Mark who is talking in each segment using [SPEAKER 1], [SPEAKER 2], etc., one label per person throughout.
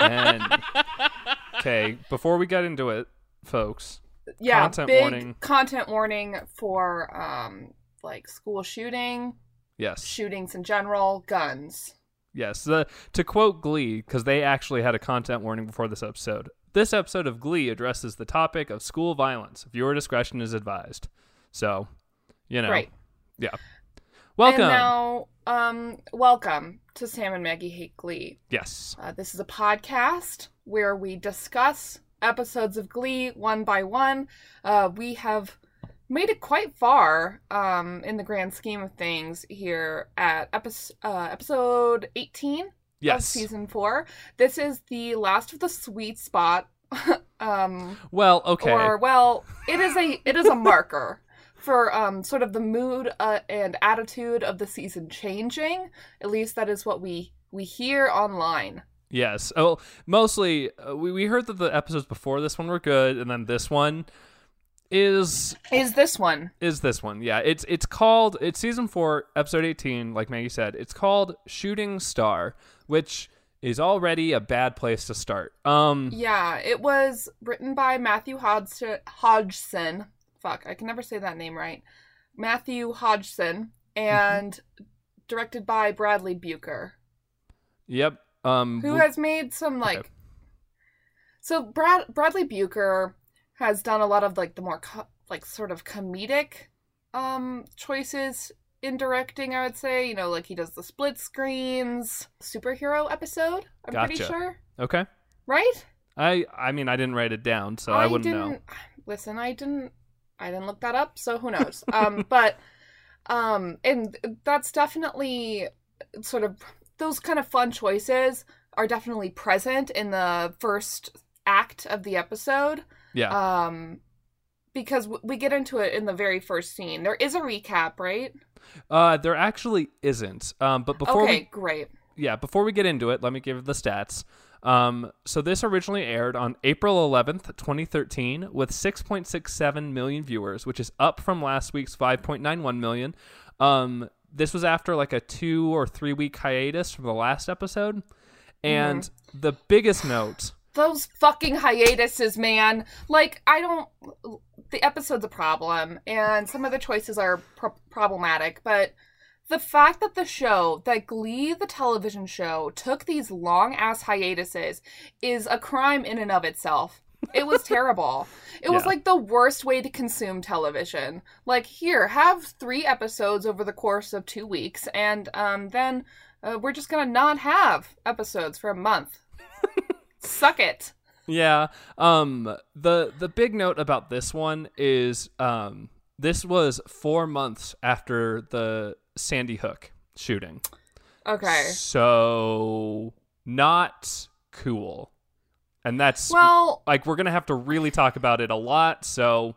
[SPEAKER 1] and okay, before we get into it, folks,
[SPEAKER 2] yeah,
[SPEAKER 1] Content
[SPEAKER 2] big
[SPEAKER 1] warning.
[SPEAKER 2] content warning for um like school shooting,
[SPEAKER 1] yes,
[SPEAKER 2] shootings in general, guns.
[SPEAKER 1] yes. The, to quote Glee, because they actually had a content warning before this episode. This episode of Glee addresses the topic of school violence. Viewer discretion is advised. So, you know,
[SPEAKER 2] Right.
[SPEAKER 1] yeah. Welcome.
[SPEAKER 2] And now, um, welcome to Sam and Maggie Hate Glee.
[SPEAKER 1] yes.
[SPEAKER 2] Uh, this is a podcast where we discuss episodes of Glee one by one. Uh, we have made it quite far um, in the grand scheme of things here at epis uh, episode 18 of
[SPEAKER 1] Yes.
[SPEAKER 2] season 4. This is the last of the sweet spot. um,
[SPEAKER 1] Well, okay.
[SPEAKER 2] or well it is a it is a marker for um sort of the mood uh, and attitude of the season changing at least that is what we we hear online
[SPEAKER 1] Yes. Oh, mostly uh, we we heard that the episodes before this one were good, and then this one is
[SPEAKER 2] is this one
[SPEAKER 1] is this one. Yeah. It's it's called it's season four, episode eighteen. Like Maggie said, it's called Shooting Star, which is already a bad place to start. Um.
[SPEAKER 2] yeah it was written by matthew hodgson hodgson fuck i can never say that name right matthew hodgson
[SPEAKER 1] Mm-hmm.
[SPEAKER 2] and directed by bradley bucher
[SPEAKER 1] Yep. Um.
[SPEAKER 2] who
[SPEAKER 1] we-
[SPEAKER 2] has made some like so brad bradley bucher has done a lot of like the more co- like sort of comedic um choices in directing i would say you know like he does the split screens superhero episode i'm pretty
[SPEAKER 1] Gotcha.
[SPEAKER 2] sure
[SPEAKER 1] okay.
[SPEAKER 2] right
[SPEAKER 1] I I mean I didn't write it down, so I, wouldn't
[SPEAKER 2] didn't,
[SPEAKER 1] know.
[SPEAKER 2] Listen, I didn't I didn't look that up, so who knows. um but um and that's definitely sort of those kind of fun choices are definitely present in the first act of the episode.
[SPEAKER 1] Yeah.
[SPEAKER 2] Um because w- we get into it in the very first scene. There is a recap, right?
[SPEAKER 1] Uh. There actually isn't. Um. But before
[SPEAKER 2] okay,
[SPEAKER 1] we
[SPEAKER 2] great.
[SPEAKER 1] yeah, before we get into it, let me give the stats. Um, so this originally aired on April 11th, 2013, with 6.67 million viewers, which is up from last week's 5.91 million. Um, this was after like a two or three week hiatus from the last episode. And the biggest note,
[SPEAKER 2] those fucking hiatuses, man. Like, I don't. The episode's a problem, and some of the choices are pro- problematic, but the fact that the show, that Glee, the television show, took these long ass hiatuses is a crime in and of itself. It was terrible. It was
[SPEAKER 1] Yeah.
[SPEAKER 2] like the worst way to consume television. Like, here, have three episodes over the course of two weeks, and um, then uh, we're just gonna not have episodes for a month. Suck it.
[SPEAKER 1] yeah, um, the the big note about this one is um, this was four months after the Sandy Hook shooting.
[SPEAKER 2] Okay.
[SPEAKER 1] So not cool. And that's
[SPEAKER 2] Well,
[SPEAKER 1] like we're gonna have to really talk about it a lot, so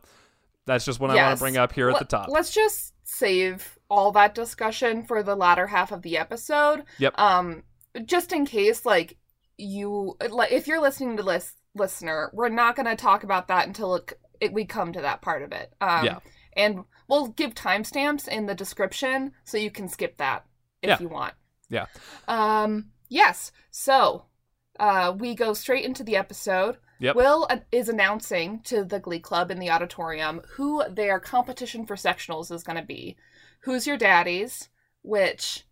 [SPEAKER 1] that's just what I want
[SPEAKER 2] Yes.
[SPEAKER 1] to bring up here at the
[SPEAKER 2] let-
[SPEAKER 1] top.
[SPEAKER 2] Let's just save all that discussion for the latter half of the episode.
[SPEAKER 1] Yep.
[SPEAKER 2] Um, just in case, like you, like if you're listening to this listener, we're not going to talk about that until it, it, we come to that part of it. Um,
[SPEAKER 1] Yeah.
[SPEAKER 2] And we'll give timestamps in the description so you can skip that if
[SPEAKER 1] Yeah.
[SPEAKER 2] you want.
[SPEAKER 1] Yeah.
[SPEAKER 2] Um. Yes. So, uh, we go straight into the episode.
[SPEAKER 1] Yep.
[SPEAKER 2] Will uh, is announcing to the Glee Club in the auditorium who their competition for sectionals is going to be. Who's your daddy's? Which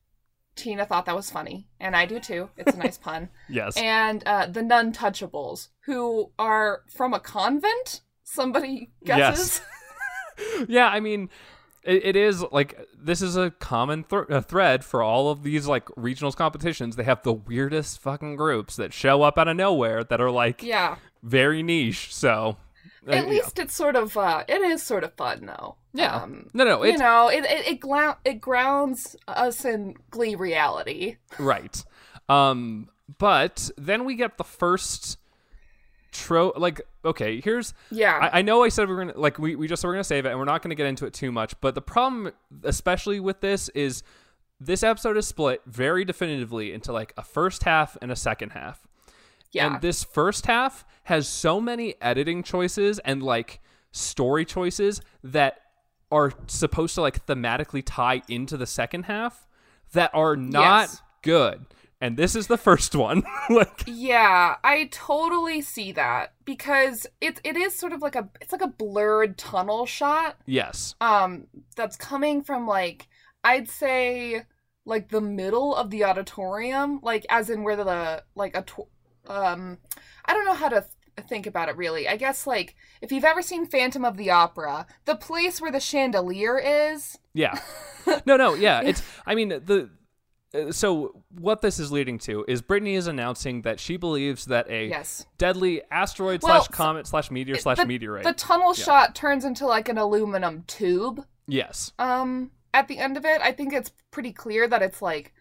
[SPEAKER 2] Tina thought that was funny, and I do too. It's a nice pun.
[SPEAKER 1] yes.
[SPEAKER 2] And uh, the non touchables, who are from a convent. Somebody guesses.
[SPEAKER 1] yeah, I mean it, it is like this is a common thr a thread for all of these like regionals competitions. They have the weirdest fucking groups that show up out of nowhere that are like
[SPEAKER 2] yeah.
[SPEAKER 1] very niche. So uh,
[SPEAKER 2] At
[SPEAKER 1] yeah.
[SPEAKER 2] least it's sort of uh, it is sort of fun though.
[SPEAKER 1] yeah.
[SPEAKER 2] Um,
[SPEAKER 1] no, no, it's
[SPEAKER 2] you know, it it it, glou- it grounds us in Glee reality.
[SPEAKER 1] Right. Um but then we get the first tro like okay, here's
[SPEAKER 2] Yeah.
[SPEAKER 1] I, I know I said we were gonna like we, we just said we're gonna save it and we're not gonna get into it too much, but the problem especially with this is this episode is split very definitively into like a first half and a second half.
[SPEAKER 2] yeah.
[SPEAKER 1] And this first half has so many editing choices and like story choices that are supposed to like thematically tie into the second half that are not
[SPEAKER 2] Yes.
[SPEAKER 1] good. and this is the first one. like
[SPEAKER 2] Yeah, I totally see that because it it is sort of like a it's like a blurred tunnel shot
[SPEAKER 1] yes.
[SPEAKER 2] um that's coming from like I'd say like the middle of the auditorium, like as in where the like a tw- um I don't know how to th- think about it really. I guess like if you've ever seen Phantom of the Opera, the place where the chandelier is,
[SPEAKER 1] Yeah. No, no, yeah. It's I mean the uh, so what this is leading to is Brittany is announcing that she believes that a
[SPEAKER 2] yes.
[SPEAKER 1] deadly asteroid
[SPEAKER 2] Well,
[SPEAKER 1] slash comet slash meteor
[SPEAKER 2] it-
[SPEAKER 1] slash meteorite.
[SPEAKER 2] The tunnel
[SPEAKER 1] Yeah.
[SPEAKER 2] shot turns into like an aluminum tube.
[SPEAKER 1] yes.
[SPEAKER 2] um at the end of it i think it's pretty clear that it's like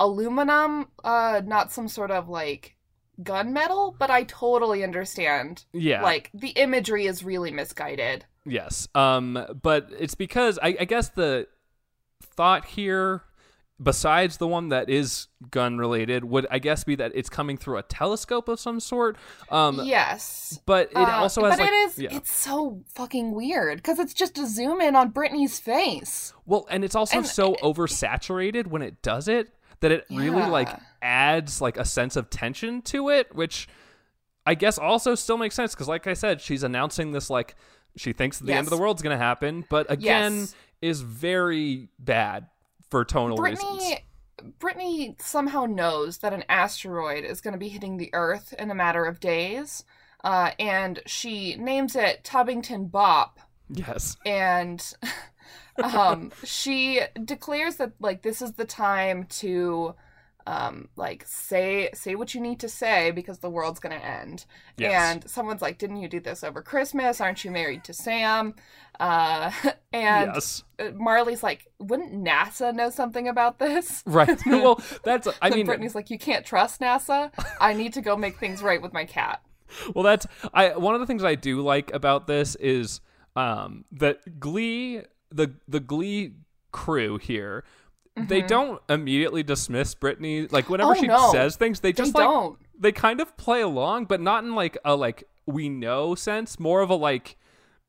[SPEAKER 2] aluminum uh not some sort of like gunmetal but i totally understand
[SPEAKER 1] Yeah.
[SPEAKER 2] like the imagery is really misguided
[SPEAKER 1] Yes. Um, but it's because I, I guess the thought here, besides the one that is gun related, would I guess be that it's coming through a telescope of some sort. Um,
[SPEAKER 2] yes
[SPEAKER 1] but it
[SPEAKER 2] Uh,
[SPEAKER 1] also has
[SPEAKER 2] but
[SPEAKER 1] like
[SPEAKER 2] it is
[SPEAKER 1] yeah.
[SPEAKER 2] it's so fucking weird because it's just a zoom in on Britney's face
[SPEAKER 1] well, and it's also
[SPEAKER 2] and-
[SPEAKER 1] so oversaturated when it does it that it really
[SPEAKER 2] Yeah.
[SPEAKER 1] like adds like a sense of tension to it, which I guess also still makes sense because, like I said, she's announcing this like she thinks the end of
[SPEAKER 2] Yes.
[SPEAKER 1] the world's gonna happen, but again
[SPEAKER 2] Yes.
[SPEAKER 1] is very bad for tonal reasons.
[SPEAKER 2] Brittany Brittany somehow knows that an asteroid is going to be hitting the Earth in a matter of days, uh, and she names it Tubbington Bop,
[SPEAKER 1] Yes.
[SPEAKER 2] and um, she declares that like this is the time to um, like say say what you need to say because the world's gonna end.
[SPEAKER 1] Yes.
[SPEAKER 2] And someone's like, "Didn't you do this over Christmas? Aren't you married to Sam?" Uh, and
[SPEAKER 1] yes.
[SPEAKER 2] uh, Marley's like, "Wouldn't NASA know something about this?"
[SPEAKER 1] Right. well, that's I
[SPEAKER 2] and
[SPEAKER 1] mean
[SPEAKER 2] Brittany's like, "You can't trust NASA. I need to go make things right with my cat."
[SPEAKER 1] well that's I one of the things I do like about this is um that Glee the the Glee crew here they don't immediately dismiss Brittany like whenever
[SPEAKER 2] Mm-hmm. Oh,
[SPEAKER 1] she
[SPEAKER 2] no.
[SPEAKER 1] says things they just
[SPEAKER 2] they
[SPEAKER 1] like
[SPEAKER 2] don't.
[SPEAKER 1] they kind of play along but not in like a like we know sense more of a like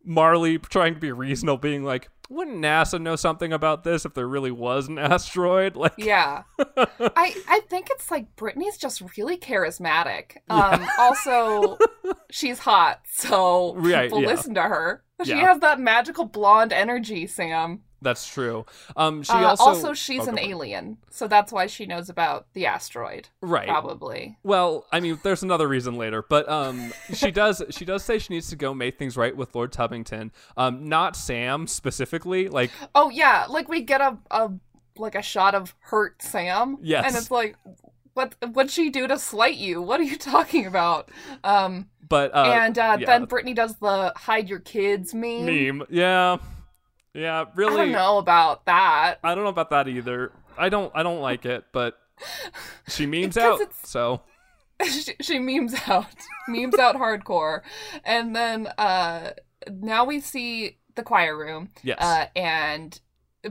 [SPEAKER 1] Marley trying to be reasonable being like wouldn't NASA know something about this if there really was an asteroid like
[SPEAKER 2] Yeah. I I think it's like Britney's just really charismatic. Um also she's hot, so people
[SPEAKER 1] Right, yeah.
[SPEAKER 2] listen to her. She
[SPEAKER 1] Yeah.
[SPEAKER 2] has that magical blonde energy, Sam.
[SPEAKER 1] that's true um she
[SPEAKER 2] Uh,
[SPEAKER 1] also
[SPEAKER 2] also, she's
[SPEAKER 1] Oh,
[SPEAKER 2] an
[SPEAKER 1] go ahead.
[SPEAKER 2] alien, so that's why she knows about the asteroid,
[SPEAKER 1] right
[SPEAKER 2] probably.
[SPEAKER 1] Well, I mean, there's another reason later, but um, she does she does say she needs to go make things right with Lord Tubbington, um, not Sam specifically. Like,
[SPEAKER 2] Oh yeah, like we get a, a like a shot of hurt Sam.
[SPEAKER 1] Yes.
[SPEAKER 2] And it's like what what'd she do to slight you? What are you talking about? Um
[SPEAKER 1] but uh,
[SPEAKER 2] and uh,
[SPEAKER 1] yeah.
[SPEAKER 2] then Brittany does the hide your kids meme.
[SPEAKER 1] meme, yeah, yeah, really,
[SPEAKER 2] I don't know about that.
[SPEAKER 1] I don't know about that either. I don't I don't like it, but she memes out,
[SPEAKER 2] Because it's-
[SPEAKER 1] so
[SPEAKER 2] she, she memes out, memes out hardcore, and then uh, now we see the choir room,
[SPEAKER 1] yes,
[SPEAKER 2] uh, and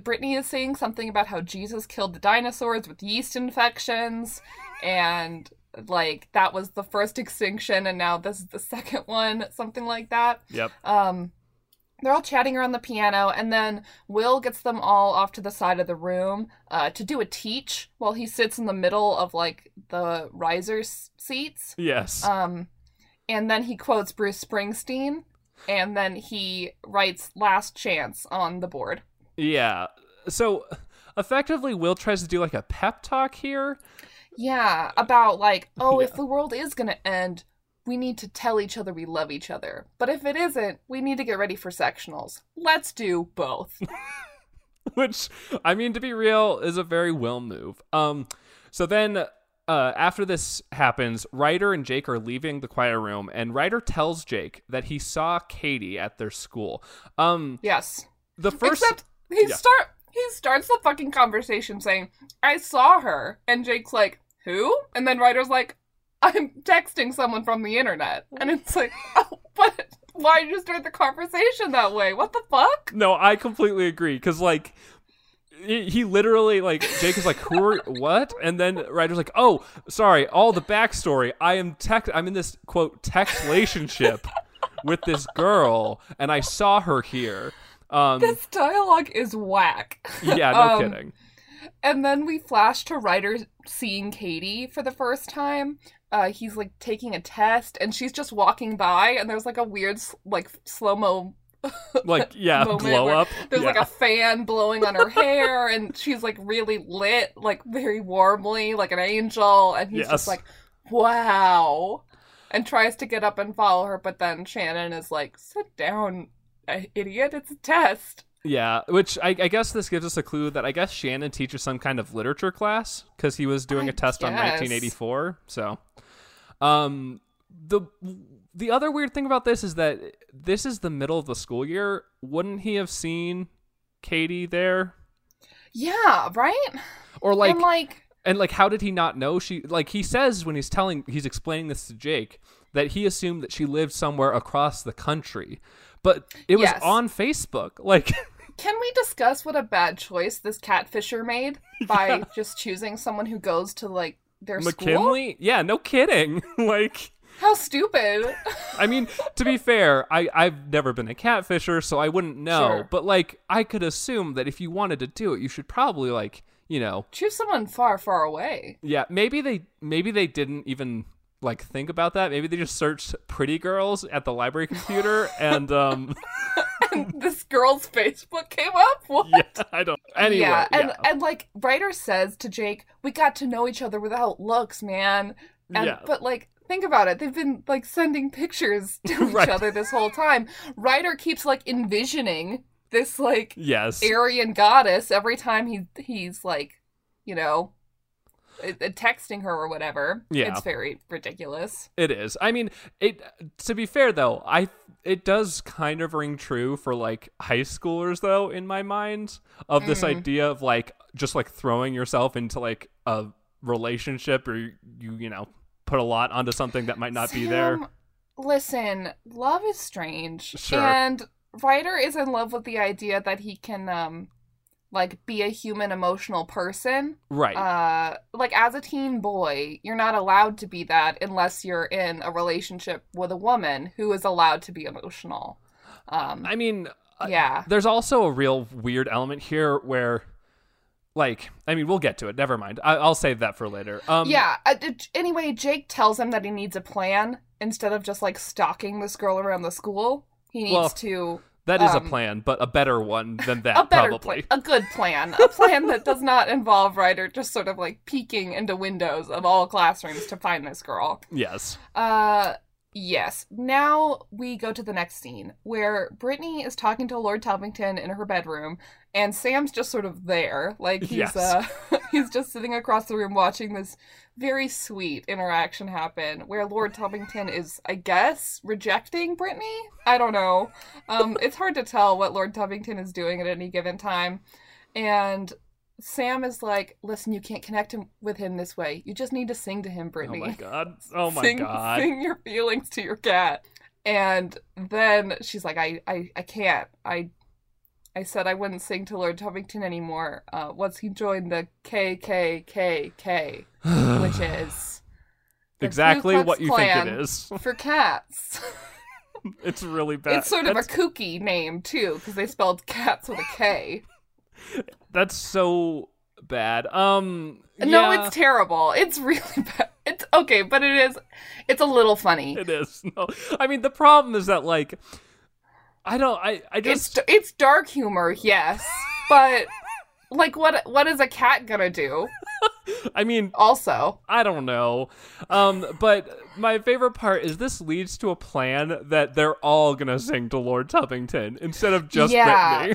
[SPEAKER 2] Brittany is saying something about how Jesus killed the dinosaurs with yeast infections, and like that was the first extinction, and now this is the second one, something like that.
[SPEAKER 1] yep,
[SPEAKER 2] Um, they're all chatting around the piano, and then Will gets them all off to the side of the room uh, to do a teach while he sits in the middle of like the riser s- seats.
[SPEAKER 1] yes,
[SPEAKER 2] Um, and then he quotes Bruce Springsteen, and then he writes "Last Chance" on the board.
[SPEAKER 1] yeah. So effectively, Will tries to do like a pep talk here.
[SPEAKER 2] Yeah, about like, oh,
[SPEAKER 1] Yeah.
[SPEAKER 2] if the world is gonna end, we need to tell each other we love each other. But if it isn't, we need to get ready for sectionals. Let's do both.
[SPEAKER 1] which I mean to be real is a very will move. Um so then uh, after this happens, Ryder and Jake are leaving the choir room, and Ryder tells Jake that he saw Katie at their school. Um,
[SPEAKER 2] yes.
[SPEAKER 1] the first,
[SPEAKER 2] Except he
[SPEAKER 1] Yeah.
[SPEAKER 2] start he starts the fucking conversation saying, "I saw her," and Jake's like, "Who?" And then Ryder's like, "I'm texting someone from the internet," and it's like, "Oh, but why did you start the conversation that way? What the fuck?"
[SPEAKER 1] no, I completely agree because like he he literally like Jake is like who are what, and then Ryder's like, oh, sorry, all the backstory. I am text. I'm in this quote text relationship with this girl, and I saw her here. Um,
[SPEAKER 2] This dialogue is whack.
[SPEAKER 1] yeah, no
[SPEAKER 2] Um,
[SPEAKER 1] kidding.
[SPEAKER 2] And then we flash to Ryder seeing Katie for the first time. Uh, he's like taking a test, and she's just walking by, and there's like a weird, s- like slow mo.
[SPEAKER 1] Like, yeah,
[SPEAKER 2] Moment
[SPEAKER 1] blow
[SPEAKER 2] where
[SPEAKER 1] up.
[SPEAKER 2] There's
[SPEAKER 1] yeah.
[SPEAKER 2] like a fan blowing on her hair, and she's like really lit, like very warmly, like an angel. And he's
[SPEAKER 1] Yes.
[SPEAKER 2] just like, wow. And tries to get up and follow her, but then Shannon is like, sit down, i- idiot, it's a test.
[SPEAKER 1] yeah, which I, I guess this gives us a clue that I guess Shannon teaches some kind of literature class because he was doing
[SPEAKER 2] I
[SPEAKER 1] a test on
[SPEAKER 2] guess.
[SPEAKER 1] 1984. So, um, the the other weird thing about this is that this is the middle of the school year. Wouldn't he have seen Katie there?
[SPEAKER 2] Yeah, right?
[SPEAKER 1] Or like,
[SPEAKER 2] and like,
[SPEAKER 1] And like, how did he not know she? Like, he says when he's telling, he's explaining this to Jake that he assumed that she lived somewhere across the country, but it was
[SPEAKER 2] Yes.
[SPEAKER 1] on Facebook. Like,
[SPEAKER 2] Can we discuss what a bad choice this catfisher made by just choosing someone who goes to like their school?
[SPEAKER 1] McKinley? Yeah, no kidding. like,
[SPEAKER 2] How stupid!
[SPEAKER 1] I mean, to be fair, I I've never been a catfisher, so I wouldn't know.
[SPEAKER 2] Sure.
[SPEAKER 1] But like, I could assume that if you wanted to do it, you should probably like, you know,
[SPEAKER 2] Choose someone far, far away.
[SPEAKER 1] yeah, maybe they maybe they didn't even like think about that. Maybe they just searched pretty girls at the library computer and um
[SPEAKER 2] And this girl's Facebook came up. What?
[SPEAKER 1] yeah, I don't. Anyway,
[SPEAKER 2] yeah,
[SPEAKER 1] yeah,
[SPEAKER 2] and and like writer says to Jake, we got to know each other without looks, man. And
[SPEAKER 1] Yeah.
[SPEAKER 2] but like think about it, they've been like sending pictures to each
[SPEAKER 1] Right.
[SPEAKER 2] other this whole time. Ryder keeps like envisioning this like
[SPEAKER 1] yes,
[SPEAKER 2] Aryan goddess every time he he's like, you know, uh, uh, texting her or whatever.
[SPEAKER 1] Yeah.
[SPEAKER 2] it's very ridiculous.
[SPEAKER 1] it is. I mean, it. To be fair, though, I it does kind of ring true for like high schoolers, though, in my mind, of this
[SPEAKER 2] Mm.
[SPEAKER 1] idea of like just like throwing yourself into like a relationship, or you you know put a lot onto something that might not be there.
[SPEAKER 2] Sam, Listen, love is strange,
[SPEAKER 1] Sure.
[SPEAKER 2] and Ryder is in love with the idea that he can um, like be a human emotional person.
[SPEAKER 1] Right.
[SPEAKER 2] Uh, like as a teen boy, you're not allowed to be that unless you're in a relationship with a woman who is allowed to be emotional. Um,
[SPEAKER 1] I mean, uh,
[SPEAKER 2] yeah.
[SPEAKER 1] there's also a real weird element here where. Like, I mean, we'll get to it. Never mind. I- I'll save that for later. Um,
[SPEAKER 2] yeah. uh, d- Anyway, Jake tells him that he needs a plan instead of just like stalking this girl around the school. He needs
[SPEAKER 1] Well,
[SPEAKER 2] to
[SPEAKER 1] That is
[SPEAKER 2] Um,
[SPEAKER 1] a plan, but a better one than that,
[SPEAKER 2] a better
[SPEAKER 1] probably.
[SPEAKER 2] plan, a good plan, a plan that does not involve Ryder just sort of like peeking into windows of all classrooms to find this girl.
[SPEAKER 1] Yes.
[SPEAKER 2] Uh, yes. Now we go to the next scene where Brittany is talking to Lord Talvington in her bedroom, and Sam's just sort of there, like he's
[SPEAKER 1] Yes.
[SPEAKER 2] uh, he's just sitting across the room watching this very sweet interaction happen, where Lord Talvington is, I guess, rejecting Brittany. I don't know. Um, it's hard to tell what Lord Talvington is doing at any given time, and. Sam is like, listen, you can't connect him with him this way. You just need to sing to him,
[SPEAKER 1] Oh
[SPEAKER 2] Brittany
[SPEAKER 1] my god. Oh my
[SPEAKER 2] sing,
[SPEAKER 1] god.
[SPEAKER 2] Sing your feelings to your cat. And then she's like, I, I, I can't. I I said I wouldn't sing to Lord Tovington anymore. Uh, once he joined the KKKK, which is the Ku
[SPEAKER 1] exactly
[SPEAKER 2] Klux
[SPEAKER 1] what you
[SPEAKER 2] Klan
[SPEAKER 1] think it is.
[SPEAKER 2] for cats.
[SPEAKER 1] It's really bad.
[SPEAKER 2] it's sort of a kooky name too, because they spelled cats with a K.
[SPEAKER 1] That's so bad. Um
[SPEAKER 2] No,
[SPEAKER 1] yeah,
[SPEAKER 2] it's terrible. It's really bad. It's okay, but it is. It's a little funny.
[SPEAKER 1] it is. No. I mean, the problem is that like I don't I I just
[SPEAKER 2] it's it's dark humor, yes, but like what what is a cat gonna do?
[SPEAKER 1] I mean,
[SPEAKER 2] Also,
[SPEAKER 1] I don't know. Um but my favorite part is this leads to a plan that they're all going to sing to Lord Tubbington instead of just
[SPEAKER 2] Yeah.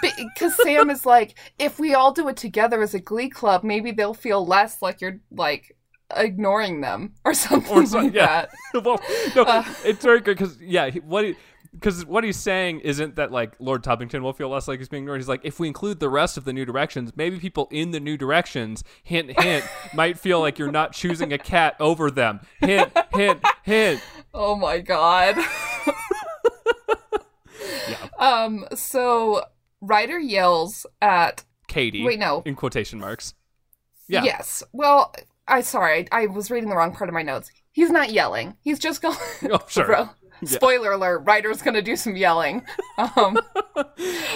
[SPEAKER 1] Brittany.
[SPEAKER 2] because Sam is like, if we all do it together as a Glee club, maybe they'll feel less like you're like ignoring them or something
[SPEAKER 1] Or so-
[SPEAKER 2] like
[SPEAKER 1] yeah.
[SPEAKER 2] that.
[SPEAKER 1] well, no,
[SPEAKER 2] Uh.
[SPEAKER 1] it's very good because yeah, he, what because what he's saying isn't that like Lord Toppington will feel less like he's being ignored. He's like, if we include the rest of the New Directions, maybe people in the New Directions, hint hint, might feel like you're not choosing a cat over them. Hint hint hint.
[SPEAKER 2] Oh my god.
[SPEAKER 1] Yeah.
[SPEAKER 2] Um. So Ryder yells at
[SPEAKER 1] Katie.
[SPEAKER 2] wait no
[SPEAKER 1] In quotation marks. Yeah.
[SPEAKER 2] yes well I sorry I, I was reading the wrong part of my notes. He's not yelling. He's just going
[SPEAKER 1] Oh sure.
[SPEAKER 2] Ro-
[SPEAKER 1] Yeah.
[SPEAKER 2] Spoiler alert, Ryder's gonna do some yelling. Um,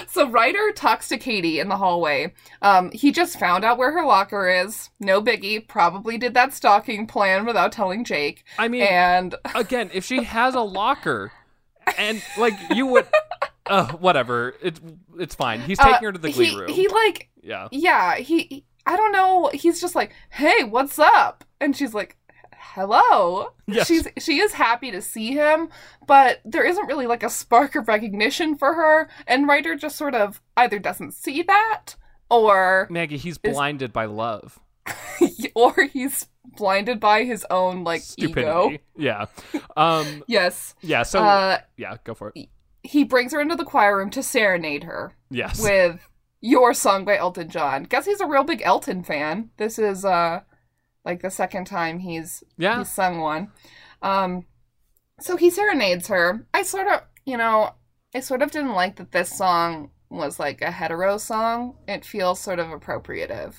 [SPEAKER 2] so Ryder talks to Katie in the hallway. Um, he just found out where her locker is. No biggie. Probably did that stalking plan without telling Jake.
[SPEAKER 1] I mean,
[SPEAKER 2] And
[SPEAKER 1] again, if she has a locker, and like you would, uh, whatever, it's it's fine. He's taking
[SPEAKER 2] uh,
[SPEAKER 1] her to the glee
[SPEAKER 2] he,
[SPEAKER 1] room.
[SPEAKER 2] he like
[SPEAKER 1] yeah,
[SPEAKER 2] yeah, he, he- I don't know, he's just like, "Hey, what's up?" And she's like, "Hello."
[SPEAKER 1] Yes.
[SPEAKER 2] She's she is happy to see him, but there isn't really like a spark of recognition for her, and Ryder just sort of either doesn't see that or
[SPEAKER 1] Maggie, he's
[SPEAKER 2] Is-
[SPEAKER 1] blinded by love,
[SPEAKER 2] or he's blinded by his own like
[SPEAKER 1] stupidity.
[SPEAKER 2] ego.
[SPEAKER 1] Yeah, um,
[SPEAKER 2] Yes.
[SPEAKER 1] yeah. So
[SPEAKER 2] uh
[SPEAKER 1] yeah, go for it.
[SPEAKER 2] he brings her into the choir room to serenade her
[SPEAKER 1] Yes,
[SPEAKER 2] with your song by Elton John. Guess he's a real big Elton fan. This is uh like the second time he's
[SPEAKER 1] yeah.
[SPEAKER 2] he's sung one. Um, so he serenades her. I sort of, you know, I sort of didn't like that this song was like a hetero song. It feels sort of appropriative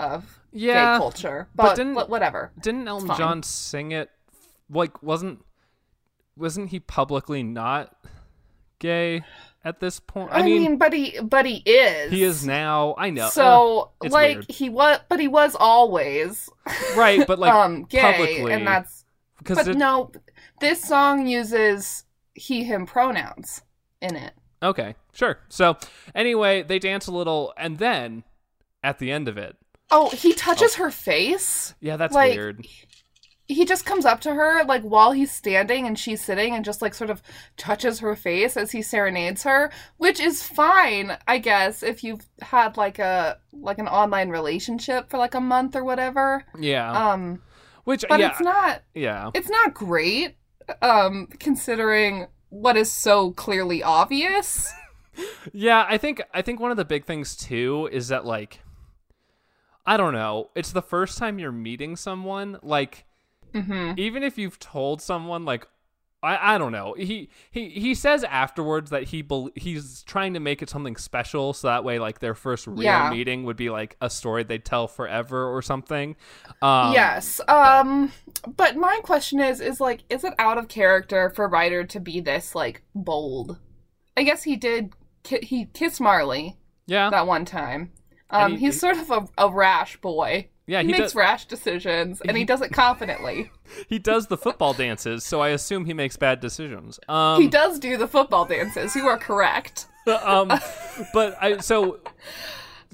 [SPEAKER 2] of gay
[SPEAKER 1] Yeah.
[SPEAKER 2] culture,
[SPEAKER 1] but
[SPEAKER 2] but,
[SPEAKER 1] didn't-
[SPEAKER 2] wha- whatever.
[SPEAKER 1] Didn't Elton
[SPEAKER 2] fine.
[SPEAKER 1] John sing it? Like, wasn't wasn't he publicly not gay at this point?
[SPEAKER 2] I, mean, but he, but he is.
[SPEAKER 1] he is now. I know. uh,
[SPEAKER 2] So,
[SPEAKER 1] it's
[SPEAKER 2] like,
[SPEAKER 1] weird.
[SPEAKER 2] he was, but he was always
[SPEAKER 1] right, but like,
[SPEAKER 2] um gay,
[SPEAKER 1] publicly,
[SPEAKER 2] and that's.
[SPEAKER 1] because
[SPEAKER 2] But
[SPEAKER 1] it-
[SPEAKER 2] no, this song uses he him pronouns in it.
[SPEAKER 1] Okay, sure. So anyway, they dance a little, and then at the end of it,
[SPEAKER 2] Oh, he touches her face.
[SPEAKER 1] yeah, that's
[SPEAKER 2] Like-
[SPEAKER 1] weird.
[SPEAKER 2] he just comes up to her like while he's standing and she's sitting and just like sort of touches her face as he serenades her which is fine i guess if you've had like a like an online relationship for like a month or whatever
[SPEAKER 1] Yeah,
[SPEAKER 2] um
[SPEAKER 1] which
[SPEAKER 2] but
[SPEAKER 1] Oh. yeah,
[SPEAKER 2] it's not
[SPEAKER 1] yeah,
[SPEAKER 2] it's not great um considering what is so clearly obvious
[SPEAKER 1] yeah. I think I think one of the big things too is that like, I don't know. It's the first time you're meeting someone. Like,
[SPEAKER 2] hmm
[SPEAKER 1] even if you've told someone, like, I I don't know. He he he says afterwards that he bel he's trying to make it something special, so that way like their first real
[SPEAKER 2] Yeah.
[SPEAKER 1] meeting would be like a story they'd tell forever or something. Um,
[SPEAKER 2] yes um but my question is is like is it out of character for ryder to be this like bold i guess he did ki- he kissed marley
[SPEAKER 1] Yeah.
[SPEAKER 2] that one time
[SPEAKER 1] And
[SPEAKER 2] um
[SPEAKER 1] he-
[SPEAKER 2] he's sort of a, a rash boy
[SPEAKER 1] Yeah,
[SPEAKER 2] he,
[SPEAKER 1] he,
[SPEAKER 2] makes
[SPEAKER 1] does,
[SPEAKER 2] rash decisions and he does it confidently
[SPEAKER 1] he does the football dances, so I assume he makes bad decisions. Um,
[SPEAKER 2] he does do the football dances you are correct
[SPEAKER 1] um, but I so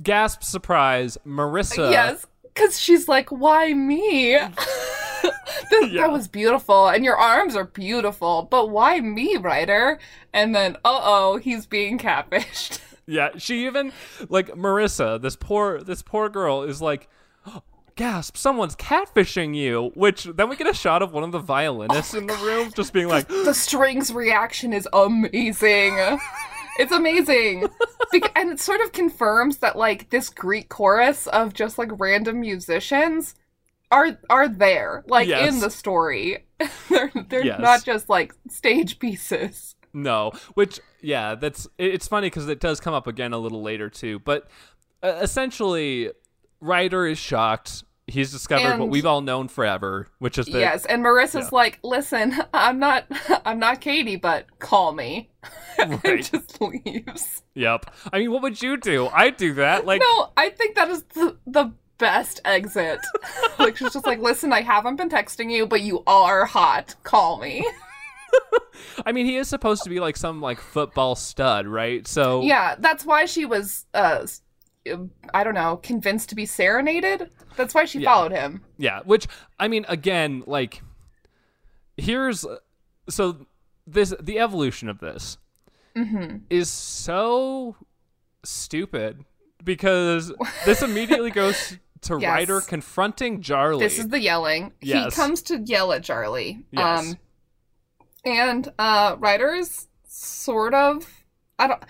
[SPEAKER 1] gasp surprise, Marissa.
[SPEAKER 2] yes because she's like why me That-
[SPEAKER 1] Yeah.
[SPEAKER 2] That was beautiful, and your arms are beautiful, but why me, Ryder? And then, uh oh, he's being catfished.
[SPEAKER 1] Yeah, she even like Marissa, this poor this poor girl is like gasp, someone's catfishing you, which then we get a shot of one of the violinists
[SPEAKER 2] Oh
[SPEAKER 1] in the room just being like
[SPEAKER 2] the strings reaction is amazing. It's amazing. Bec- and it sort of confirms that like this Greek chorus of just like random musicians are are there like
[SPEAKER 1] Yes.
[SPEAKER 2] in the story. they're they're
[SPEAKER 1] Yes.
[SPEAKER 2] not just like stage pieces.
[SPEAKER 1] No, which yeah, that's it- it's funny because it does come up again a little later too. But uh, essentially, Ryder is shocked. He's discovered what
[SPEAKER 2] And-
[SPEAKER 1] we've all known forever, which is that
[SPEAKER 2] yes, and Marissa's
[SPEAKER 1] yeah.
[SPEAKER 2] like, "Listen, I'm not I'm not Katie, but call me."
[SPEAKER 1] Right.
[SPEAKER 2] and just leaves.
[SPEAKER 1] yep. I mean, what would you do? I'd do that. Like,
[SPEAKER 2] No, I think that is the, the best exit. like she's just like, listen, I haven't been texting you, but you are hot. Call me.
[SPEAKER 1] I mean, he is supposed to be like some like football stud, right? So
[SPEAKER 2] Yeah, that's why she was, uh, s- I don't know, convinced to be serenaded. That's why she
[SPEAKER 1] Yeah.
[SPEAKER 2] followed him.
[SPEAKER 1] Yeah, which I mean, again, like here's so this the evolution of this
[SPEAKER 2] Mm-hmm.
[SPEAKER 1] is so stupid because this immediately goes to
[SPEAKER 2] Yes.
[SPEAKER 1] Ryder confronting Jarly.
[SPEAKER 2] This is the yelling.
[SPEAKER 1] Yes.
[SPEAKER 2] He comes to yell at Charlie.
[SPEAKER 1] Yes.
[SPEAKER 2] Um, and uh, Ryder's sort of, I don't.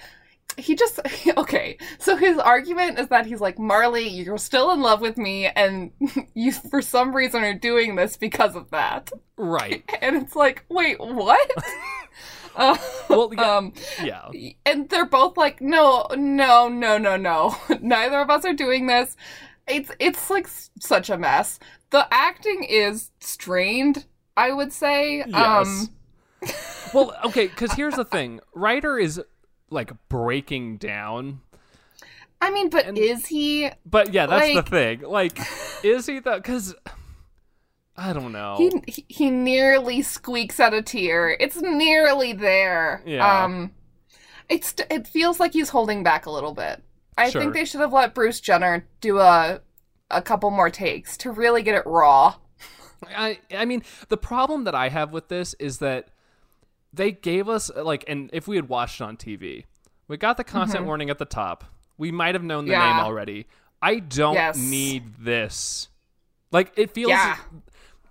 [SPEAKER 2] He just okay. So his argument is that he's like Marley, you're still in love with me, and you for some reason are doing this because of that.
[SPEAKER 1] right.
[SPEAKER 2] And it's like, wait, what? Uh,
[SPEAKER 1] Well, yeah,
[SPEAKER 2] um,
[SPEAKER 1] yeah,
[SPEAKER 2] and they're both like, no, no, no, no, no. Neither of us are doing this. It's it's like s- such a mess. The acting is strained, I would say.
[SPEAKER 1] yes.
[SPEAKER 2] Um,
[SPEAKER 1] well, okay, because here's the thing: Ryder is like breaking down.
[SPEAKER 2] I mean, but is he?
[SPEAKER 1] But yeah, that's
[SPEAKER 2] Like-
[SPEAKER 1] the thing. Like, is he the? Because I don't know.
[SPEAKER 2] He, he he nearly squeaks out a tear. It's nearly there.
[SPEAKER 1] Yeah.
[SPEAKER 2] Um, it's it feels like he's holding back a little bit. I
[SPEAKER 1] Sure.
[SPEAKER 2] think they should have let Bruce Jenner do a a couple more takes to really get it raw.
[SPEAKER 1] I I mean, the problem that I have with this is that they gave us like, and if we had watched it on TV, we got the content warning at the top. We might have known the
[SPEAKER 2] Yeah.
[SPEAKER 1] name already. I don't
[SPEAKER 2] Yes.
[SPEAKER 1] need this. Like, it feels.
[SPEAKER 2] Yeah.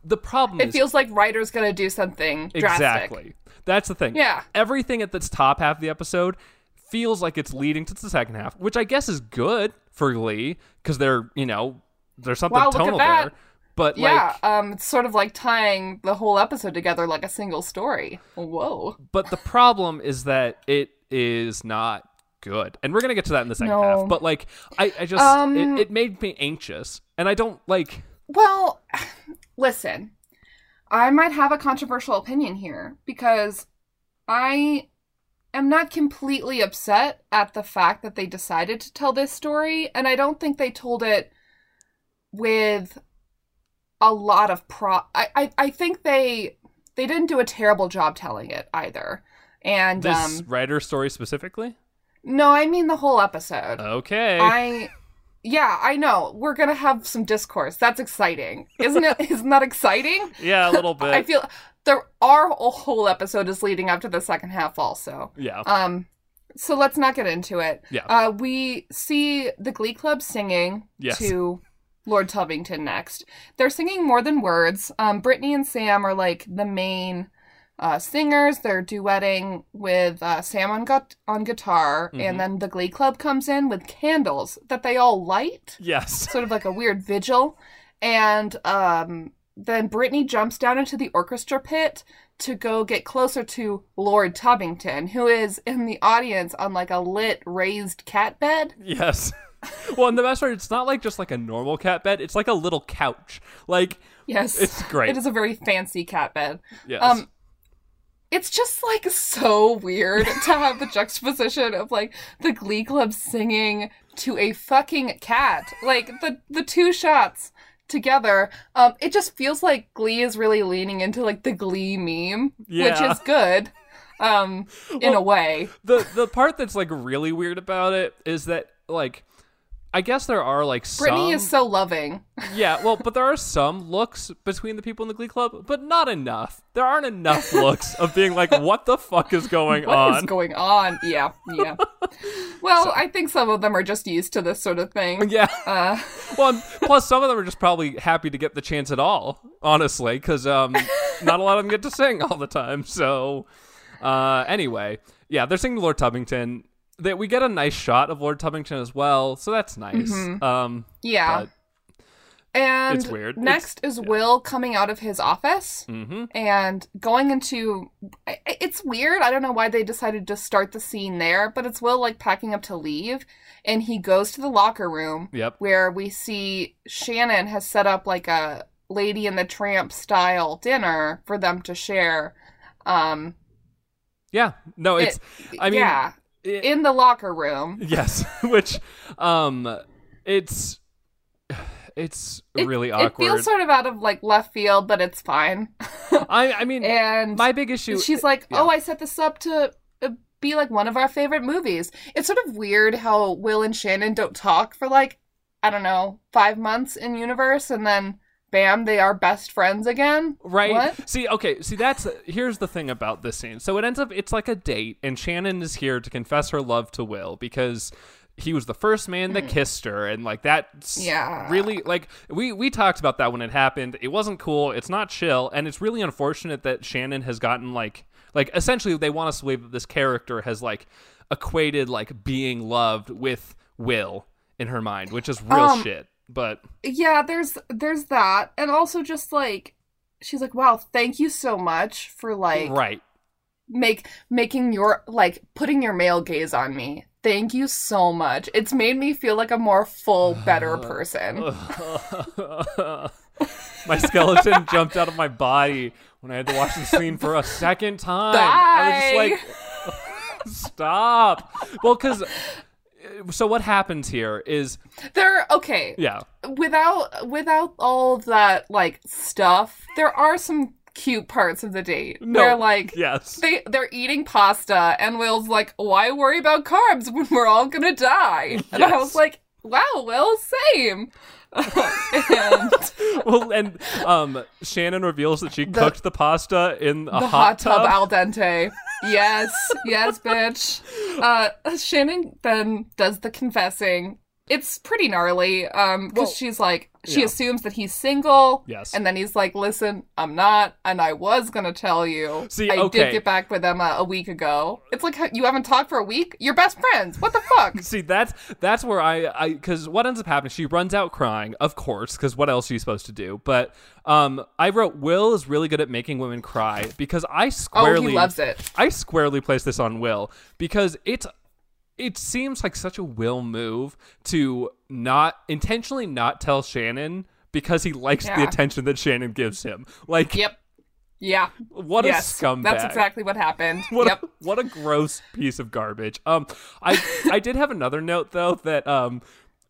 [SPEAKER 1] The problem
[SPEAKER 2] It
[SPEAKER 1] is
[SPEAKER 2] feels like writer's gonna do something drastic.
[SPEAKER 1] Exactly. That's the thing.
[SPEAKER 2] Yeah.
[SPEAKER 1] Everything at this top half of the episode feels like it's leading to the second half, which I guess is good for Lee because they're, you know, there's something
[SPEAKER 2] Wow, look at
[SPEAKER 1] tonal
[SPEAKER 2] that.
[SPEAKER 1] there. But
[SPEAKER 2] yeah,
[SPEAKER 1] like
[SPEAKER 2] um, it's sort of like tying the whole episode together like a single story. Whoa.
[SPEAKER 1] but the problem is that it is not good. And we're going to get to that in the second
[SPEAKER 2] No.
[SPEAKER 1] half. But like I I just
[SPEAKER 2] Um,
[SPEAKER 1] it, it made me anxious and I don't like
[SPEAKER 2] Well, listen, I might have a controversial opinion here because I am not completely upset at the fact that they decided to tell this story, and I don't think they told it with a lot of pro. I I, I think they they didn't do a terrible job telling it either, and
[SPEAKER 1] this
[SPEAKER 2] um,
[SPEAKER 1] writer story specifically.
[SPEAKER 2] no, I mean the whole episode.
[SPEAKER 1] Okay.
[SPEAKER 2] I yeah, I know. We're gonna have some discourse. That's exciting. Isn't it isn't that exciting?
[SPEAKER 1] yeah, a little bit.
[SPEAKER 2] I feel there our whole episode is leading up to the second half also.
[SPEAKER 1] yeah.
[SPEAKER 2] Um so let's not get into it.
[SPEAKER 1] Yeah.
[SPEAKER 2] Uh we see the Glee Club singing
[SPEAKER 1] Yes.
[SPEAKER 2] to Lord Tubington next. They're singing more than words. Um Brittany and Sam are like the main uh, singers. They're duetting with uh, Sam on, gut- on guitar,
[SPEAKER 1] Mhm.
[SPEAKER 2] and then the Glee Club comes in with candles that they all light,
[SPEAKER 1] yes.
[SPEAKER 2] sort of like a weird vigil. And um, then Brittany jumps down into the orchestra pit to go get closer to Lord Tubington, who is in the audience on like a lit raised cat bed.
[SPEAKER 1] Yes. Well, and the best part, it's not like just like a normal cat bed. It's like a little couch. Like,
[SPEAKER 2] Yes,
[SPEAKER 1] It's great.
[SPEAKER 2] It is a very fancy cat bed.
[SPEAKER 1] yes.
[SPEAKER 2] Um, it's just like so weird to have the juxtaposition of like the glee club singing to a fucking cat like the the two shots together um it just feels like glee is really leaning into like the glee meme which
[SPEAKER 1] Yeah.
[SPEAKER 2] is good um in a way
[SPEAKER 1] the the part that's like really weird about it is that like, I guess there are like
[SPEAKER 2] brittany
[SPEAKER 1] some
[SPEAKER 2] is so loving
[SPEAKER 1] yeah. Well, but there are some looks between the people in the Glee Club, but not enough. There aren't enough looks of being like, what the fuck is going
[SPEAKER 2] What
[SPEAKER 1] on?
[SPEAKER 2] is going on yeah yeah well i think some of them are just used to this sort of thing
[SPEAKER 1] yeah.
[SPEAKER 2] uh
[SPEAKER 1] Well, and plus some of them are just probably happy to get the chance at all, honestly, because um, not a lot of them get to sing all the time. So, uh, anyway, yeah, they're singing Lord Tubington. That we get a nice shot of Lord Tubington as well, so that's nice.
[SPEAKER 2] Mm-hmm.
[SPEAKER 1] Um,
[SPEAKER 2] yeah
[SPEAKER 1] but
[SPEAKER 2] And
[SPEAKER 1] It's weird. It's-
[SPEAKER 2] Next is Will coming out of his office
[SPEAKER 1] mhm.
[SPEAKER 2] and going into. I- I- It's weird. I don't know why they decided to start the scene there, but it's Will like packing up to leave, and he goes to the locker room
[SPEAKER 1] yep,
[SPEAKER 2] where we see Shannon has set up like a Lady and the Tramp style dinner for them to share. Um,
[SPEAKER 1] yeah, no, it's I mean,
[SPEAKER 2] yeah,
[SPEAKER 1] it-
[SPEAKER 2] in the locker room.
[SPEAKER 1] yes, which, um, it's it's
[SPEAKER 2] It-
[SPEAKER 1] really
[SPEAKER 2] It
[SPEAKER 1] awkward.
[SPEAKER 2] feels sort of out of like left field, but it's fine.
[SPEAKER 1] I I mean,
[SPEAKER 2] And
[SPEAKER 1] my big issue.
[SPEAKER 2] she's like,
[SPEAKER 1] yeah.
[SPEAKER 2] "Oh, I set this up to uh, be like one of our favorite movies." It's sort of weird how Will and Shannon don't talk for like I don't know five months in universe, and then bam, they are best friends again.
[SPEAKER 1] Right.
[SPEAKER 2] What?
[SPEAKER 1] See, okay, see that's here's the thing about this scene. So it ends up it's like a date and Shannon is here to confess her love to Will because he was the first man that kissed her and like that's
[SPEAKER 2] Mm. Yeah.
[SPEAKER 1] really like we we talked about that when it happened. It wasn't cool, it's not chill, and it's really unfortunate that Shannon has gotten like like essentially they want us to believe that this character has like equated like being loved with Will in her mind, which is real
[SPEAKER 2] Um,
[SPEAKER 1] shit. But
[SPEAKER 2] Yeah, there's there's that, and also just like she's like, "Wow, thank you so much for like
[SPEAKER 1] right.
[SPEAKER 2] make making your like putting your male gaze on me." Thank you so much. It's made me feel like a more full, better person.
[SPEAKER 1] my skeleton jumped out of my body when I had to watch the scene for a second time. I was
[SPEAKER 2] Bye.
[SPEAKER 1] just like, stop. Well, because so what happens here is
[SPEAKER 2] There. Okay.
[SPEAKER 1] yeah,
[SPEAKER 2] Without without all of that like stuff, there are some cute parts of the date.
[SPEAKER 1] No.
[SPEAKER 2] They're like.
[SPEAKER 1] yes,
[SPEAKER 2] They, they're eating pasta, and Will's like, Why worry about carbs when we're all gonna die? And I
[SPEAKER 1] Yes.
[SPEAKER 2] was like, Wow, Will, same. and
[SPEAKER 1] well, and um, Shannon reveals that she cooked the pasta in a
[SPEAKER 2] the
[SPEAKER 1] hot, tub.
[SPEAKER 2] al dente. Yes, yes, bitch. Uh, Shannon then does the confessing. It's pretty gnarly um, because
[SPEAKER 1] Well,
[SPEAKER 2] she's like, she
[SPEAKER 1] yeah.
[SPEAKER 2] assumes that he's single.
[SPEAKER 1] Yes.
[SPEAKER 2] And then he's like, listen, I'm not, and I was going to tell you.
[SPEAKER 1] See,
[SPEAKER 2] I
[SPEAKER 1] okay.
[SPEAKER 2] did get back with Emma a week ago. It's like, you haven't talked for a week? You're best friends. What the fuck?
[SPEAKER 1] See, that's that's where I I because what ends up happening, she runs out crying, of course, because what else are you supposed to do? But um, I wrote Will is really good at making women cry because I
[SPEAKER 2] oh,
[SPEAKER 1] squarely
[SPEAKER 2] he loves it.
[SPEAKER 1] I squarely place this on Will because it's it seems like such a Will move to not intentionally not tell Shannon because he likes the
[SPEAKER 2] Yeah.
[SPEAKER 1] attention that Shannon gives him. Like
[SPEAKER 2] Yep. Yeah.
[SPEAKER 1] what
[SPEAKER 2] yes.
[SPEAKER 1] a scumbag.
[SPEAKER 2] That's exactly what happened.
[SPEAKER 1] What
[SPEAKER 2] yep.
[SPEAKER 1] a, what a gross piece of garbage. Um, I I did have another note though that um,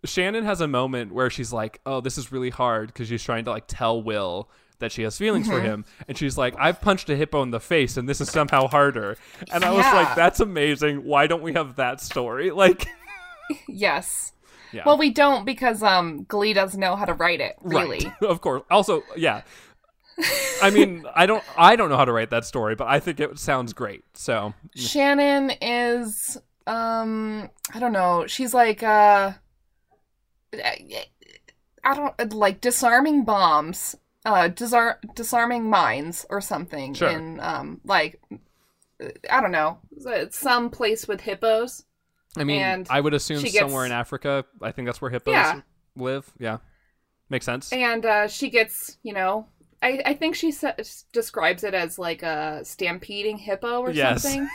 [SPEAKER 1] Shannon has a moment where she's like, "Oh, this is really hard" because she's trying to like tell Will that she has feelings
[SPEAKER 2] Mm-hmm.
[SPEAKER 1] for him, and she's like, "I've punched a hippo in the face, and this is somehow harder." And I was like,
[SPEAKER 2] Yeah.
[SPEAKER 1] "That's amazing. Why don't we have that story?" Like,
[SPEAKER 2] Yes.
[SPEAKER 1] Yeah.
[SPEAKER 2] Well, we don't because um Glee doesn't know how to write it, really.
[SPEAKER 1] right? of course. Also, yeah. I mean, I don't I don't know how to write that story, but I think it sounds great. So
[SPEAKER 2] Shannon is um I don't know. She's like uh I don't like disarming bombs, uh disar- disarming mines or something
[SPEAKER 1] Sure.
[SPEAKER 2] in um like I don't know. Some place with hippos.
[SPEAKER 1] I mean,
[SPEAKER 2] And
[SPEAKER 1] I would assume
[SPEAKER 2] she gets-
[SPEAKER 1] somewhere in Africa. I think that's where hippos
[SPEAKER 2] Yeah.
[SPEAKER 1] live. Yeah, makes sense.
[SPEAKER 2] And uh, she gets, you know, I, I think she sa- describes it as like a stampeding hippo or
[SPEAKER 1] Yes.
[SPEAKER 2] something.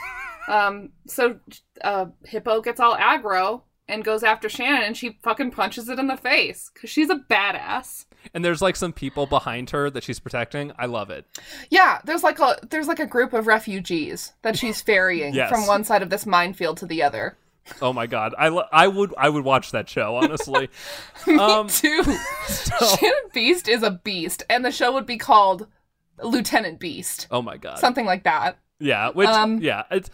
[SPEAKER 2] Um, so uh, hippo gets all aggro and goes after Shannon, and she fucking punches it in the face because she's a badass.
[SPEAKER 1] And there's like some people behind her that she's protecting. I love it.
[SPEAKER 2] Yeah, there's like a there's like a group of refugees that she's ferrying
[SPEAKER 1] Yes.
[SPEAKER 2] from one side of this minefield to the other.
[SPEAKER 1] Oh my god, I lo- I would I would watch that show honestly. um,
[SPEAKER 2] Two Shannon Beast is a beast, and the show would be called Lieutenant Beast,
[SPEAKER 1] oh my god,
[SPEAKER 2] something like that.
[SPEAKER 1] yeah, which
[SPEAKER 2] um,
[SPEAKER 1] yeah. It's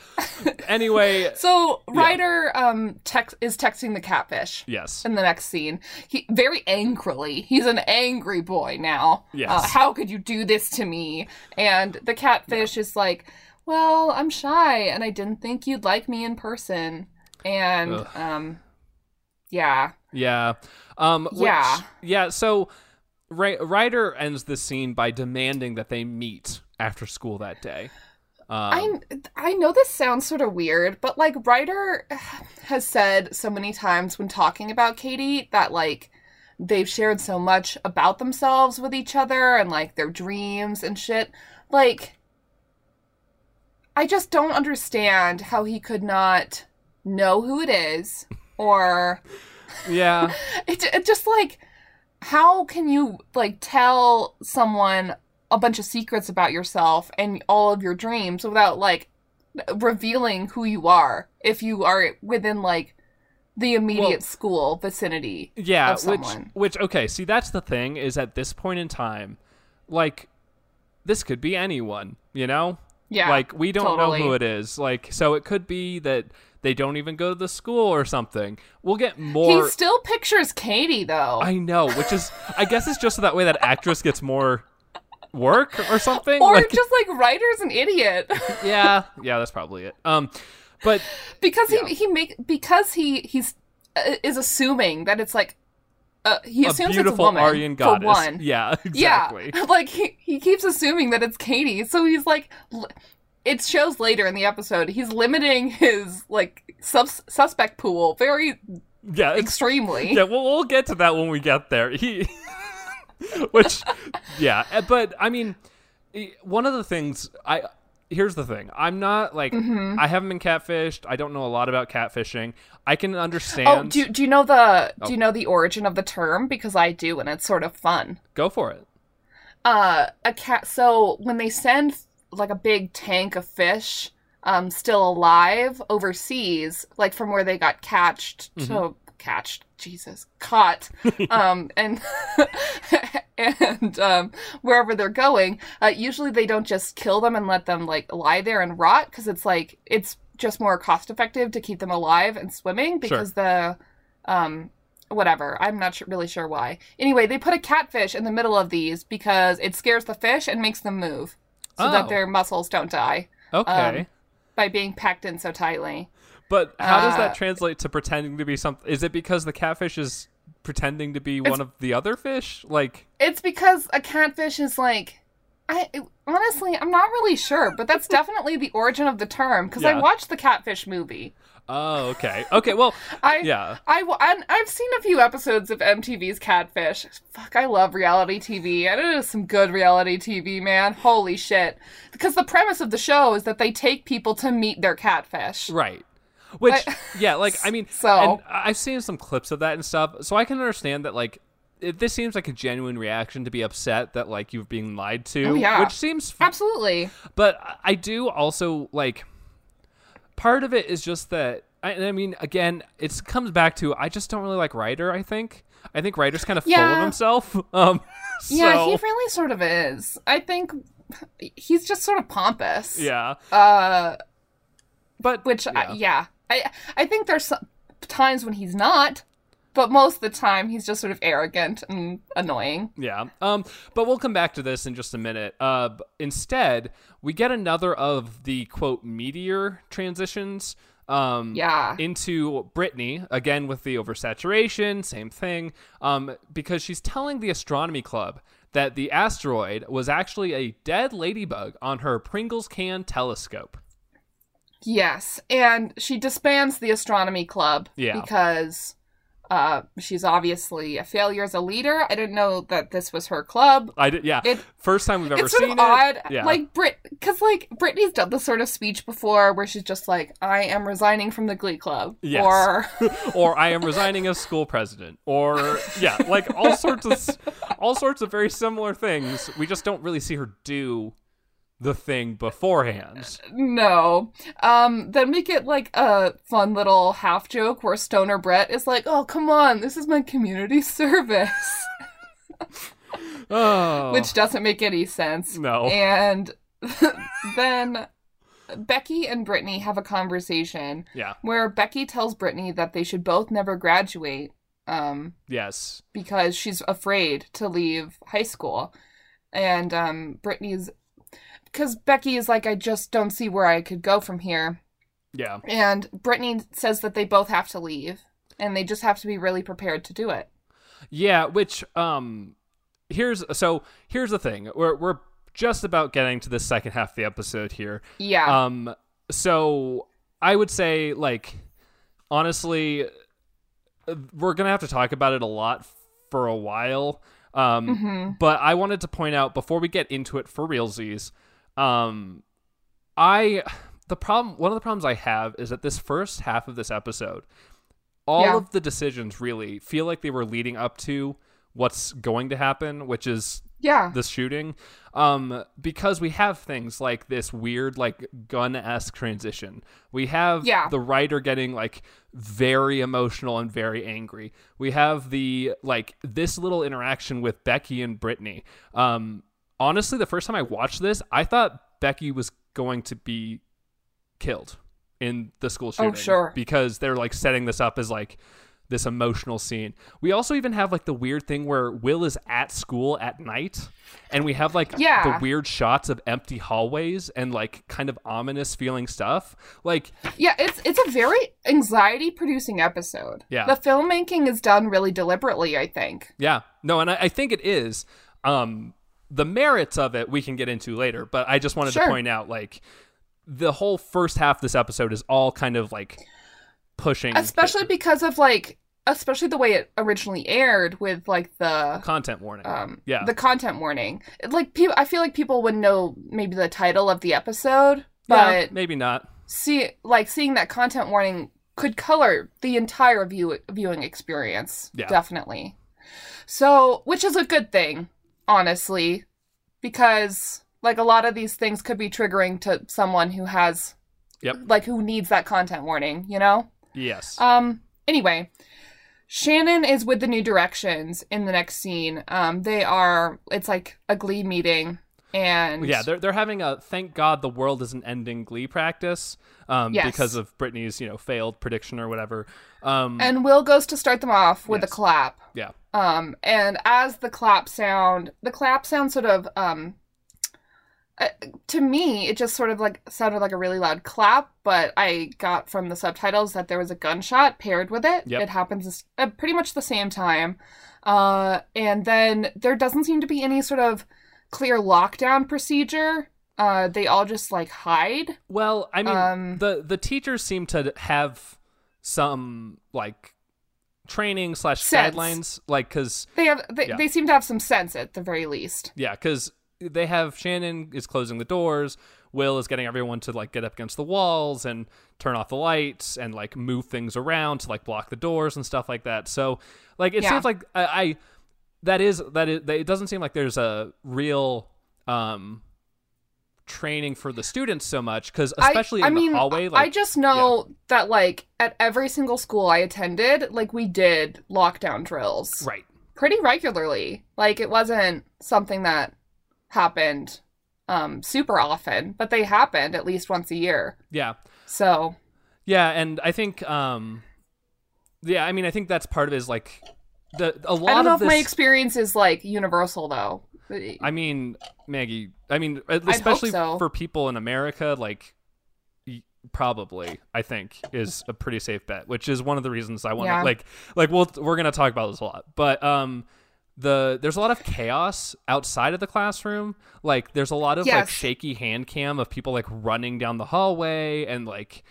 [SPEAKER 1] anyway.
[SPEAKER 2] So Ryder um text is texting the catfish
[SPEAKER 1] Yes,
[SPEAKER 2] in the next scene. He very angrily. He's an angry boy now.
[SPEAKER 1] Yes.
[SPEAKER 2] Uh, how could you do this to me? And the catfish is like, "Well, I'm shy and I didn't think you'd like me in person." And
[SPEAKER 1] Ugh.
[SPEAKER 2] um yeah.
[SPEAKER 1] yeah, um, which-
[SPEAKER 2] Yeah.
[SPEAKER 1] yeah. So Ry- Ryder ends the scene by demanding that they meet after school that day. Um,
[SPEAKER 2] I I know this sounds sort of weird, but like Ryder has said so many times when talking about Katie that like they've shared so much about themselves with each other and like their dreams and shit. Like I just don't understand how he could not know who it is or
[SPEAKER 1] yeah.
[SPEAKER 2] it, it just like how can you like tell someone a bunch of secrets about yourself and all of your dreams without like revealing who you are if you are within like the immediate
[SPEAKER 1] Well-
[SPEAKER 2] school vicinity
[SPEAKER 1] yeah
[SPEAKER 2] of
[SPEAKER 1] which
[SPEAKER 2] someone.
[SPEAKER 1] which okay see that's the thing is at this point in time like this could be anyone you know
[SPEAKER 2] yeah
[SPEAKER 1] like we don't
[SPEAKER 2] totally.
[SPEAKER 1] know who it is like so it could be that they don't even go to the school or something we'll get more
[SPEAKER 2] he still pictures katie though
[SPEAKER 1] i know which is i guess it's just so that way that actress gets more work or something
[SPEAKER 2] or
[SPEAKER 1] like
[SPEAKER 2] just like writer's an idiot
[SPEAKER 1] yeah yeah that's probably it um but
[SPEAKER 2] because he he make because he he's uh, is assuming that it's like uh, he
[SPEAKER 1] a
[SPEAKER 2] assumes it's a
[SPEAKER 1] beautiful
[SPEAKER 2] woman
[SPEAKER 1] aryan
[SPEAKER 2] for
[SPEAKER 1] goddess
[SPEAKER 2] one
[SPEAKER 1] yeah exactly
[SPEAKER 2] Yeah, like he, he keeps assuming that it's Katie, so he's like, l- it shows later in the episode he's limiting his like sus- suspect pool very
[SPEAKER 1] yeah it's
[SPEAKER 2] extremely.
[SPEAKER 1] yeah, we'll, we'll get to that when we get there. He, which, yeah, eh, but I mean, eh, one of the things I here's the thing: I'm not like
[SPEAKER 2] Mm-hmm.
[SPEAKER 1] I haven't been catfished. I don't know a lot about catfishing. I can understand.
[SPEAKER 2] Oh, do do you know
[SPEAKER 1] Oh.
[SPEAKER 2] the do you know the origin of the term? Because I do, and it's sort of fun.
[SPEAKER 1] Go for it.
[SPEAKER 2] uh a cat so when they send like a big tank of fish um still alive overseas like from where they got catched to catched jesus caught um and and um wherever they're going uh, usually they don't just kill them and let them like lie there and rot because it's like it's just more cost effective to keep them alive and swimming because the um whatever i'm not su- really sure why anyway they put a catfish in the middle of these because it scares the fish and makes them move so
[SPEAKER 1] Oh.
[SPEAKER 2] that their muscles don't die
[SPEAKER 1] Okay.
[SPEAKER 2] um, by being packed in so tightly
[SPEAKER 1] but how does that
[SPEAKER 2] uh,
[SPEAKER 1] translate to pretending to be something? Is it because the catfish is pretending to be one of the other fish? Like,
[SPEAKER 2] It's because a catfish is like, I it- honestly, I'm not really sure, but that's definitely the origin of the term because
[SPEAKER 1] Yeah.
[SPEAKER 2] I watched the catfish movie.
[SPEAKER 1] oh, okay. Okay, well,
[SPEAKER 2] I
[SPEAKER 1] yeah.
[SPEAKER 2] I, wa- and I've seen a few episodes of MTV's Catfish. Fuck, I love reality TV. And it is some good reality TV, man. Holy shit. Because the premise of the show is that they take people to meet their catfish.
[SPEAKER 1] Right. Which
[SPEAKER 2] I-
[SPEAKER 1] yeah, like I mean,
[SPEAKER 2] So-
[SPEAKER 1] and I- I've seen some clips of that and stuff, so I can understand that like it, this seems like a genuine reaction to be upset that like you've been lied to,
[SPEAKER 2] Oh, yeah.
[SPEAKER 1] which seems f-
[SPEAKER 2] Absolutely.
[SPEAKER 1] but I- I do also like part of it is just that I, and I mean again, it comes back to I just don't really like Ryder, I think. I think Ryder's kind of full
[SPEAKER 2] Yeah.
[SPEAKER 1] of himself. Um
[SPEAKER 2] Yeah,
[SPEAKER 1] so,
[SPEAKER 2] he really sort of is. I think he's just sort of pompous.
[SPEAKER 1] yeah.
[SPEAKER 2] Uh,
[SPEAKER 1] But
[SPEAKER 2] which yeah.
[SPEAKER 1] Yeah.
[SPEAKER 2] I, yeah i i think there's some times when he's not but most of the time he's just sort of arrogant and annoying
[SPEAKER 1] Yeah. Um, but we'll come back to this in just a minute. Uh, b- instead, we get another of the quote meteor transitions. Um,
[SPEAKER 2] Yeah.
[SPEAKER 1] Into Brittany again with the oversaturation, same thing. Um, because she's telling the astronomy club that the asteroid was actually a dead ladybug on her Pringles can telescope.
[SPEAKER 2] yes and she disbands the astronomy club
[SPEAKER 1] Yeah.
[SPEAKER 2] because uh she's obviously a failure as a leader i didn't know that this was her club
[SPEAKER 1] I did. Yeah.
[SPEAKER 2] It-
[SPEAKER 1] First time we've ever
[SPEAKER 2] it's sort
[SPEAKER 1] seen
[SPEAKER 2] of odd,
[SPEAKER 1] it. Yeah.
[SPEAKER 2] like Brit, because like Britney's done this sort of speech before, where she's just like, "I am resigning from the Glee Club,"
[SPEAKER 1] Yes.
[SPEAKER 2] or
[SPEAKER 1] or I am resigning as school president, or yeah, like all sorts of s- all sorts of very similar things. We just don't really see her do the thing beforehand.
[SPEAKER 2] No. Um, then we get like a fun little half joke where Stoner Brett is like, "Oh, come on, this is my community service,"
[SPEAKER 1] Oh,
[SPEAKER 2] which doesn't make any sense.
[SPEAKER 1] no,
[SPEAKER 2] And then Becky and Brittany have a conversation
[SPEAKER 1] yeah,
[SPEAKER 2] where Becky tells Brittany that they should both never graduate um,
[SPEAKER 1] yes,
[SPEAKER 2] because she's afraid to leave high school, and um, Brittany's because Becky is like, "I just don't see where I could go from here."
[SPEAKER 1] yeah,
[SPEAKER 2] And Brittany says that they both have to leave and they just have to be really prepared to do it.
[SPEAKER 1] yeah. Which um, here's so here's the thing. We're we're just about getting to the second half of the episode here.
[SPEAKER 2] Yeah.
[SPEAKER 1] Um, so I would say, like, honestly, uh, we're gonna have to talk about it a lot for a while. Um,
[SPEAKER 2] Mhm.
[SPEAKER 1] but I wanted to point out before we get into it for realsies, um, I the problem one of the problems I have is that this first half of this episode, all
[SPEAKER 2] Yeah.
[SPEAKER 1] of the decisions really feel like they were leading up to what's going to happen, which is
[SPEAKER 2] yeah.
[SPEAKER 1] the shooting um because we have things like this weird like gun-esque transition we have
[SPEAKER 2] Yeah.
[SPEAKER 1] the writer getting like very emotional and very angry we have the like this little interaction with becky and brittany um honestly the first time i watched this i thought becky was going to be killed in the school
[SPEAKER 2] Oh,
[SPEAKER 1] shooting
[SPEAKER 2] sure.
[SPEAKER 1] because they're like setting this up as like this emotional scene. We also even have like the weird thing where Will is at school at night and we have like
[SPEAKER 2] Yeah.
[SPEAKER 1] the weird shots of empty hallways and like kind of ominous feeling stuff. Like
[SPEAKER 2] Yeah, it's it's a very anxiety producing episode.
[SPEAKER 1] Yeah.
[SPEAKER 2] The filmmaking is done really deliberately, I think.
[SPEAKER 1] yeah. No, and I, I think it is. Um the merits of it we can get into later, but I just wanted to
[SPEAKER 2] Sure.
[SPEAKER 1] point out like the whole first half of this episode is all kind of like pushing
[SPEAKER 2] Especially because of like especially the way it originally aired with like the
[SPEAKER 1] content warning.
[SPEAKER 2] um
[SPEAKER 1] yeah.
[SPEAKER 2] the content warning. Like people I feel like people would know maybe the title of the episode,
[SPEAKER 1] Yeah,
[SPEAKER 2] but
[SPEAKER 1] maybe not.
[SPEAKER 2] see like seeing that content warning could color the entire view viewing experience
[SPEAKER 1] Yeah.
[SPEAKER 2] definitely so which is a good thing honestly because like a lot of these things could be triggering to someone who has
[SPEAKER 1] Yep.
[SPEAKER 2] like who needs that content warning, you know?
[SPEAKER 1] Yes.
[SPEAKER 2] Um. Anyway, Shannon is with the New Directions in the next scene. Um. They are. It's like a Glee meeting, and
[SPEAKER 1] yeah, they're they're having a thank God the world isn't ending Glee practice um,
[SPEAKER 2] Yes.
[SPEAKER 1] because of Britney's you know failed prediction or whatever. Um,
[SPEAKER 2] and Will goes to start them off with
[SPEAKER 1] Yes.
[SPEAKER 2] a clap.
[SPEAKER 1] yeah,
[SPEAKER 2] Um. And as the clap sound, the clap sound sort of um. Uh, to me, it just sort of like sounded like a really loud clap, but I got from the subtitles that there was a gunshot paired with it.
[SPEAKER 1] Yep.
[SPEAKER 2] It happens at pretty much the same time. Uh, and then there doesn't seem to be any sort of clear lockdown procedure. Uh, they all just like hide.
[SPEAKER 1] Well, I mean,
[SPEAKER 2] Um,
[SPEAKER 1] the the teachers seem to have some like training slash
[SPEAKER 2] Sense.
[SPEAKER 1] guidelines, like because
[SPEAKER 2] They have they,
[SPEAKER 1] Yeah.
[SPEAKER 2] they seem to have some sense at the very least.
[SPEAKER 1] yeah, because they have Shannon is closing the doors, Will is getting everyone to like get up against the walls and turn off the lights and like move things around to like block the doors and stuff like that. So like it
[SPEAKER 2] Yeah.
[SPEAKER 1] seems like I, I that is that is that it doesn't seem like there's a real um training for the students so much because
[SPEAKER 2] I-
[SPEAKER 1] especially
[SPEAKER 2] I,
[SPEAKER 1] in
[SPEAKER 2] mean,
[SPEAKER 1] the hallway
[SPEAKER 2] I
[SPEAKER 1] like
[SPEAKER 2] just know that like at every single school I attended, like we did lockdown drills
[SPEAKER 1] right
[SPEAKER 2] pretty regularly. Like it wasn't something that happened um super often, but they happened at least once a year.
[SPEAKER 1] yeah
[SPEAKER 2] So
[SPEAKER 1] Yeah, and I think um yeah, I mean I think that's part of it is like the a lot
[SPEAKER 2] I don't know
[SPEAKER 1] of
[SPEAKER 2] if
[SPEAKER 1] this
[SPEAKER 2] my experience is like universal though.
[SPEAKER 1] I mean, Maggie, I mean at-
[SPEAKER 2] hope
[SPEAKER 1] especially
[SPEAKER 2] so.
[SPEAKER 1] for people in America like y- probably I think is a pretty safe bet, which is one of the reasons I want to
[SPEAKER 2] Yeah.
[SPEAKER 1] like like we'll we're going to talk about this a lot. But um the there's a lot of chaos outside of the classroom. Like there's a lot of like
[SPEAKER 2] Yes.
[SPEAKER 1] shaky hand cam of people like running down the hallway and like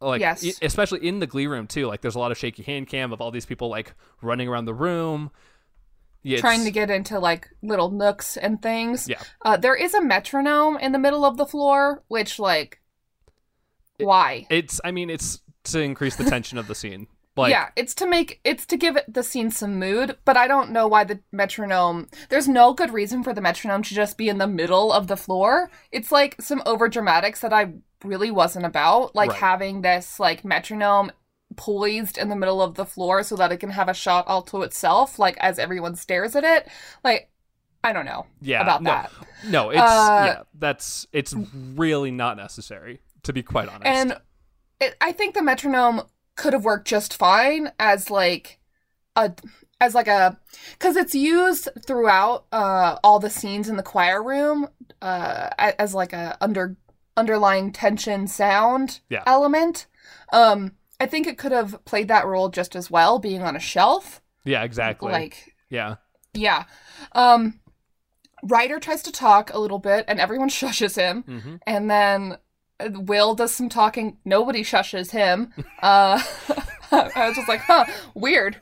[SPEAKER 1] like
[SPEAKER 2] Yes.
[SPEAKER 1] e- especially in the glee room too like there's a lot of shaky hand cam of all these people like running around the room yeah, it's-
[SPEAKER 2] trying to get into like little nooks and things.
[SPEAKER 1] Yeah.
[SPEAKER 2] Uh, there is a metronome in the middle of the floor, which like,
[SPEAKER 1] It-
[SPEAKER 2] why?
[SPEAKER 1] it's i mean it's to increase the tension of the scene like
[SPEAKER 2] yeah, it's to make it's to give it- the scene some mood, but I don't know why the metronome. There's no good reason for the metronome to just be in the middle of the floor. It's like some over dramatics that I really wasn't about, like
[SPEAKER 1] Right.
[SPEAKER 2] having this like metronome poised in the middle of the floor so that it can have a shot all to itself, like as everyone stares at it. Like, I don't know
[SPEAKER 1] yeah
[SPEAKER 2] about
[SPEAKER 1] no,
[SPEAKER 2] that.
[SPEAKER 1] no it's
[SPEAKER 2] Uh,
[SPEAKER 1] yeah that's it's really not necessary to be quite honest
[SPEAKER 2] And it, I think the metronome could have worked just fine as like a as like a because it's used throughout uh, all the scenes in the choir room uh, a- as like a under underlying tension sound
[SPEAKER 1] Yeah.
[SPEAKER 2] element. Um, I think it could have played that role just as well, being on a shelf.
[SPEAKER 1] yeah exactly
[SPEAKER 2] Like
[SPEAKER 1] yeah
[SPEAKER 2] yeah. Um Ryder tries to talk a little bit and everyone shushes him.
[SPEAKER 1] Mhm.
[SPEAKER 2] And then uh, Will does some talking. Nobody shushes him. Uh I was just like, huh, weird.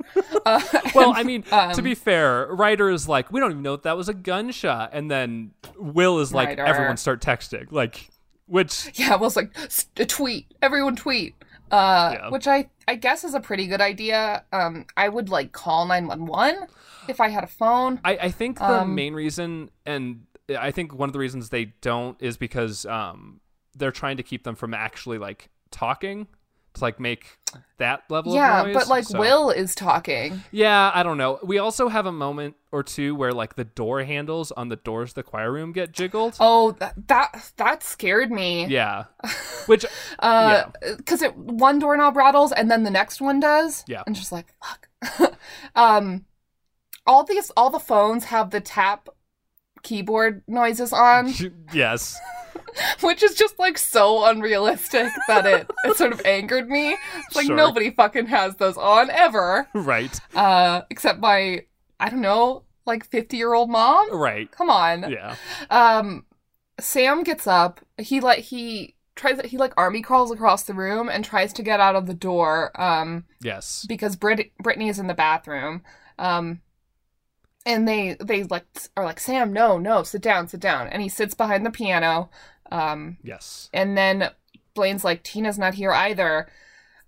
[SPEAKER 2] Uh,
[SPEAKER 1] well
[SPEAKER 2] and-
[SPEAKER 1] i mean to
[SPEAKER 2] um,
[SPEAKER 1] be fair ryder is like we don't even know if that was a gunshot and then will is like
[SPEAKER 2] Ryder.
[SPEAKER 1] everyone start texting like which
[SPEAKER 2] yeah, Will's like, "S- tweet. Everyone tweet. Uh,
[SPEAKER 1] Yeah.
[SPEAKER 2] Which I, I guess is a pretty good idea. Um, I would like call 911 if I had a phone.
[SPEAKER 1] I, I think the
[SPEAKER 2] Um,
[SPEAKER 1] main reason, and I think one of the reasons they don't is because um, they're trying to keep them from actually like talking to like make that level
[SPEAKER 2] Yeah,
[SPEAKER 1] of noise.
[SPEAKER 2] but like
[SPEAKER 1] So-
[SPEAKER 2] Will is talking.
[SPEAKER 1] Yeah, I don't know. We also have a moment or two where like the door handles on the doors of the choir room get jiggled.
[SPEAKER 2] Oh, that that, that scared me.
[SPEAKER 1] Yeah. Which
[SPEAKER 2] Uh, because it one doorknob rattles and then the next one does.
[SPEAKER 1] Yeah.
[SPEAKER 2] and just like fuck. um, all these all the phones have the tap keyboard noises on,
[SPEAKER 1] yes.
[SPEAKER 2] which is just like so unrealistic that it, it sort of angered me. It's like
[SPEAKER 1] Sure.
[SPEAKER 2] nobody fucking has those on ever,
[SPEAKER 1] Right.
[SPEAKER 2] uh, except my I don't know like fifty year old mom.
[SPEAKER 1] Right.
[SPEAKER 2] Come on.
[SPEAKER 1] Yeah.
[SPEAKER 2] Um, Sam gets up. He like he tries he like army crawls across the room and tries to get out of the door. Um,
[SPEAKER 1] Yes.
[SPEAKER 2] because Brit- Brittany is in the bathroom. Um, and they they like are like Sam, no, no, sit down, sit down. And he sits behind the piano. Um,
[SPEAKER 1] Yes.
[SPEAKER 2] and then Blaine's like Tina's not here either.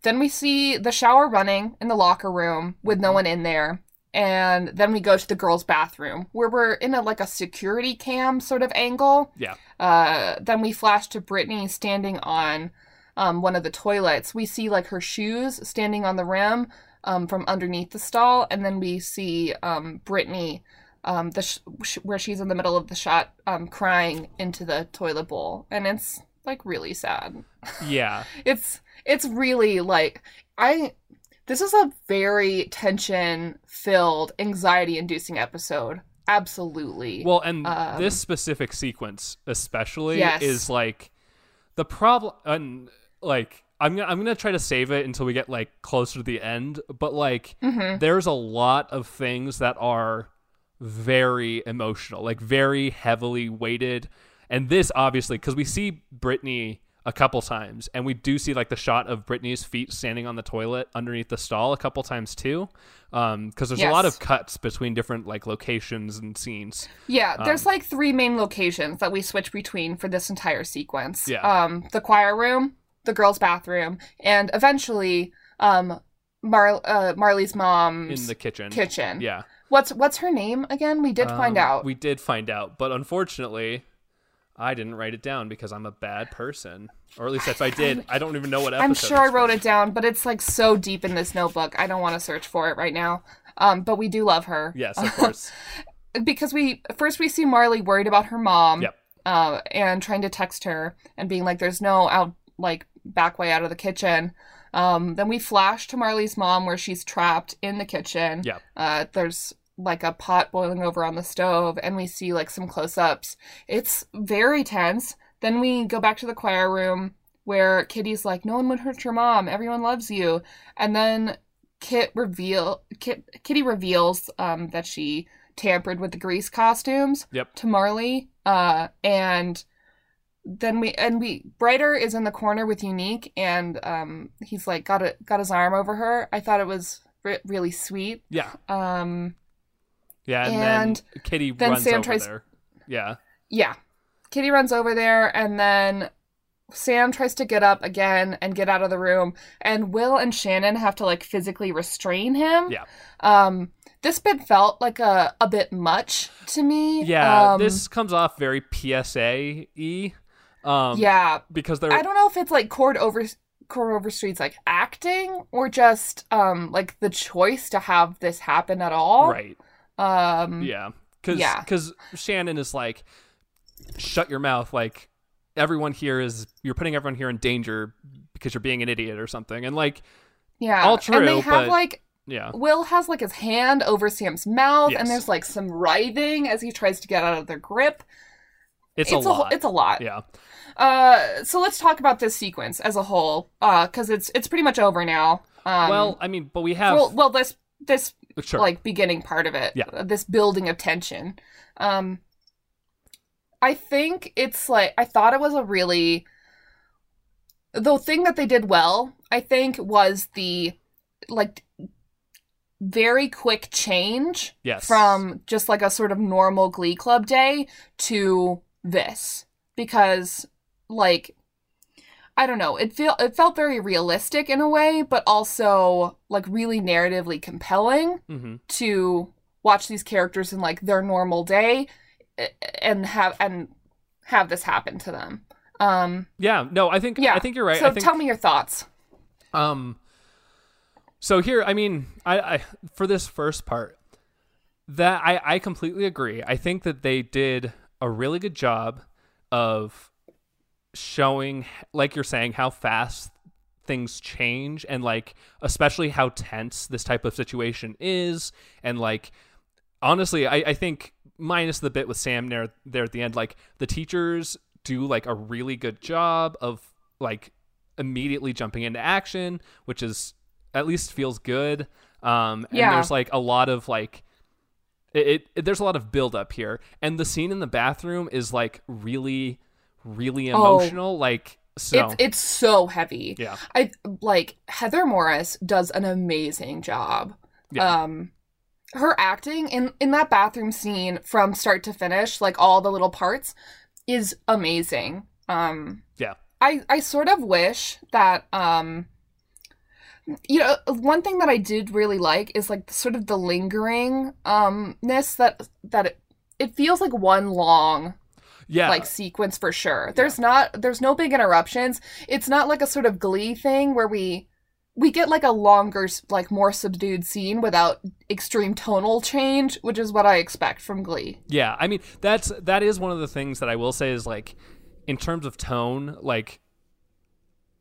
[SPEAKER 2] Then we see the shower running in the locker room with no one in there. and then we go to the girls' bathroom where we're in a like a security cam sort of angle.
[SPEAKER 1] Yeah.
[SPEAKER 2] Uh, then we flash to Brittany standing on um, one of the toilets. We see like her shoes standing on the rim um, from underneath the stall, and then we see um, Brittany um, the sh- sh- where she's in the middle of the shot um, crying into the toilet bowl, and it's like really sad.
[SPEAKER 1] Yeah.
[SPEAKER 2] It's it's really like I this is a very tension filled, anxiety inducing episode. Absolutely.
[SPEAKER 1] Well, and
[SPEAKER 2] Um,
[SPEAKER 1] this specific sequence, especially,
[SPEAKER 2] Yes.
[SPEAKER 1] is like the problem. And like, I'm gonna, I'm gonna try to save it until we get like closer to the end. But like,
[SPEAKER 2] Mhm.
[SPEAKER 1] there's a lot of things that are very emotional, like very heavily weighted. And this obviously, because we see Brittany a couple times, and we do see like the shot of Brittany's feet standing on the toilet underneath the stall a couple times too, because there's a lot
[SPEAKER 2] Yes.
[SPEAKER 1] of cuts between different like locations and scenes.
[SPEAKER 2] Yeah,
[SPEAKER 1] um,
[SPEAKER 2] there's like three main locations that we switch between for this entire sequence.
[SPEAKER 1] Yeah.
[SPEAKER 2] Um, the choir room, the girls' bathroom, and eventually, um, Mar- uh, Marley's mom's
[SPEAKER 1] in the kitchen.
[SPEAKER 2] kitchen.
[SPEAKER 1] Yeah.
[SPEAKER 2] What's what's her name again? We did find
[SPEAKER 1] Um,
[SPEAKER 2] out.
[SPEAKER 1] We did find out, but unfortunately, I didn't write it down because I'm a bad person. Or at least if I did, I don't even know what episode.
[SPEAKER 2] I'm sure I
[SPEAKER 1] it's
[SPEAKER 2] wrote
[SPEAKER 1] from.
[SPEAKER 2] it down, but it's like so deep in this notebook. I don't want to search for it right now. Um, but we do love her.
[SPEAKER 1] Yes, of course.
[SPEAKER 2] because we first we see Marley worried about her mom,
[SPEAKER 1] Yep.
[SPEAKER 2] uh, and trying to text her and being like, "There's no out like back way out of the kitchen." Um, then we flash to Marley's mom where she's trapped in the kitchen.
[SPEAKER 1] Yep.
[SPEAKER 2] Uh, there's like a pot boiling over on the stove, and we see like some close-ups. It's very tense. Then we go back to the choir room where Kitty's like, "No one would hurt your mom. Everyone loves you." And then Kit reveal Kit, Kitty reveals um, that she tampered with the grease costumes
[SPEAKER 1] Yep.
[SPEAKER 2] to Marley. Uh, and then we and we Brighter is in the corner with Unique, and um, he's like got a, got his arm over her. I thought it was re- really sweet.
[SPEAKER 1] Yeah.
[SPEAKER 2] Um,
[SPEAKER 1] Yeah. And, then Kitty
[SPEAKER 2] then
[SPEAKER 1] runs
[SPEAKER 2] Sam
[SPEAKER 1] over
[SPEAKER 2] tries-
[SPEAKER 1] there. Yeah.
[SPEAKER 2] yeah, Kitty runs over there, and then. Sam tries to get up again and get out of the room, and Will and Shannon have to like physically restrain him.
[SPEAKER 1] Yeah.
[SPEAKER 2] Um, this bit felt like a a bit much to me.
[SPEAKER 1] Yeah.
[SPEAKER 2] Um,
[SPEAKER 1] this comes off very PSA y. Um,
[SPEAKER 2] yeah,
[SPEAKER 1] Because they're.
[SPEAKER 2] I don't know if it's like Cord over Cord Overstreet's like acting or just um like the choice to have this happen at all.
[SPEAKER 1] Right.
[SPEAKER 2] Um
[SPEAKER 1] Yeah. Cause,
[SPEAKER 2] Yeah.
[SPEAKER 1] 'cause Shannon is like, shut your mouth. Like, everyone here is. You're putting everyone here in danger because you're being an idiot or something. And, like,
[SPEAKER 2] yeah.
[SPEAKER 1] All
[SPEAKER 2] And they
[SPEAKER 1] true,
[SPEAKER 2] have
[SPEAKER 1] but-
[SPEAKER 2] like
[SPEAKER 1] yeah.
[SPEAKER 2] Will has like his hand over Sam's mouth
[SPEAKER 1] Yes.
[SPEAKER 2] and there's like some writhing as he tries to get out of their grip.
[SPEAKER 1] It's, a,
[SPEAKER 2] whole-
[SPEAKER 1] lot.
[SPEAKER 2] it's a lot.
[SPEAKER 1] yeah.
[SPEAKER 2] Uh so let's talk about this sequence as a whole uh cuz it's it's pretty much over now. Um
[SPEAKER 1] well, I mean, but we have Oh,
[SPEAKER 2] well, well this this
[SPEAKER 1] sure.
[SPEAKER 2] like beginning part of it.
[SPEAKER 1] Yeah.
[SPEAKER 2] uh, This building of tension. Um I think it's like I thought it was a really the thing that they did well, I think, was the like very quick change
[SPEAKER 1] yes.
[SPEAKER 2] from just like a sort of normal glee club day to this because like I don't know. It feel it felt very realistic in a way, but also like really narratively compelling
[SPEAKER 1] Mhm.
[SPEAKER 2] to watch these characters in like their normal day eh, and have and have this happen to them. Um
[SPEAKER 1] Yeah. No, I think
[SPEAKER 2] yeah.
[SPEAKER 1] I think you're right.
[SPEAKER 2] So
[SPEAKER 1] I think
[SPEAKER 2] tell me your thoughts.
[SPEAKER 1] um so here, I mean, I, I for this first part that I I completely agree. I think that they did a really good job of showing like you're saying how fast things change and like especially how tense this type of situation is and like honestly, I, I think minus the bit with Sam there there at the end, like the teachers do like a really good job of like immediately jumping into action, which is at least feels good. Um, and
[SPEAKER 2] Yeah.
[SPEAKER 1] there's like a lot of like it, it, it there's a lot of build up here, and the scene in the bathroom is like really, really
[SPEAKER 2] Oh.
[SPEAKER 1] emotional. Like so,
[SPEAKER 2] It's it's so heavy.
[SPEAKER 1] yeah,
[SPEAKER 2] I like Heather Morris does an amazing job.
[SPEAKER 1] yeah,
[SPEAKER 2] Um her acting in in that bathroom scene from start to finish, like all the little parts is amazing. Um
[SPEAKER 1] yeah,
[SPEAKER 2] I I sort of wish that um you know one thing that i did really like is like sort of the lingering umness that that it, it feels like one long
[SPEAKER 1] Yeah.
[SPEAKER 2] like sequence for sure there's not there's no big interruptions it's not like a sort of glee thing where we we get like a longer s- like more subdued scene without extreme tonal change which is what i expect from glee
[SPEAKER 1] Yeah, I mean that's that is one of the things that I will say is like in terms of tone, like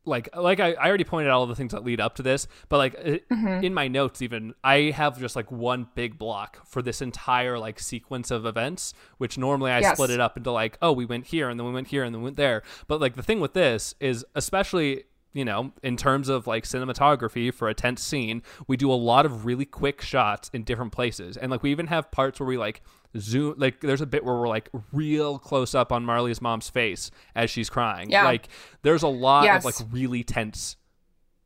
[SPEAKER 1] like like I, I already pointed out all the things that lead up to this, but like it,
[SPEAKER 2] Mm-hmm.
[SPEAKER 1] in my notes even I have just like one big block for this entire like sequence of events, which normally I
[SPEAKER 2] Yes.
[SPEAKER 1] split it up into like oh we went here and then we went here and then we went there, but like the thing with this is especially you know in terms of like cinematography for a tense scene we do a lot of really quick shots in different places and like we even have parts where we like zoom like there's a bit where we're like real close up on marley's mom's face as she's crying
[SPEAKER 2] Yeah.
[SPEAKER 1] like there's a lot of
[SPEAKER 2] Yes.
[SPEAKER 1] like really tense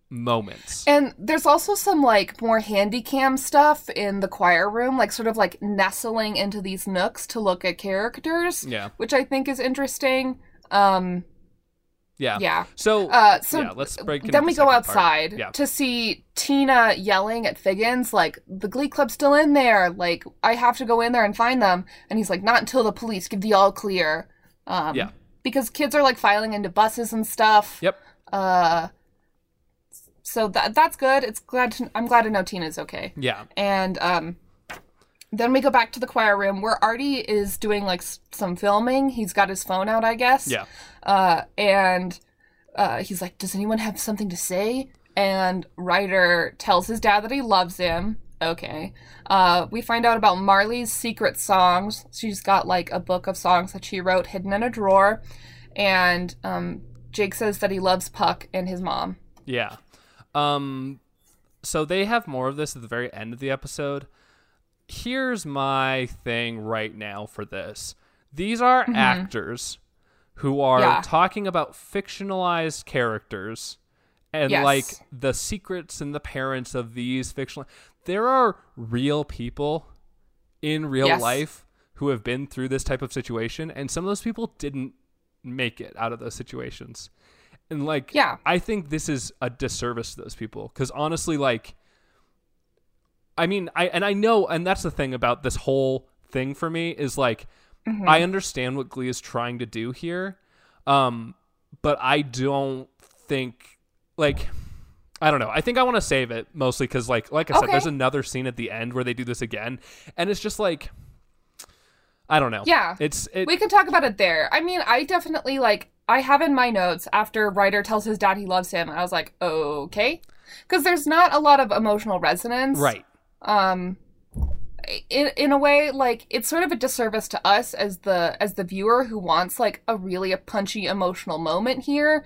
[SPEAKER 1] moments.
[SPEAKER 2] and there's also some like more handy cam stuff in the choir room like sort of like nestling into these nooks to look at characters
[SPEAKER 1] yeah,
[SPEAKER 2] which i think is interesting um
[SPEAKER 1] yeah,
[SPEAKER 2] yeah
[SPEAKER 1] So,
[SPEAKER 2] Uh, so
[SPEAKER 1] yeah, let's break. into
[SPEAKER 2] then we
[SPEAKER 1] the
[SPEAKER 2] go
[SPEAKER 1] second part.
[SPEAKER 2] outside
[SPEAKER 1] Yeah,
[SPEAKER 2] to see Tina yelling at Figgins, like, the Glee Club's still in there. Like, I have to go in there and find them. And he's like, not until the police give the all clear. Um,
[SPEAKER 1] Yeah.
[SPEAKER 2] Because kids are, like, filing into buses and stuff.
[SPEAKER 1] yep.
[SPEAKER 2] Uh, so that that's good. It's glad to, I'm glad to know Tina's okay.
[SPEAKER 1] Yeah,
[SPEAKER 2] And um, then we go back to the choir room where Artie is doing, like, s- some filming. He's got his phone out, I guess
[SPEAKER 1] yeah,
[SPEAKER 2] uh, and uh, he's like, "Does anyone have something to say?" And Ryder tells his dad that he loves him. Okay. Uh, we find out about Marley's secret songs. She's got like a book of songs that she wrote hidden in a drawer, and um, Jake says that he loves Puck and his mom.
[SPEAKER 1] yeah. Um, so they have more of this at the very end of the episode. Here's my thing right now for this. These are actors who are
[SPEAKER 2] Mm-hmm. Yeah.
[SPEAKER 1] talking about fictionalized characters and
[SPEAKER 2] Yes.
[SPEAKER 1] like the secrets and the parents of these fictional there are real people in real
[SPEAKER 2] Yes.
[SPEAKER 1] life who have been through this type of situation and some of those people didn't make it out of those situations and like
[SPEAKER 2] Yeah.
[SPEAKER 1] i think this is a disservice to those people because honestly like i mean i and i know and that's the thing about this whole thing for me is like
[SPEAKER 2] Mm-hmm.
[SPEAKER 1] i understand what glee is trying to do here um but i don't think like I don't know. I think I want to save it mostly because, like, like I said,
[SPEAKER 2] Okay.
[SPEAKER 1] there's another scene at the end where they do this again, and it's just like, I don't know.
[SPEAKER 2] Yeah.
[SPEAKER 1] it's it,
[SPEAKER 2] we can talk about it there. I mean, I definitely like I have in my notes after Ryder tells his dad he loves him. I was like, okay, because there's not a lot of emotional resonance,
[SPEAKER 1] right.
[SPEAKER 2] um in in a way like it's sort of a disservice to us as the as the viewer who wants like a really a punchy emotional moment here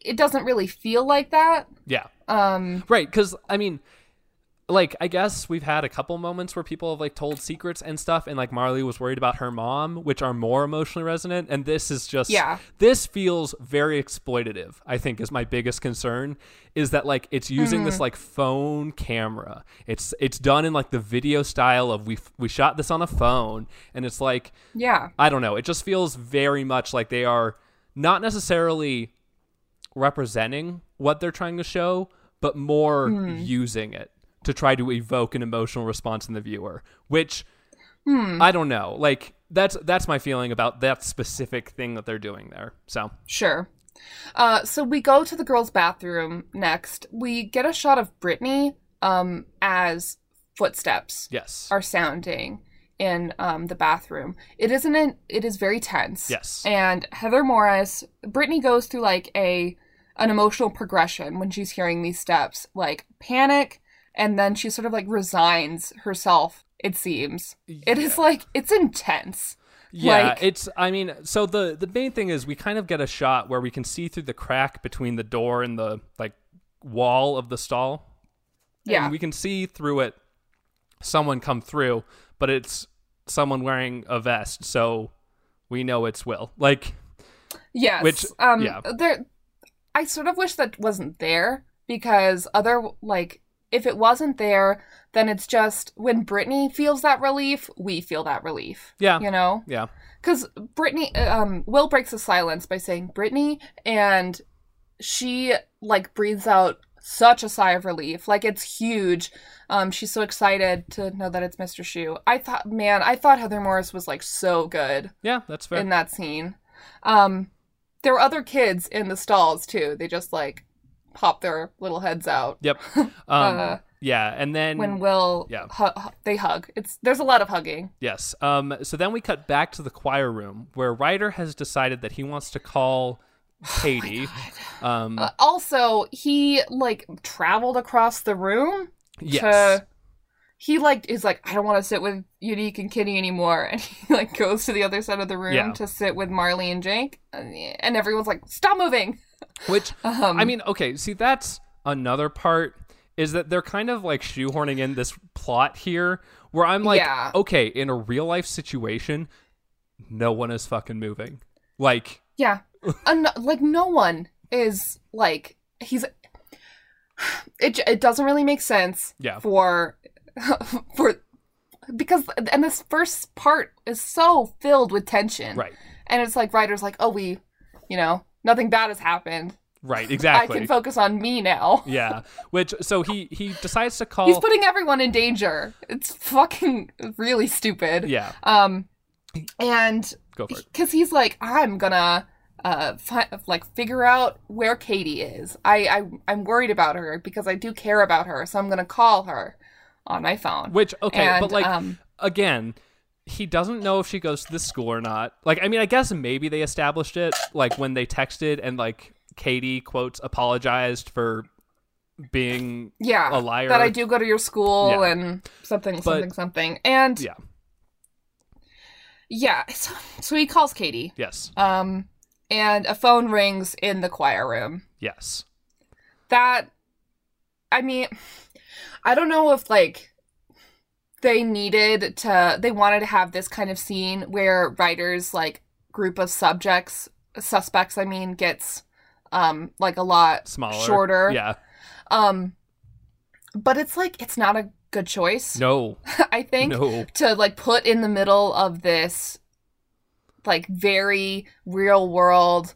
[SPEAKER 2] it doesn't really feel like that
[SPEAKER 1] Yeah,
[SPEAKER 2] um
[SPEAKER 1] right. Because I mean, like, I guess we've had a couple moments where people have like told secrets and stuff, and like Marley was worried about her mom, which are more emotionally resonant. And this is just,
[SPEAKER 2] Yeah.
[SPEAKER 1] this feels very exploitative. I think is my biggest concern is that like it's using this like phone camera. It's it's done in like the video style of we f- we shot this on a phone, and it's like
[SPEAKER 2] yeah
[SPEAKER 1] I don't know. It just feels very much like they are not necessarily representing what they're trying to show, but more using it to try to evoke an emotional response in the viewer, which I don't know. Like that's that's my feeling about that specific thing that they're doing there. So,
[SPEAKER 2] sure uh so we go to the girls bathroom next we get a shot of brittany um as footsteps
[SPEAKER 1] yes.
[SPEAKER 2] are sounding in um, the bathroom. It isn't. An, it is very tense.
[SPEAKER 1] Yes.
[SPEAKER 2] And Heather Morris, Brittany goes through like a an emotional progression when she's hearing these steps, like panic, and then she sort of like resigns herself. It seems. It is like it's intense.
[SPEAKER 1] Yeah,
[SPEAKER 2] Like-
[SPEAKER 1] it's. I mean, so the the main thing is we kind of get a shot where we can see through the crack between the door and the like wall of the stall. And
[SPEAKER 2] Yeah.
[SPEAKER 1] we can see through it someone come through, but it's someone wearing a vest, so we know it's Will. Like,
[SPEAKER 2] Yes.
[SPEAKER 1] Which-
[SPEAKER 2] um
[SPEAKER 1] yeah.
[SPEAKER 2] there I sort of wish that wasn't there because other like if it wasn't there, then it's just when Brittany feels that relief, we feel that relief.
[SPEAKER 1] Yeah.
[SPEAKER 2] You know?
[SPEAKER 1] yeah,
[SPEAKER 2] Cuz Brittany um Will breaks the silence by saying Brittany and she like breathes out such a sigh of relief. Like it's huge. Um, she's so excited to know that it's Mr. Shu. I thought, man, I thought Heather Morris was like so good
[SPEAKER 1] Yeah, that's fair.
[SPEAKER 2] in that scene. Um, there were other kids in the stalls too. They just like pop their little heads out
[SPEAKER 1] yep. Um,
[SPEAKER 2] Uh,
[SPEAKER 1] yeah, and then
[SPEAKER 2] when Will.
[SPEAKER 1] yeah.
[SPEAKER 2] hu- hu- they hug. It's there's a lot of hugging.
[SPEAKER 1] Yes. Um, so then we cut back to the choir room where Ryder has decided that he wants to call Katie. um,
[SPEAKER 2] Oh Uh, also, he like traveled across the room
[SPEAKER 1] yes.
[SPEAKER 2] to he like is like I don't want to sit with Unique and Kitty anymore, and he like goes to the other side of the room
[SPEAKER 1] Yeah.
[SPEAKER 2] to sit with Marley and Jake, and and everyone's like, "Stop moving."
[SPEAKER 1] Which,
[SPEAKER 2] Um,
[SPEAKER 1] I mean, okay, see, that's another part is that they're kind of like shoehorning in this plot here where I'm like,
[SPEAKER 2] Yeah.
[SPEAKER 1] okay, in a real life situation, no one is fucking moving. Like,
[SPEAKER 2] yeah, An- like no one is like he's. It j- it doesn't really make sense
[SPEAKER 1] yeah.
[SPEAKER 2] for for because and this first part is so filled with tension,
[SPEAKER 1] Right.
[SPEAKER 2] And it's like writers like, oh, we, you know, nothing bad has happened.
[SPEAKER 1] Right. Exactly.
[SPEAKER 2] I can focus on me now.
[SPEAKER 1] yeah. Which, so he he decides to call.
[SPEAKER 2] He's putting everyone in danger. It's fucking really stupid.
[SPEAKER 1] yeah.
[SPEAKER 2] Um, and
[SPEAKER 1] Go for it.
[SPEAKER 2] because he's like, I'm gonna uh fi- like figure out where Katie is. I, I I'm worried about her because I do care about her, so I'm gonna call her on my phone.
[SPEAKER 1] Which, okay,
[SPEAKER 2] and,
[SPEAKER 1] but like,
[SPEAKER 2] um,
[SPEAKER 1] again, he doesn't know if she goes to this school or not. Like, I mean, I guess maybe they established it, like when they texted and like Katie quotes apologized for being
[SPEAKER 2] yeah,
[SPEAKER 1] a liar.
[SPEAKER 2] that I do go to your school
[SPEAKER 1] Yeah.
[SPEAKER 2] and something something something. And
[SPEAKER 1] Yeah.
[SPEAKER 2] yeah, so, so he calls Katie.
[SPEAKER 1] Yes.
[SPEAKER 2] Um, and a phone rings in the choir room.
[SPEAKER 1] Yes.
[SPEAKER 2] that i mean i don't know if like they needed to they wanted to have this kind of scene where writers like group of subjects suspects i mean gets um like a lot
[SPEAKER 1] Smaller.
[SPEAKER 2] shorter
[SPEAKER 1] Yeah.
[SPEAKER 2] um but it's like it's not a good choice
[SPEAKER 1] No.
[SPEAKER 2] i think
[SPEAKER 1] No.
[SPEAKER 2] to like put in the middle of this like very real world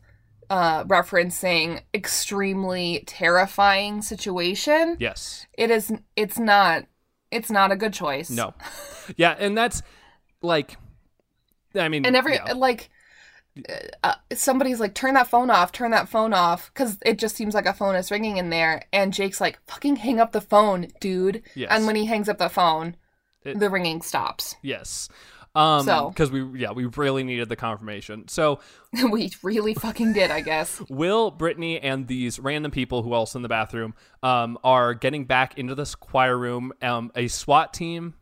[SPEAKER 2] uh referencing extremely terrifying situation
[SPEAKER 1] Yes.
[SPEAKER 2] it is it's not it's not a good choice
[SPEAKER 1] No. Yeah, and that's like, I mean,
[SPEAKER 2] and every
[SPEAKER 1] yeah.
[SPEAKER 2] like uh, somebody's like turn that phone off turn that phone off because it just seems like a phone is ringing in there and jake's like fucking hang up the phone dude
[SPEAKER 1] Yes.
[SPEAKER 2] and when he hangs up the phone
[SPEAKER 1] It-
[SPEAKER 2] the ringing stops
[SPEAKER 1] yes. Um,
[SPEAKER 2] So.
[SPEAKER 1] because we yeah we really needed the confirmation. So
[SPEAKER 2] we really fucking did i guess
[SPEAKER 1] Will, Brittany, and these random people who also in the bathroom um, are getting back into this choir room. Um, a SWAT team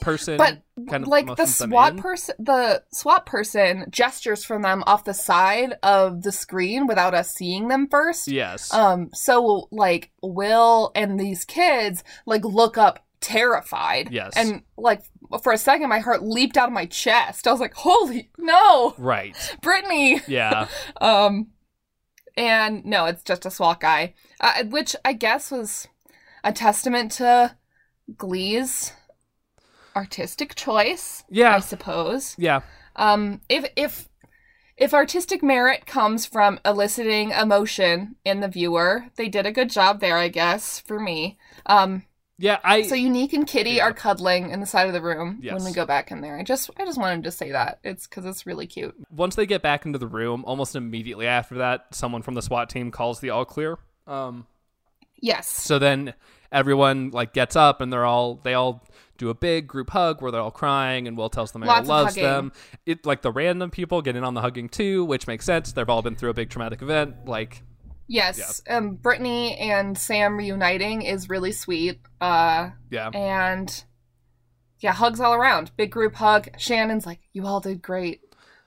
[SPEAKER 1] person,
[SPEAKER 2] But,
[SPEAKER 1] kind of
[SPEAKER 2] like the
[SPEAKER 1] muscles them
[SPEAKER 2] SWAT
[SPEAKER 1] in.
[SPEAKER 2] person, the SWAT person gestures from them off the side of the screen without us seeing them first.
[SPEAKER 1] Yes,
[SPEAKER 2] Um, so like Will and these kids like look up terrified.
[SPEAKER 1] Yes.
[SPEAKER 2] And like for a second, my heart leaped out of my chest. I was like, "Holy no,
[SPEAKER 1] right.
[SPEAKER 2] Brittany!"
[SPEAKER 1] Yeah,
[SPEAKER 2] Um, and no, it's just a SWAT guy, uh, which I guess was a testament to Glee's artistic choice. I
[SPEAKER 1] yeah,
[SPEAKER 2] suppose.
[SPEAKER 1] yeah,
[SPEAKER 2] Um, if if if artistic merit comes from eliciting emotion in the viewer, they did a good job there, I guess, for me. Um,
[SPEAKER 1] yeah. I
[SPEAKER 2] so Unique and Kitty
[SPEAKER 1] Yeah.
[SPEAKER 2] are cuddling in the side of the room
[SPEAKER 1] Yes.
[SPEAKER 2] when we go back in there. I just I just wanted to say that it's because it's really cute.
[SPEAKER 1] once they get back into the room, almost immediately after that, someone from the SWAT team calls the all clear. Um,
[SPEAKER 2] Yes.
[SPEAKER 1] So then everyone like gets up and they're all they all do a big group hug where they're all crying and Will tells them Aaron
[SPEAKER 2] Lots of
[SPEAKER 1] loves
[SPEAKER 2] hugging.
[SPEAKER 1] them. It like the random people get in on the hugging too, which makes sense. They've all been through a big traumatic event. Like
[SPEAKER 2] Yes. Um, Brittany and Sam reuniting is really sweet. Uh,
[SPEAKER 1] yeah.
[SPEAKER 2] and yeah, hugs all around. Big group hug. Shannon's like, "You all did great."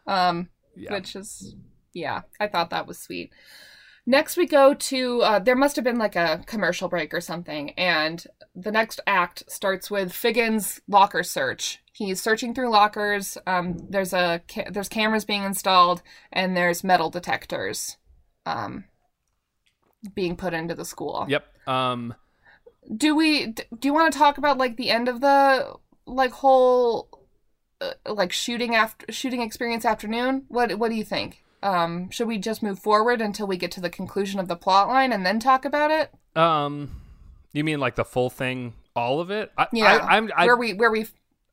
[SPEAKER 2] Um,
[SPEAKER 1] Yeah.
[SPEAKER 2] which is yeah i thought that was sweet next we go to uh, there must have been like a commercial break or something and the next act starts with figgins locker search he's searching through lockers um, there's a ca- there's cameras being installed and there's metal detectors um, being put into the school
[SPEAKER 1] Yep. Um
[SPEAKER 2] do we d- do you want to talk about like the end of the like whole uh, like shooting after shooting experience afternoon what what do you think Um, should we just move forward until we get to the conclusion of the plot line and then talk about it?
[SPEAKER 1] Um, you mean like the full thing, all of it? I,
[SPEAKER 2] Yeah.
[SPEAKER 1] I, I'm, I,
[SPEAKER 2] where we where we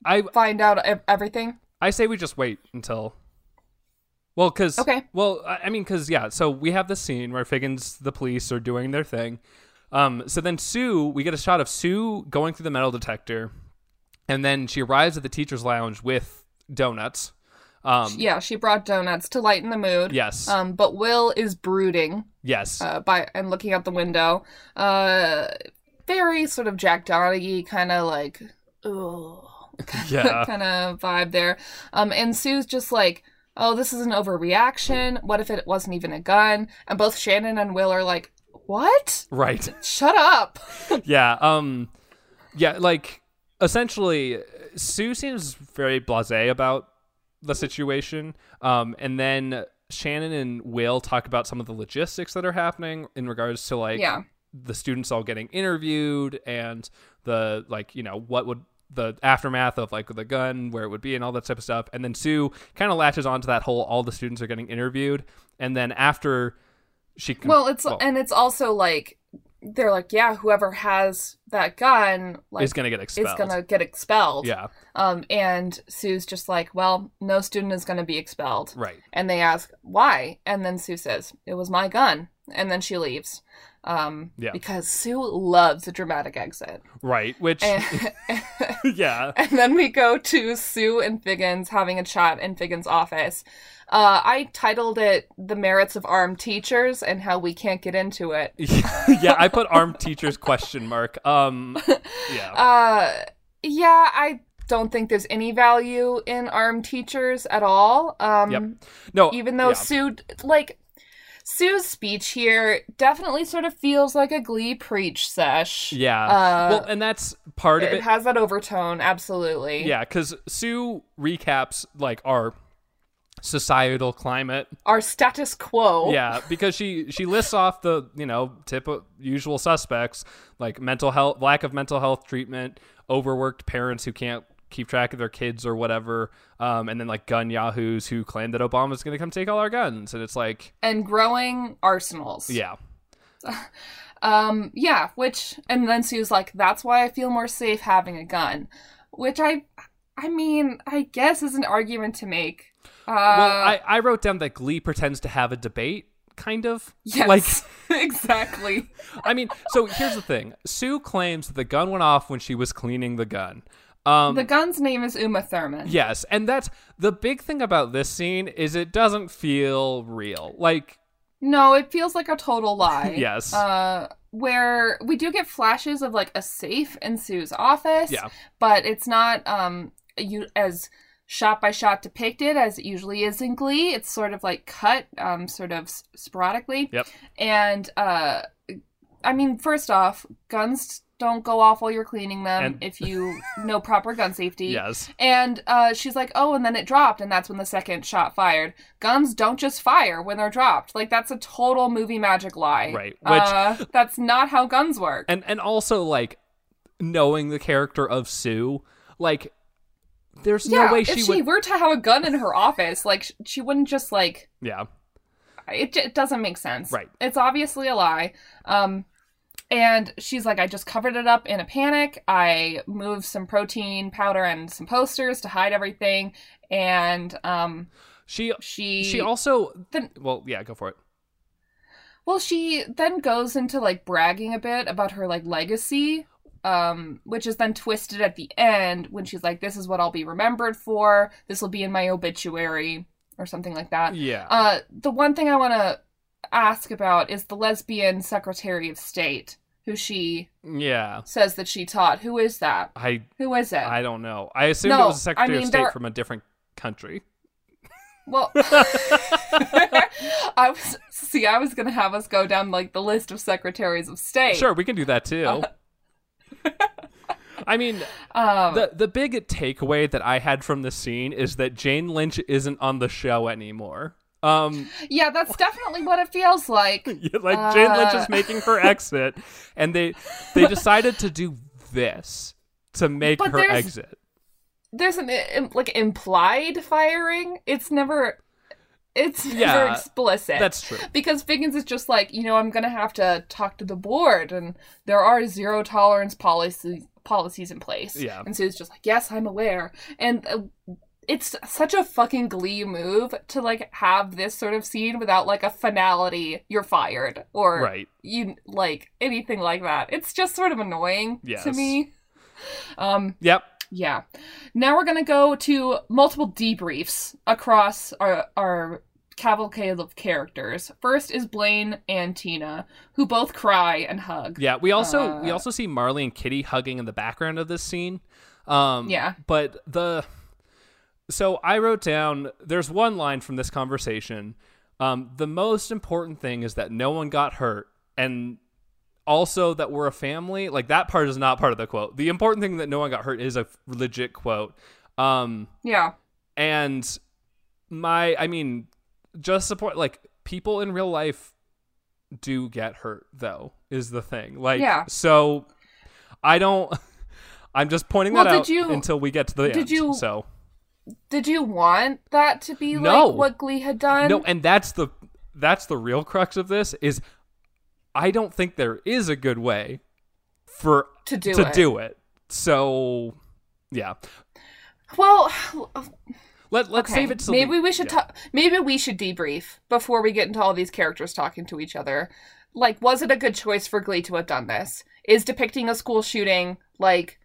[SPEAKER 1] I,
[SPEAKER 2] find out ev- everything.
[SPEAKER 1] I say we just wait until. Well, because
[SPEAKER 2] Okay.
[SPEAKER 1] Well, I I mean, because yeah. So we have this scene where Figgins, the police, are doing their thing. Um. So then Sue, we get a shot of Sue going through the metal detector, and then she arrives at the teachers' lounge with donuts. Um.
[SPEAKER 2] Yeah, she brought donuts to lighten the mood.
[SPEAKER 1] Yes.
[SPEAKER 2] Um, but Will is brooding
[SPEAKER 1] yes.
[SPEAKER 2] uh, by and looking out the window. Uh, very sort of Jack Donaghy kind of like, ugh,
[SPEAKER 1] yeah.
[SPEAKER 2] kind of vibe there. Um, and Sue's just like, oh, this is an overreaction. What if it wasn't even a gun? And both Shannon and Will are like, what?
[SPEAKER 1] right.
[SPEAKER 2] Shut up.
[SPEAKER 1] yeah um yeah like essentially sue seems very blasé about the situation um and then shannon and will talk about some of the logistics that are happening in regards to like
[SPEAKER 2] Yeah.
[SPEAKER 1] the students all getting interviewed and the like you know what would the aftermath of like the gun where it would be and all that type of stuff and then sue kind of latches onto that whole all the students are getting interviewed and then after she con-
[SPEAKER 2] Well, it's
[SPEAKER 1] well,
[SPEAKER 2] and it's also like they're like, yeah, whoever has that gun, like,
[SPEAKER 1] is gonna get
[SPEAKER 2] is
[SPEAKER 1] expelled
[SPEAKER 2] gonna get expelled.
[SPEAKER 1] yeah
[SPEAKER 2] Um, and Sue's just like, well, no student is gonna be expelled.
[SPEAKER 1] right
[SPEAKER 2] And they ask why, and then Sue says it was my gun, and then she leaves. Um,
[SPEAKER 1] Yeah.
[SPEAKER 2] because Sue loves a dramatic exit.
[SPEAKER 1] right which
[SPEAKER 2] And,
[SPEAKER 1] yeah
[SPEAKER 2] and then we go to Sue and Figgins having a chat in Figgins' office. Uh, I titled it "The Merits of Armed Teachers" and how we can't get into it.
[SPEAKER 1] yeah, I put armed teachers question mark. Um, yeah,
[SPEAKER 2] Uh, yeah, I don't think there's any value in armed teachers at all. Um,
[SPEAKER 1] Yep. no,
[SPEAKER 2] Even though
[SPEAKER 1] yeah.
[SPEAKER 2] Sue, like, Sue's speech here definitely sort of feels like a glee preach sesh.
[SPEAKER 1] yeah,
[SPEAKER 2] uh,
[SPEAKER 1] well, and that's part of
[SPEAKER 2] It
[SPEAKER 1] it.
[SPEAKER 2] has that overtone, absolutely.
[SPEAKER 1] Yeah, because Sue recaps like our societal climate.
[SPEAKER 2] Our status quo.
[SPEAKER 1] Yeah, because she she lists off the you know tip usual suspects like mental health, lack of mental health treatment, overworked parents who can't keep track of their kids or whatever, um, and then like gun yahoos who claim that Obama's going to come take all our guns, and it's like
[SPEAKER 2] And growing arsenals.
[SPEAKER 1] yeah,
[SPEAKER 2] Um, yeah, which and then Sue's like, that's why I feel more safe having a gun. Which I I mean, I guess is an argument to make. Uh
[SPEAKER 1] Well, I, I wrote down that Glee pretends to have a debate, kind of.
[SPEAKER 2] yes,
[SPEAKER 1] Like,
[SPEAKER 2] exactly.
[SPEAKER 1] I mean, so here's the thing Sue claims that the gun went off when she was cleaning the gun. Um,
[SPEAKER 2] The gun's name is Uma Thurman.
[SPEAKER 1] yes, and that's the big thing about this scene is it doesn't feel real. Like,
[SPEAKER 2] No, it feels like a total lie.
[SPEAKER 1] Yes.
[SPEAKER 2] Uh where we do get flashes of like a safe in Sue's office.
[SPEAKER 1] Yeah.
[SPEAKER 2] But it's not um you as shot by shot depicted as it usually is in Glee. It's sort of like cut, um, sort of s- sporadically.
[SPEAKER 1] Yep.
[SPEAKER 2] And uh I mean, first off, guns don't go off while you're cleaning them
[SPEAKER 1] And-
[SPEAKER 2] if you know proper gun safety.
[SPEAKER 1] yes.
[SPEAKER 2] And uh, she's like, oh, and then it dropped, and that's when the second shot fired. Guns don't just fire when they're dropped. Like, that's a total movie magic lie.
[SPEAKER 1] Right,
[SPEAKER 2] uh, that's not how guns work.
[SPEAKER 1] And, and also, like, knowing the character of Sue, like, there's
[SPEAKER 2] yeah,
[SPEAKER 1] no way
[SPEAKER 2] if
[SPEAKER 1] she
[SPEAKER 2] she,
[SPEAKER 1] would.
[SPEAKER 2] were to have a gun in her office, like, sh- she wouldn't just, like,
[SPEAKER 1] Yeah.
[SPEAKER 2] it, j- it doesn't make sense.
[SPEAKER 1] Right.
[SPEAKER 2] It's obviously a lie. Um, and she's like, I just covered it up in a panic. I moved some protein powder and some posters to hide everything. And um,
[SPEAKER 1] She,
[SPEAKER 2] she
[SPEAKER 1] she also.
[SPEAKER 2] Then-
[SPEAKER 1] well, yeah, go for it.
[SPEAKER 2] Well, she then goes into like bragging a bit about her like legacy, um, which is then twisted at the end when she's like, "This is what I'll be remembered for. This will be in my obituary," or something like that.
[SPEAKER 1] Yeah.
[SPEAKER 2] Uh, the one thing I want to ask about is the lesbian Secretary of State, who she
[SPEAKER 1] yeah.
[SPEAKER 2] says that she taught. Who is that?
[SPEAKER 1] I
[SPEAKER 2] Who is it?
[SPEAKER 1] I don't know. I assumed it
[SPEAKER 2] No,
[SPEAKER 1] was a
[SPEAKER 2] I
[SPEAKER 1] Secretary of
[SPEAKER 2] mean,
[SPEAKER 1] State
[SPEAKER 2] there-
[SPEAKER 1] from a different country.
[SPEAKER 2] Well, I was see, I was gonna have us go down like the list of secretaries of state.
[SPEAKER 1] Sure, we can do that too. I mean,
[SPEAKER 2] Um,
[SPEAKER 1] the the big takeaway that I had from this scene is that Jane Lynch isn't on the show anymore. Um,
[SPEAKER 2] Yeah, that's definitely what it feels like.
[SPEAKER 1] yeah, like Jane Lynch
[SPEAKER 2] Uh.
[SPEAKER 1] is making her exit, and they they decided to do this to make
[SPEAKER 2] But
[SPEAKER 1] her
[SPEAKER 2] there's-
[SPEAKER 1] exit.
[SPEAKER 2] There's an im- like implied firing. It's never. It's
[SPEAKER 1] Yeah,
[SPEAKER 2] never explicit.
[SPEAKER 1] That's true.
[SPEAKER 2] because Figgins is just like, you know, I'm going to have to talk to the board, and there are zero tolerance policy, policies in place.
[SPEAKER 1] Yeah.
[SPEAKER 2] And Sue's just like, yes, I'm aware. And uh, it's such a fucking glee move to like have this sort of scene without like a finality, you're fired, or
[SPEAKER 1] Right.
[SPEAKER 2] you like anything like that. It's just sort of annoying
[SPEAKER 1] Yes.
[SPEAKER 2] to me. Um,
[SPEAKER 1] Yep.
[SPEAKER 2] yeah. Now we're gonna go to multiple debriefs across our our cavalcade of characters. First is Blaine and Tina, who both cry and hug.
[SPEAKER 1] Yeah. We also we
[SPEAKER 2] Uh,
[SPEAKER 1] also see Marley and Kitty hugging in the background of this scene. Um,
[SPEAKER 2] Yeah.
[SPEAKER 1] But the so I wrote down. There's one line from this conversation. Um, the most important thing is that no one got hurt, and also that we're a family. Like that part is not part of the quote. The important thing that no one got hurt is a legit quote. Um,
[SPEAKER 2] Yeah.
[SPEAKER 1] and my i mean just support like people in real life do get hurt though is the thing like
[SPEAKER 2] Yeah.
[SPEAKER 1] so i don't i'm just pointing
[SPEAKER 2] Well,
[SPEAKER 1] that
[SPEAKER 2] did
[SPEAKER 1] out
[SPEAKER 2] you-
[SPEAKER 1] until we get to the
[SPEAKER 2] did
[SPEAKER 1] end
[SPEAKER 2] you-
[SPEAKER 1] so
[SPEAKER 2] Did you want that to be
[SPEAKER 1] No.
[SPEAKER 2] like what Glee had done?
[SPEAKER 1] no and that's the that's the real crux of this is i don't think there is a good way for
[SPEAKER 2] To do
[SPEAKER 1] to
[SPEAKER 2] it.
[SPEAKER 1] do it so yeah
[SPEAKER 2] Well,
[SPEAKER 1] let, let's
[SPEAKER 2] okay.
[SPEAKER 1] save it till
[SPEAKER 2] maybe
[SPEAKER 1] the-
[SPEAKER 2] we should
[SPEAKER 1] yeah.
[SPEAKER 2] talk. Maybe we should debrief before we get into all these characters talking to each other. Like, was it a good choice for Glee to have done this? Is depicting a school shooting like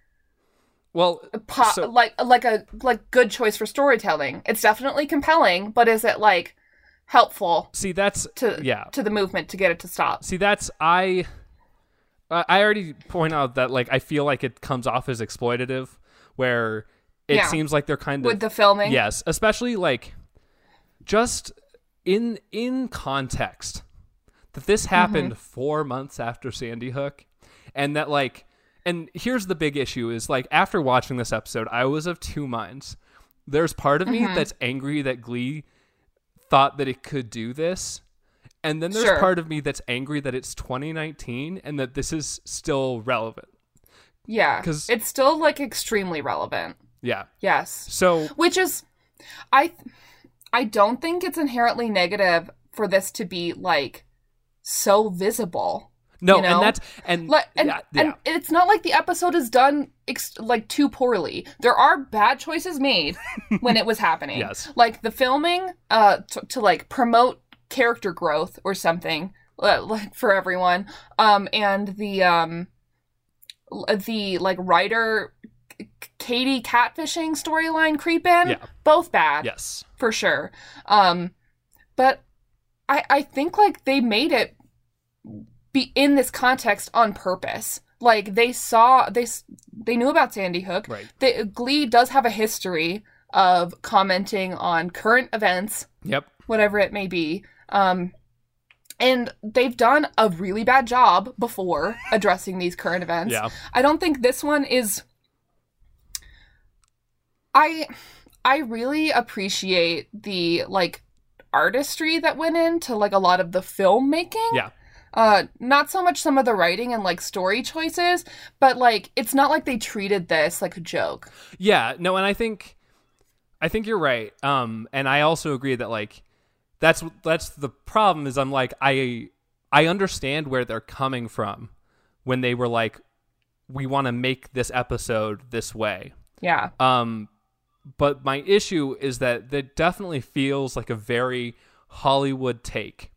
[SPEAKER 1] well
[SPEAKER 2] po-
[SPEAKER 1] so-
[SPEAKER 2] like like a like good choice for storytelling. It's definitely compelling, but is it like helpful
[SPEAKER 1] see that's
[SPEAKER 2] to
[SPEAKER 1] yeah
[SPEAKER 2] to the movement to get it to stop?
[SPEAKER 1] Uh, See, that's I. I I already point out that like I feel like it comes off as exploitative, where it
[SPEAKER 2] Yeah.
[SPEAKER 1] seems like they're kind of
[SPEAKER 2] With the filming,
[SPEAKER 1] yes, especially like just in in context that this happened
[SPEAKER 2] Mm-hmm.
[SPEAKER 1] four months after Sandy Hook, and that like and here's the big issue is like after watching this episode, I was of two minds. There's part of
[SPEAKER 2] Mm-hmm.
[SPEAKER 1] me that's angry that Glee thought that it could do this. And then there's
[SPEAKER 2] Sure.
[SPEAKER 1] part of me that's angry that it's 2019 and that this is still relevant.
[SPEAKER 2] yeah,
[SPEAKER 1] 'Cause-
[SPEAKER 2] it's still like extremely relevant.
[SPEAKER 1] Yeah.
[SPEAKER 2] Yes,
[SPEAKER 1] So,
[SPEAKER 2] which is, I, I don't think it's inherently negative for this to be like so visible.
[SPEAKER 1] no,
[SPEAKER 2] You know?
[SPEAKER 1] and that's and,
[SPEAKER 2] Like, and,
[SPEAKER 1] yeah, yeah.
[SPEAKER 2] and it's not like the episode is done ex- like too poorly. There are bad choices made when it was happening.
[SPEAKER 1] Yes.
[SPEAKER 2] like the filming uh t- to like promote character growth or something uh, like for everyone. Um, and the um l- the like writer K- Katie catfishing storyline creep in.
[SPEAKER 1] Yeah.
[SPEAKER 2] Both bad
[SPEAKER 1] yes.
[SPEAKER 2] for sure. Um, but I I think like they made it be in this context on purpose. Like they saw they s- they knew about Sandy Hook.
[SPEAKER 1] Right.
[SPEAKER 2] They, Glee does have a history of commenting on current events,
[SPEAKER 1] Yep.
[SPEAKER 2] whatever it may be. Um, and they've done a really bad job before addressing these current events.
[SPEAKER 1] Yeah.
[SPEAKER 2] I don't think this one is I I really appreciate the like artistry that went into like a lot of the filmmaking.
[SPEAKER 1] Yeah.
[SPEAKER 2] Uh not so much some of the writing and like story choices, but like it's not like they treated this like a joke.
[SPEAKER 1] Yeah, no, and I think I think you're right. Um and I also agree that like that's that's the problem is I'm like I I understand where they're coming from when they were like we want to make this episode this way.
[SPEAKER 2] Yeah.
[SPEAKER 1] Um but my issue is that that definitely feels like a very Hollywood take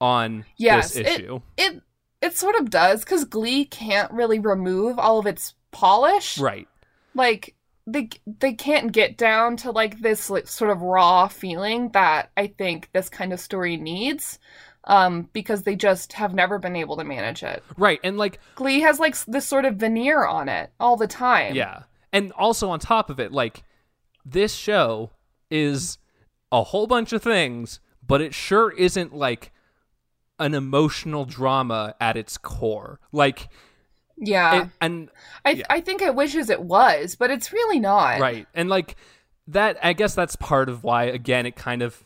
[SPEAKER 1] on
[SPEAKER 2] Yes, it-
[SPEAKER 1] this issue.
[SPEAKER 2] It it sort of does cuz Glee can't really remove all of its polish.
[SPEAKER 1] right.
[SPEAKER 2] like they they can't get down to like this like, sort of raw feeling that I think this kind of story needs um because they just have never been able to manage it.
[SPEAKER 1] Right. And like
[SPEAKER 2] Glee has like s- this sort of veneer on it all the time.
[SPEAKER 1] Yeah. And also on top of it, like this show is a whole bunch of things, but it sure isn't like an emotional drama at its core. Like
[SPEAKER 2] Yeah.
[SPEAKER 1] it, and
[SPEAKER 2] I
[SPEAKER 1] yeah.
[SPEAKER 2] I think it wishes it was, but it's really not.
[SPEAKER 1] right. And like that I guess that's part of why again it kind of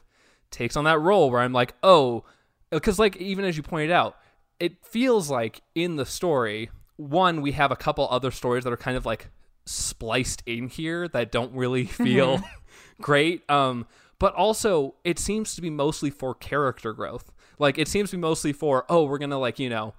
[SPEAKER 1] takes on that role where I'm like, "Oh, cuz like even as you pointed out, it feels like in the story, one we have a couple other stories that are kind of like spliced in here that don't really feel great. Um, but also it seems to be mostly for character growth. Like it seems to be mostly for oh, we're gonna like you know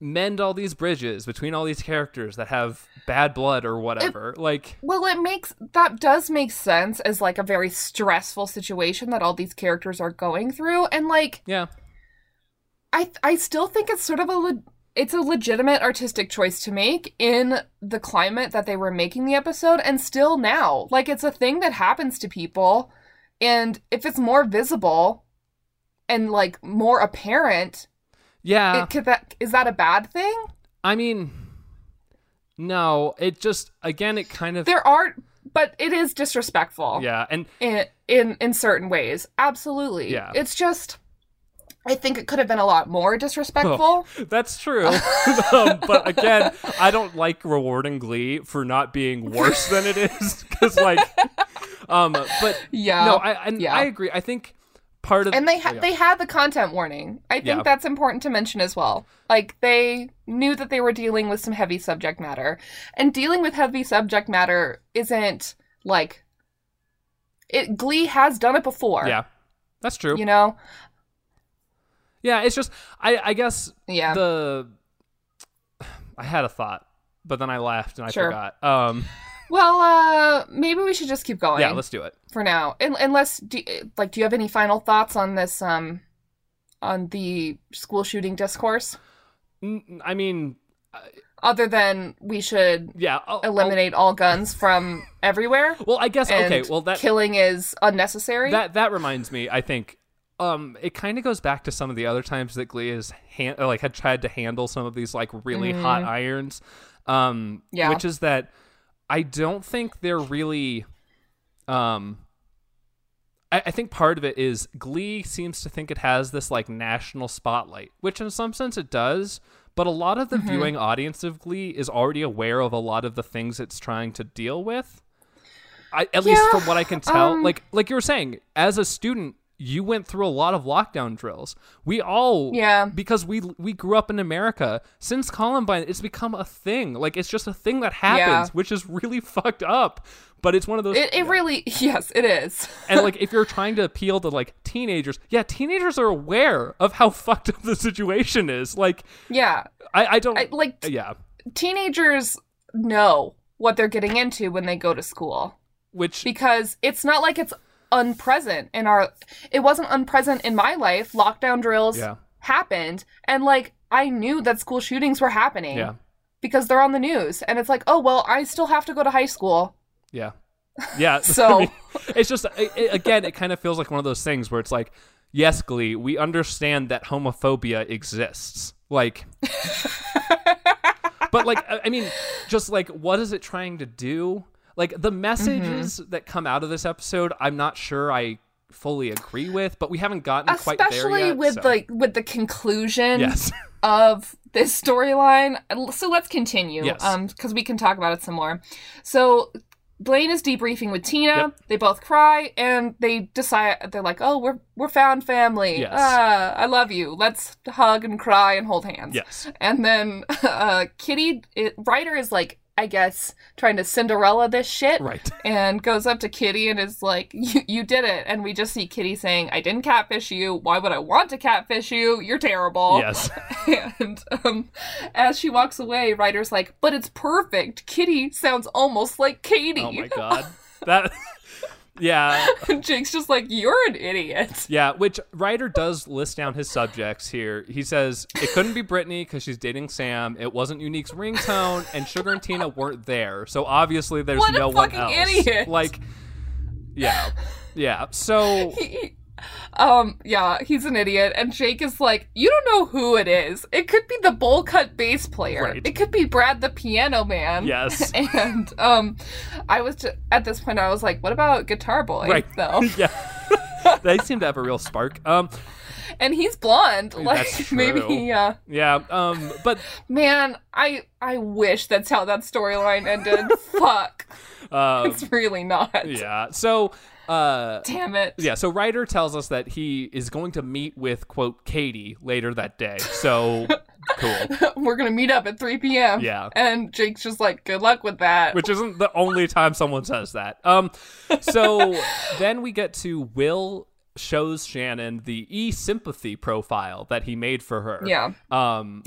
[SPEAKER 1] mend all these bridges between all these characters that have bad blood or whatever. like
[SPEAKER 2] Well, it makes that does make sense as like a very stressful situation that all these characters are going through, and like
[SPEAKER 1] yeah,
[SPEAKER 2] I I still think it's sort of a le- it's a legitimate artistic choice to make in the climate that they were making the episode and still now. Like it's a thing that happens to people and if it's more visible and like more apparent,
[SPEAKER 1] yeah.
[SPEAKER 2] it could that is that a bad thing?
[SPEAKER 1] I mean, no. It just again, it kind of
[SPEAKER 2] There are but it is disrespectful.
[SPEAKER 1] yeah, and
[SPEAKER 2] in in in certain ways. Absolutely.
[SPEAKER 1] Yeah.
[SPEAKER 2] It's just I think it could have been a lot more disrespectful.
[SPEAKER 1] That's true. um, but again, I don't like rewarding Glee for not being worse than it is. Because, like, um, but
[SPEAKER 2] Yeah.
[SPEAKER 1] no, I, and
[SPEAKER 2] yeah.
[SPEAKER 1] I agree. I think part of
[SPEAKER 2] and they
[SPEAKER 1] oh,
[SPEAKER 2] had
[SPEAKER 1] yeah.
[SPEAKER 2] they had the content warning. I think
[SPEAKER 1] Yeah.
[SPEAKER 2] that's important to mention as well. Like they knew that they were dealing with some heavy subject matter. And dealing with heavy subject matter isn't like it Glee has done it before.
[SPEAKER 1] yeah, that's true.
[SPEAKER 2] You know?
[SPEAKER 1] yeah, it's just I, I guess
[SPEAKER 2] Yeah.
[SPEAKER 1] the I had a thought, but then I laughed and I
[SPEAKER 2] Sure.
[SPEAKER 1] forgot. Um,
[SPEAKER 2] well, uh maybe we should just keep going
[SPEAKER 1] yeah, let's do it.
[SPEAKER 2] for now. Un unless do, like do you have any final thoughts on this um on the school shooting discourse
[SPEAKER 1] N- I mean,
[SPEAKER 2] other than we should
[SPEAKER 1] yeah, I'll- I'll-
[SPEAKER 2] eliminate all guns from everywhere?
[SPEAKER 1] well, I guess
[SPEAKER 2] and
[SPEAKER 1] okay. Well, that
[SPEAKER 2] killing is unnecessary.
[SPEAKER 1] That that reminds me, I think. Um, it kind of goes back to some of the other times that Glee has han- or, like had tried to handle some of these like really hot irons. Um,
[SPEAKER 2] Mm-hmm. Yeah.
[SPEAKER 1] which is that I don't think they're really. Um, I, I think part of it is Glee seems to think it has this like national spotlight, which in some sense it does. But a lot of the
[SPEAKER 2] Mm-hmm.
[SPEAKER 1] viewing audience of Glee is already aware of a lot of the things it's trying to deal with. I, at least
[SPEAKER 2] Yeah,
[SPEAKER 1] from what I can tell,
[SPEAKER 2] um,
[SPEAKER 1] like like you were saying, as a student, you went through a lot of lockdown drills. We all,
[SPEAKER 2] Yeah.
[SPEAKER 1] because we we grew up in America. Since Columbine, it's become a thing. Like it's just a thing that happens,
[SPEAKER 2] Yeah.
[SPEAKER 1] which is really fucked up. But it's one of those.
[SPEAKER 2] it, it really yes, it is.
[SPEAKER 1] and like if you're trying to appeal to like teenagers, yeah, teenagers are aware of how fucked up the situation is. Like
[SPEAKER 2] Yeah,
[SPEAKER 1] I I don't
[SPEAKER 2] I, like t-
[SPEAKER 1] yeah,
[SPEAKER 2] teenagers know what they're getting into when they go to school
[SPEAKER 1] which
[SPEAKER 2] because it's not like it's unpresent in our. It wasn't unpresent in my life. Lockdown drills
[SPEAKER 1] Yeah.
[SPEAKER 2] happened, and like I knew that school shootings were happening
[SPEAKER 1] yeah
[SPEAKER 2] because they're on the news, and it's like, oh well, I still have to go to high school,
[SPEAKER 1] yeah yeah.
[SPEAKER 2] so.
[SPEAKER 1] it's just it, it- again it kind of feels like one of those things where it's like yes glee we understand that homophobia exists like but like I, I mean just like what is it trying to do like the messages
[SPEAKER 2] Mm-hmm.
[SPEAKER 1] that come out of this episode i'm not sure i fully agree with but we haven't gotten quite there
[SPEAKER 2] Especially
[SPEAKER 1] yet
[SPEAKER 2] with
[SPEAKER 1] so-
[SPEAKER 2] like with the conclusion
[SPEAKER 1] yes
[SPEAKER 2] of this storyline. So let's continue,
[SPEAKER 1] Yes.
[SPEAKER 2] because we can talk about it some more. So Blaine is debriefing with Tina.
[SPEAKER 1] Yep.
[SPEAKER 2] They both cry, and they decide they're like, "Oh, we're we're found family.
[SPEAKER 1] Yes.
[SPEAKER 2] Ah, I love you. Let's hug and cry and hold hands."
[SPEAKER 1] yes
[SPEAKER 2] And then uh, Kitty it, Ryder is like, I guess, trying to Cinderella this shit.
[SPEAKER 1] right
[SPEAKER 2] And goes up to Kitty and is like, you, you did it. And we just see Kitty saying, I didn't catfish you. Why would I want to catfish you? You're terrible.
[SPEAKER 1] yes
[SPEAKER 2] And um, as she walks away, Ryder's like, "But it's perfect. Kitty sounds almost like Katie."
[SPEAKER 1] oh my god that yeah
[SPEAKER 2] and Jake's just like, "You're an idiot."
[SPEAKER 1] Yeah, which Ryder does list down his subjects here. He says it couldn't be Brittany because she's dating Sam. It wasn't Unique's ringtone, and Sugar and Tina weren't there. So obviously, there's
[SPEAKER 2] What a
[SPEAKER 1] no one
[SPEAKER 2] fucking
[SPEAKER 1] else.
[SPEAKER 2] idiot.
[SPEAKER 1] Like, yeah, yeah. So
[SPEAKER 2] He- he- um, yeah, he's an idiot. And Jake is like, "You don't know who it is. It could be the bowl cut bass player.
[SPEAKER 1] Right.
[SPEAKER 2] It could be Brad the piano man."
[SPEAKER 1] yes,
[SPEAKER 2] And um, I was just, at this point, I was like, "What about Guitar Boy?"
[SPEAKER 1] right.
[SPEAKER 2] Though,
[SPEAKER 1] yeah, they seem to have a real spark. Um,
[SPEAKER 2] and he's blonde. Like
[SPEAKER 1] That's
[SPEAKER 2] maybe
[SPEAKER 1] true.
[SPEAKER 2] he. Uh,
[SPEAKER 1] yeah. Um, but
[SPEAKER 2] man, I I wish that's how that storyline ended. Fuck.
[SPEAKER 1] uh,
[SPEAKER 2] It's really not.
[SPEAKER 1] yeah. So uh,
[SPEAKER 2] Damn it.
[SPEAKER 1] yeah. So Ryder tells us that he is going to meet with quote Katie later that day. So Cool.
[SPEAKER 2] We're gonna meet up at 3 p.m.
[SPEAKER 1] Yeah.
[SPEAKER 2] And Jake's just like, good luck with that.
[SPEAKER 1] Which isn't the only time someone says that. Um, so then we get to Will shows Shannon the e sympathy profile that he made for her.
[SPEAKER 2] yeah.
[SPEAKER 1] Um,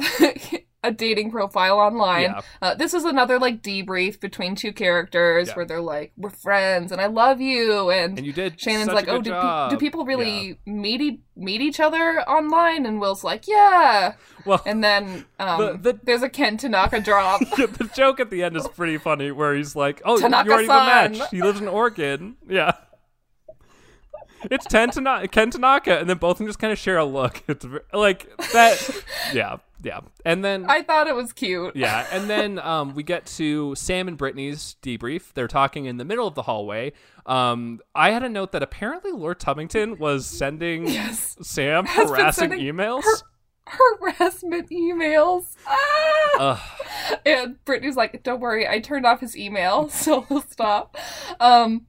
[SPEAKER 2] a dating profile online.
[SPEAKER 1] Yeah.
[SPEAKER 2] Uh, this is another like debrief between two characters
[SPEAKER 1] Yeah.
[SPEAKER 2] where they're like, "We're friends, and I love you." And,
[SPEAKER 1] and you did.
[SPEAKER 2] Shannon's
[SPEAKER 1] such
[SPEAKER 2] like,
[SPEAKER 1] a
[SPEAKER 2] "Oh,
[SPEAKER 1] good
[SPEAKER 2] do, pe-
[SPEAKER 1] job."
[SPEAKER 2] do people really meet e- meet each other online?" And Will's like, "Yeah."
[SPEAKER 1] Yeah. Well,
[SPEAKER 2] And then um,
[SPEAKER 1] The- the-
[SPEAKER 2] there's a Ken Tanaka drop.
[SPEAKER 1] the joke at the end is pretty funny, where he's like, "Oh, you already
[SPEAKER 2] Tanaka-san.
[SPEAKER 1] matched. He lives in Oregon. Yeah." It's Ten Tanaka, Ken Tanaka, and then both of them just kind of share a look. It's ver- like that, yeah, yeah. And then
[SPEAKER 2] I thought it was cute.
[SPEAKER 1] yeah, and then um, we get to Sam and Brittany's debrief. They're talking in the middle of the hallway. Um, I had a note that apparently Lord Tubington was sending
[SPEAKER 2] Yes.
[SPEAKER 1] Sam
[SPEAKER 2] Has been
[SPEAKER 1] harassing
[SPEAKER 2] sending
[SPEAKER 1] emails.
[SPEAKER 2] Harassment emails. Ah!
[SPEAKER 1] Ugh,
[SPEAKER 2] And Brittany's like, "Don't worry, I turned off his email, so he'll stop." Um,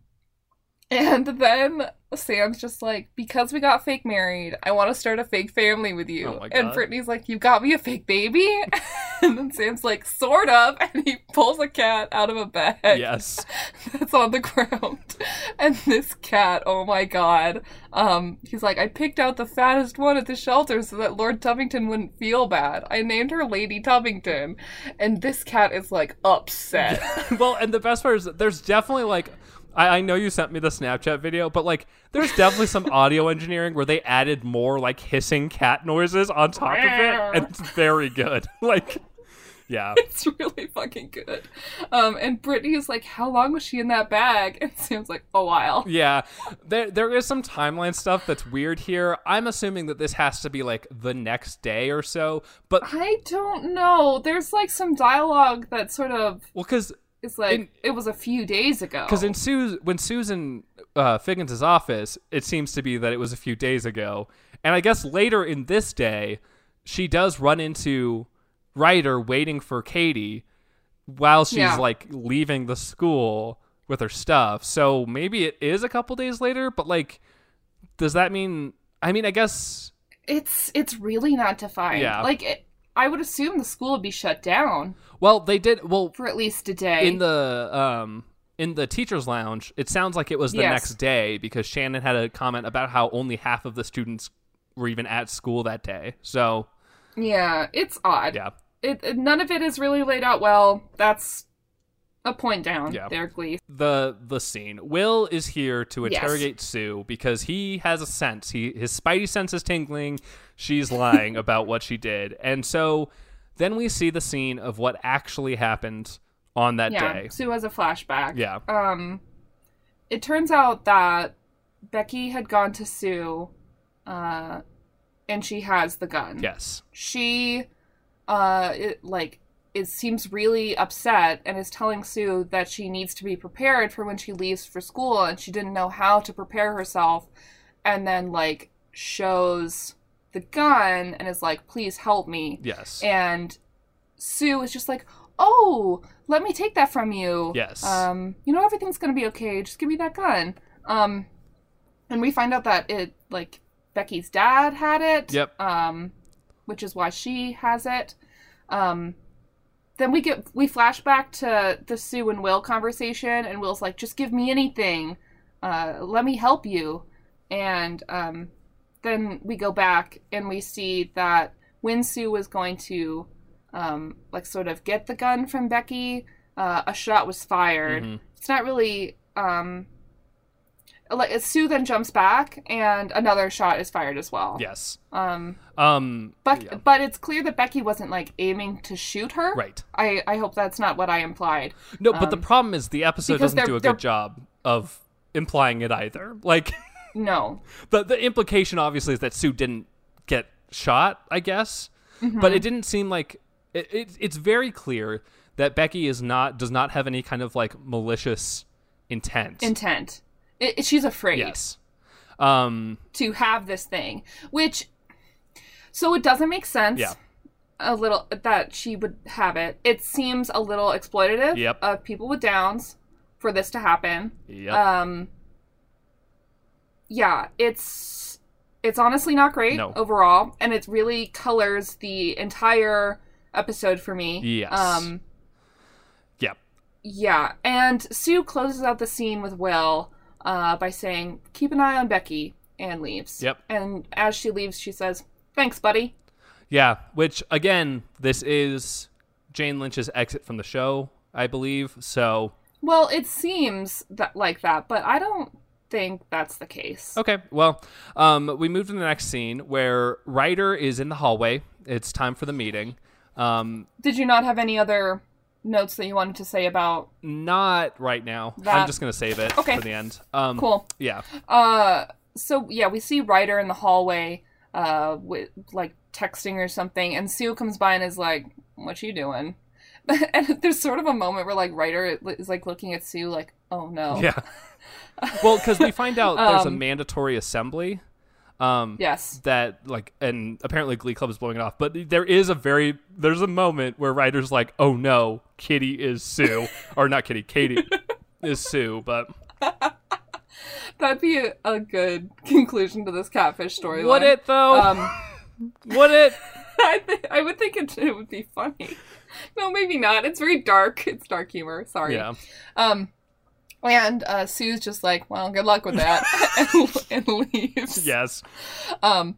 [SPEAKER 2] and then Sam's just like, "Because we got fake married, I want to start a fake family with you."
[SPEAKER 1] Oh my
[SPEAKER 2] And
[SPEAKER 1] God.
[SPEAKER 2] Brittany's like, "You got me a fake baby," and then Sam's like, "Sort of," and he pulls a cat out of a bag
[SPEAKER 1] yes,
[SPEAKER 2] that's on the ground. And this cat, oh my god. Um, he's like, I picked out the fattest one at the shelter so that Lord Tubington wouldn't feel bad. I named her Lady Tubington. And this cat is like upset.
[SPEAKER 1] well, and the best part is that there's definitely like. I I know you sent me the Snapchat video, but like, there's definitely some audio engineering where they added more like hissing cat noises on top of it, and it's very good. Like, yeah,
[SPEAKER 2] it's really fucking good. Um, and Brittany is like, How long was she in that bag? And Sam's like, A while.
[SPEAKER 1] Yeah, there there is some timeline stuff that's weird here. I'm assuming that this has to be like the next day or so, but
[SPEAKER 2] I don't know. There's like some dialogue that sort of
[SPEAKER 1] well, because
[SPEAKER 2] is like
[SPEAKER 1] In-
[SPEAKER 2] it was a few days ago.
[SPEAKER 1] because in Sue's when Susan uh, Figgins' office, it seems to be that it was a few days ago, and I guess later in this day, she does run into Ryder waiting for Katie while she's
[SPEAKER 2] Yeah.
[SPEAKER 1] like leaving the school with her stuff. So maybe it is a couple days later, but like, does that mean? I mean, I guess.
[SPEAKER 2] It's it's really not defined.
[SPEAKER 1] Yeah.
[SPEAKER 2] Like it, I would assume the school would be shut down
[SPEAKER 1] Well, they did. Well,
[SPEAKER 2] for at least a day.
[SPEAKER 1] in the um in the teachers lounge it sounds like it was the
[SPEAKER 2] Yes.
[SPEAKER 1] next day because shannon had a comment about how only half of the students were even at school that day so
[SPEAKER 2] yeah, it's odd.
[SPEAKER 1] yeah
[SPEAKER 2] It, it- none of it is really laid out well. That's a point down
[SPEAKER 1] Yeah.
[SPEAKER 2] there, Glee.
[SPEAKER 1] the the scene will is here to
[SPEAKER 2] Yes.
[SPEAKER 1] interrogate sue because he has a sense he his spidey sense is tingling she's lying about what she did and so then we see the scene of what actually happened on that
[SPEAKER 2] yeah,
[SPEAKER 1] day
[SPEAKER 2] Sue has a flashback.
[SPEAKER 1] yeah
[SPEAKER 2] Um, it turns out that Becky had gone to Sue, uh, and she has the gun.
[SPEAKER 1] yes
[SPEAKER 2] she uh it, like it seems really upset and is telling Sue that she needs to be prepared for when she leaves for school and she didn't know how to prepare herself and then like shows the gun and is like please help me
[SPEAKER 1] yes
[SPEAKER 2] and Sue is just like oh let me take that from you
[SPEAKER 1] Yes.
[SPEAKER 2] um you know everything's going to be okay just give me that gun um and we find out that it like Becky's dad had it
[SPEAKER 1] Yep.
[SPEAKER 2] um which is why she has it. Um, then we get we flash back to the Sue and Will conversation, and Will's like, "Just give me anything, uh, let me help you." And um, then we go back and we see that when Sue was going to um, like sort of get the gun from Becky, uh, a shot was fired.
[SPEAKER 1] Mhm.
[SPEAKER 2] It's not really um, like Sue then jumps back, and another shot is fired as well.
[SPEAKER 1] yes
[SPEAKER 2] Um,
[SPEAKER 1] um
[SPEAKER 2] but
[SPEAKER 1] yeah.
[SPEAKER 2] but it's clear that Becky wasn't like aiming to shoot her.
[SPEAKER 1] right
[SPEAKER 2] I I hope that's not what I implied.
[SPEAKER 1] No, but the
[SPEAKER 2] Um,
[SPEAKER 1] problem is the episode
[SPEAKER 2] because
[SPEAKER 1] doesn't
[SPEAKER 2] they're-
[SPEAKER 1] do a
[SPEAKER 2] they're-
[SPEAKER 1] good job of implying it either. Like
[SPEAKER 2] No.
[SPEAKER 1] the the implication obviously is that Sue didn't get shot, I guess,
[SPEAKER 2] Mm-hmm.
[SPEAKER 1] but it didn't seem like it, it. It's very clear that Becky is not does not have any kind of like malicious intent.
[SPEAKER 2] Intent. It, it- she's afraid
[SPEAKER 1] yes. Um.
[SPEAKER 2] to have this thing, which so it doesn't make sense.
[SPEAKER 1] Yeah.
[SPEAKER 2] A little that she would have it. It seems a little exploitative
[SPEAKER 1] Yep.
[SPEAKER 2] of people with downs for this Uh, Um, to happen.
[SPEAKER 1] Yep.
[SPEAKER 2] Um. Yeah, it's It's honestly not great
[SPEAKER 1] No.
[SPEAKER 2] overall, and it really colors the entire episode for me.
[SPEAKER 1] Yes.
[SPEAKER 2] Um,
[SPEAKER 1] Yep.
[SPEAKER 2] yeah, and Sue closes out the scene with Will uh, by saying, "Keep an eye on Becky," and leaves.
[SPEAKER 1] Yep.
[SPEAKER 2] And as she leaves, she says, "Thanks, buddy."
[SPEAKER 1] Yeah, which again, this is Jane Lynch's exit from the show, I believe. So
[SPEAKER 2] Well, it seems that like that, but I don't think that's the case.
[SPEAKER 1] Okay, well, um, we move to the next scene where Ryder is in the hallway. It's time for the meeting. Um,
[SPEAKER 2] Did you not have any other notes that you wanted to say about?
[SPEAKER 1] not right now. I'm
[SPEAKER 2] That-
[SPEAKER 1] just gonna save it
[SPEAKER 2] Okay.
[SPEAKER 1] for the end. Um,
[SPEAKER 2] Cool.
[SPEAKER 1] Yeah,
[SPEAKER 2] Uh, so yeah, we see Ryder in the hallway, uh, with like texting or something, and Sue comes by and is like, "What you doing?" and there's sort of a moment where like Ryder is like looking at Sue like, "Oh no."
[SPEAKER 1] yeah. well, because we find out there's a
[SPEAKER 2] Um,
[SPEAKER 1] mandatory assembly. Um,
[SPEAKER 2] Yes.
[SPEAKER 1] That like, and apparently Glee Club is blowing it off, but there is a very there's a moment where Ryder's like, "Oh no, Kitty is Sue," or not Kitty, Katie is Sue, but
[SPEAKER 2] That'd be a, a good conclusion to this catfish story.
[SPEAKER 1] would it though?
[SPEAKER 2] Um,
[SPEAKER 1] would it?
[SPEAKER 2] I, th- I would think it, it would be funny. No, maybe not. It's very dark. It's dark humor. Sorry.
[SPEAKER 1] Yeah.
[SPEAKER 2] Um, and uh, Sue's just like, well, good luck with that, and, and leaves.
[SPEAKER 1] Yes.
[SPEAKER 2] Um,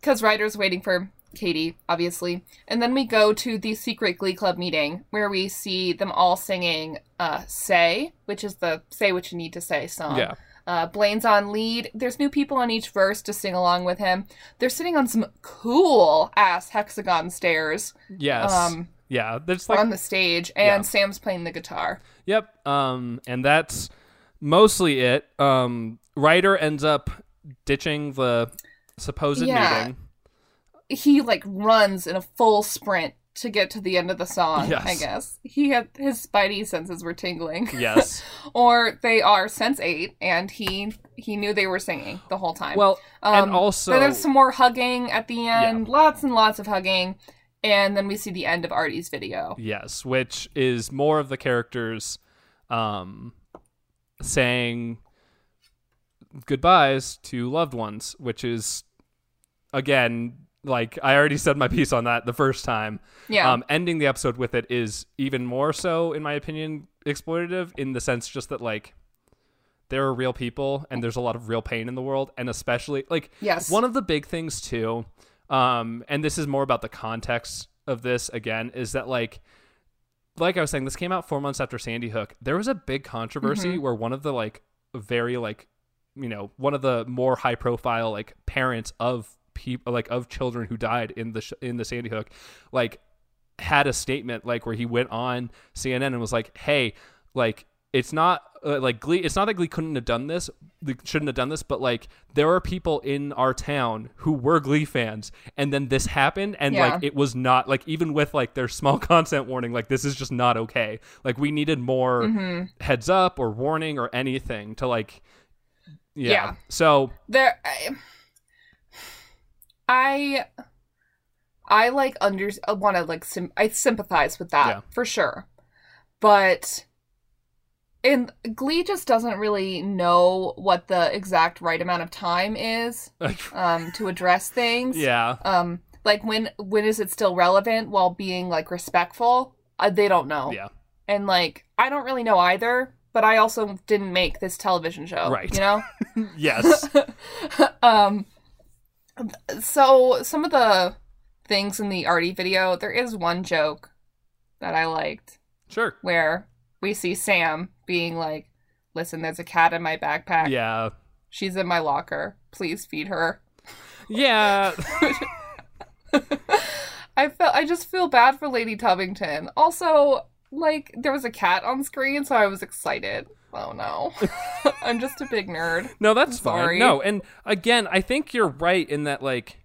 [SPEAKER 2] because Ryder's waiting for Katie, obviously. And then we go to the secret Glee Club meeting where we see them all singing uh, Say, which is the Say What You Need to Say song.
[SPEAKER 1] Yeah.
[SPEAKER 2] Uh, Blaine's on lead. There's new people on each verse to sing along with him. They're sitting on some cool ass hexagon stairs
[SPEAKER 1] Yes.
[SPEAKER 2] Um,
[SPEAKER 1] yeah. There's like
[SPEAKER 2] on the stage, and
[SPEAKER 1] Yeah.
[SPEAKER 2] Sam's playing the guitar.
[SPEAKER 1] yep. Um, and that's mostly it. Um, Ryder ends up ditching the supposed
[SPEAKER 2] Yeah.
[SPEAKER 1] meeting.
[SPEAKER 2] He like runs in a full sprint to get to the end of the song.
[SPEAKER 1] Yes.
[SPEAKER 2] I guess he had his spidey senses were tingling,
[SPEAKER 1] Yes.
[SPEAKER 2] or they are sense eight, and he he knew they were singing the whole time.
[SPEAKER 1] well,
[SPEAKER 2] um,
[SPEAKER 1] and also
[SPEAKER 2] then there's some more hugging at the end, lots and lots of hugging, and then we see the end of Artie's video.
[SPEAKER 1] yes, which is more of the characters, um, saying goodbyes to loved ones, which is again like I already said my piece on that the first time.
[SPEAKER 2] Yeah.
[SPEAKER 1] um, ending the episode with it is even more so, in my opinion, exploitative in the sense just that like there are real people and there's a lot of real pain in the world, and especially like
[SPEAKER 2] Yes.
[SPEAKER 1] one of the big things too, um, and this is more about the context of this again, is that like like I was saying, this came out four months after Sandy Hook. There was a big controversy where one of the like very like you know one of the more high profile like parents of people like of children who died in the sh- in the Sandy Hook, like had a statement like where he went on CNN and was like, "Hey, like it's not uh, like Glee. It's not that Glee couldn't have done this, they shouldn't have done this, but like there are people in our town who were Glee fans, and then this happened, and like
[SPEAKER 2] Yeah.
[SPEAKER 1] it was not like even with like their small content warning, like this is just not okay. Like we needed more
[SPEAKER 2] Mm-hmm.
[SPEAKER 1] heads up or warning or anything to like." Yeah.
[SPEAKER 2] Yeah.
[SPEAKER 1] So
[SPEAKER 2] there I, I I like under want to like sim, I sympathize with that
[SPEAKER 1] Yeah.
[SPEAKER 2] for sure. But and Glee just doesn't really know what the exact right amount of time is um to address things.
[SPEAKER 1] yeah,
[SPEAKER 2] Um like when when is it still relevant while being like respectful? Uh, they don't know.
[SPEAKER 1] yeah,
[SPEAKER 2] And like I don't really know either, but I also didn't make this television show,
[SPEAKER 1] Right.
[SPEAKER 2] you know?
[SPEAKER 1] yes,
[SPEAKER 2] um so some of the things in the artie video there is one joke that i liked
[SPEAKER 1] sure,
[SPEAKER 2] where we see sam being like listen there's a cat in my backpack
[SPEAKER 1] yeah,
[SPEAKER 2] she's in my locker please feed her
[SPEAKER 1] yeah.
[SPEAKER 2] i felt i just feel bad for lady tubington also like there was a cat on screen so i was excited oh no i'm just a big nerd
[SPEAKER 1] No, that's fine.
[SPEAKER 2] sorry.
[SPEAKER 1] No, and again, I think you're right in that like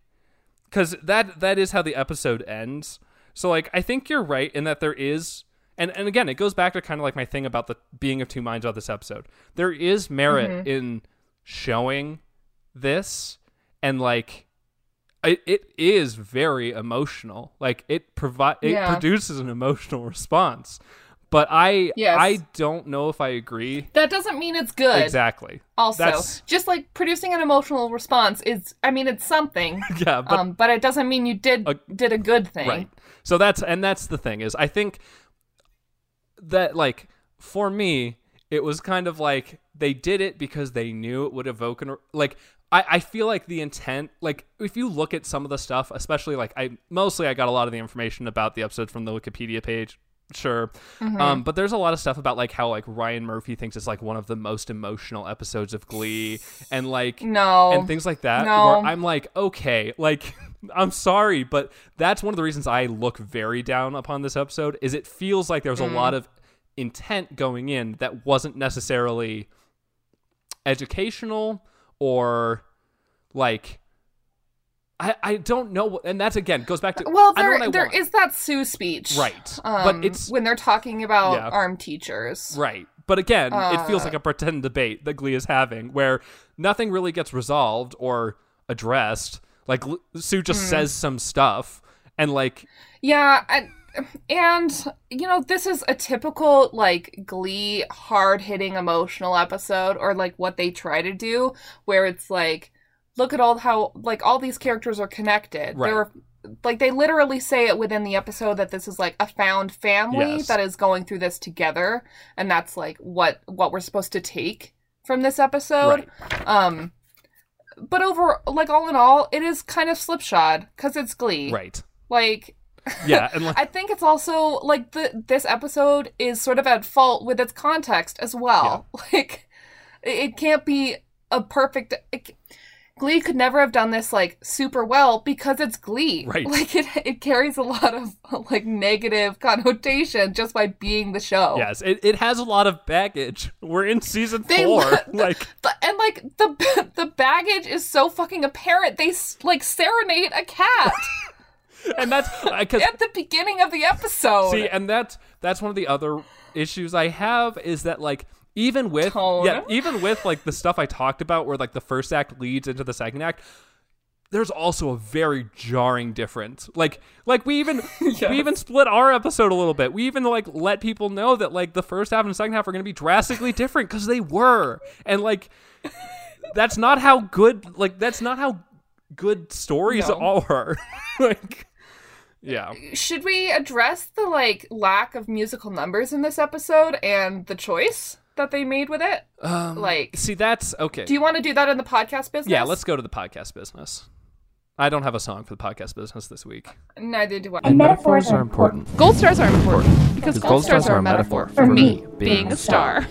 [SPEAKER 1] cuz that that is how the episode ends. So like I think you're right in that there is and and again, it goes back to kind of like my thing about the being of two minds about this episode. There is merit
[SPEAKER 2] Mm-hmm.
[SPEAKER 1] in showing this and like it, it is very emotional. Like it provide it
[SPEAKER 2] Yeah.
[SPEAKER 1] produces an emotional response. But I
[SPEAKER 2] Yes.
[SPEAKER 1] I don't know if I agree
[SPEAKER 2] That doesn't mean it's good.
[SPEAKER 1] exactly.
[SPEAKER 2] Also,
[SPEAKER 1] That's-
[SPEAKER 2] just like producing an emotional response is, I mean, it's something.
[SPEAKER 1] Yeah, but
[SPEAKER 2] um, but it doesn't mean you did
[SPEAKER 1] A-
[SPEAKER 2] did a good thing.
[SPEAKER 1] Right. So that's and that's the thing is I think that like for me it was kind of like they did it because they knew it would evoke an like I, I feel like the intent like if you look at some of the stuff especially like I mostly I got a lot of the information about the episode from the Wikipedia page sure um but there's a lot of stuff about like how like Ryan Murphy thinks it's like one of the most emotional episodes of Glee and like
[SPEAKER 2] No.
[SPEAKER 1] and things like that
[SPEAKER 2] No.
[SPEAKER 1] where I'm like, okay, like I'm sorry, but that's one of the reasons I look very down upon this episode is it feels like
[SPEAKER 2] Mm.
[SPEAKER 1] there's a lot of intent going in that wasn't necessarily educational or like I, I don't know what- and that's again goes back to
[SPEAKER 2] well,
[SPEAKER 1] I know
[SPEAKER 2] there
[SPEAKER 1] what I
[SPEAKER 2] there
[SPEAKER 1] want.
[SPEAKER 2] is that Sue speech,
[SPEAKER 1] Right.
[SPEAKER 2] Um,
[SPEAKER 1] But it's-
[SPEAKER 2] when they're talking about
[SPEAKER 1] Yeah.
[SPEAKER 2] armed teachers.
[SPEAKER 1] Right. Uh. But again, it feels like a pretend debate that Glee is having where nothing really gets resolved or addressed. Like L- Sue just says some stuff and like
[SPEAKER 2] Yeah, and, and you know this is a typical like Glee hard hitting emotional episode, or like what they try to do, where it's like, look at all how like all these characters are connected.
[SPEAKER 1] Right.
[SPEAKER 2] There were like they literally say it within the episode that this is like a found family
[SPEAKER 1] Yes.
[SPEAKER 2] that is going through this together, and that's like what what we're supposed to take from this episode. Um, but over like all in all, it is kind of slipshod because it's Glee.
[SPEAKER 1] right.
[SPEAKER 2] Like
[SPEAKER 1] Yeah, and like
[SPEAKER 2] I think it's also like the this episode is sort of at fault with its context as well. Like it- it can't be a perfect it, c- Glee could never have done this like super well because it's Glee.
[SPEAKER 1] Right.
[SPEAKER 2] Like it it carries a lot of like negative connotation just by being the show.
[SPEAKER 1] yes, it, it has a lot of baggage. We're in season
[SPEAKER 2] They
[SPEAKER 1] 4.
[SPEAKER 2] lo-
[SPEAKER 1] like
[SPEAKER 2] The- and like the the baggage is so fucking apparent. They s- like serenade a cat
[SPEAKER 1] and that's uh, I cuz
[SPEAKER 2] at the beginning of the episode.
[SPEAKER 1] See, and that's that's one of the other issues I have is that like even with
[SPEAKER 2] Tone.
[SPEAKER 1] yeah, even with like the stuff I talked about where like the first act leads into the second act, there's also a very jarring difference. Like like we even we even split our episode a little bit. We even like let people know that like the first half and the second half are going to be drastically different cuz they were. And like that's not how good like that's not how good stories
[SPEAKER 2] No.
[SPEAKER 1] are. like yeah.
[SPEAKER 2] should we address the like lack of musical numbers in this episode and the choice that they made with it?
[SPEAKER 1] Um,
[SPEAKER 2] Like,
[SPEAKER 1] See, that's okay.
[SPEAKER 2] do you want to do that in the podcast business?
[SPEAKER 1] yeah, let's go to the podcast business. I don't have a song for the podcast business this week.
[SPEAKER 2] Neither do I.
[SPEAKER 3] metaphors are important.
[SPEAKER 2] Gold stars are important because
[SPEAKER 3] gold stars are a metaphor for me being a star.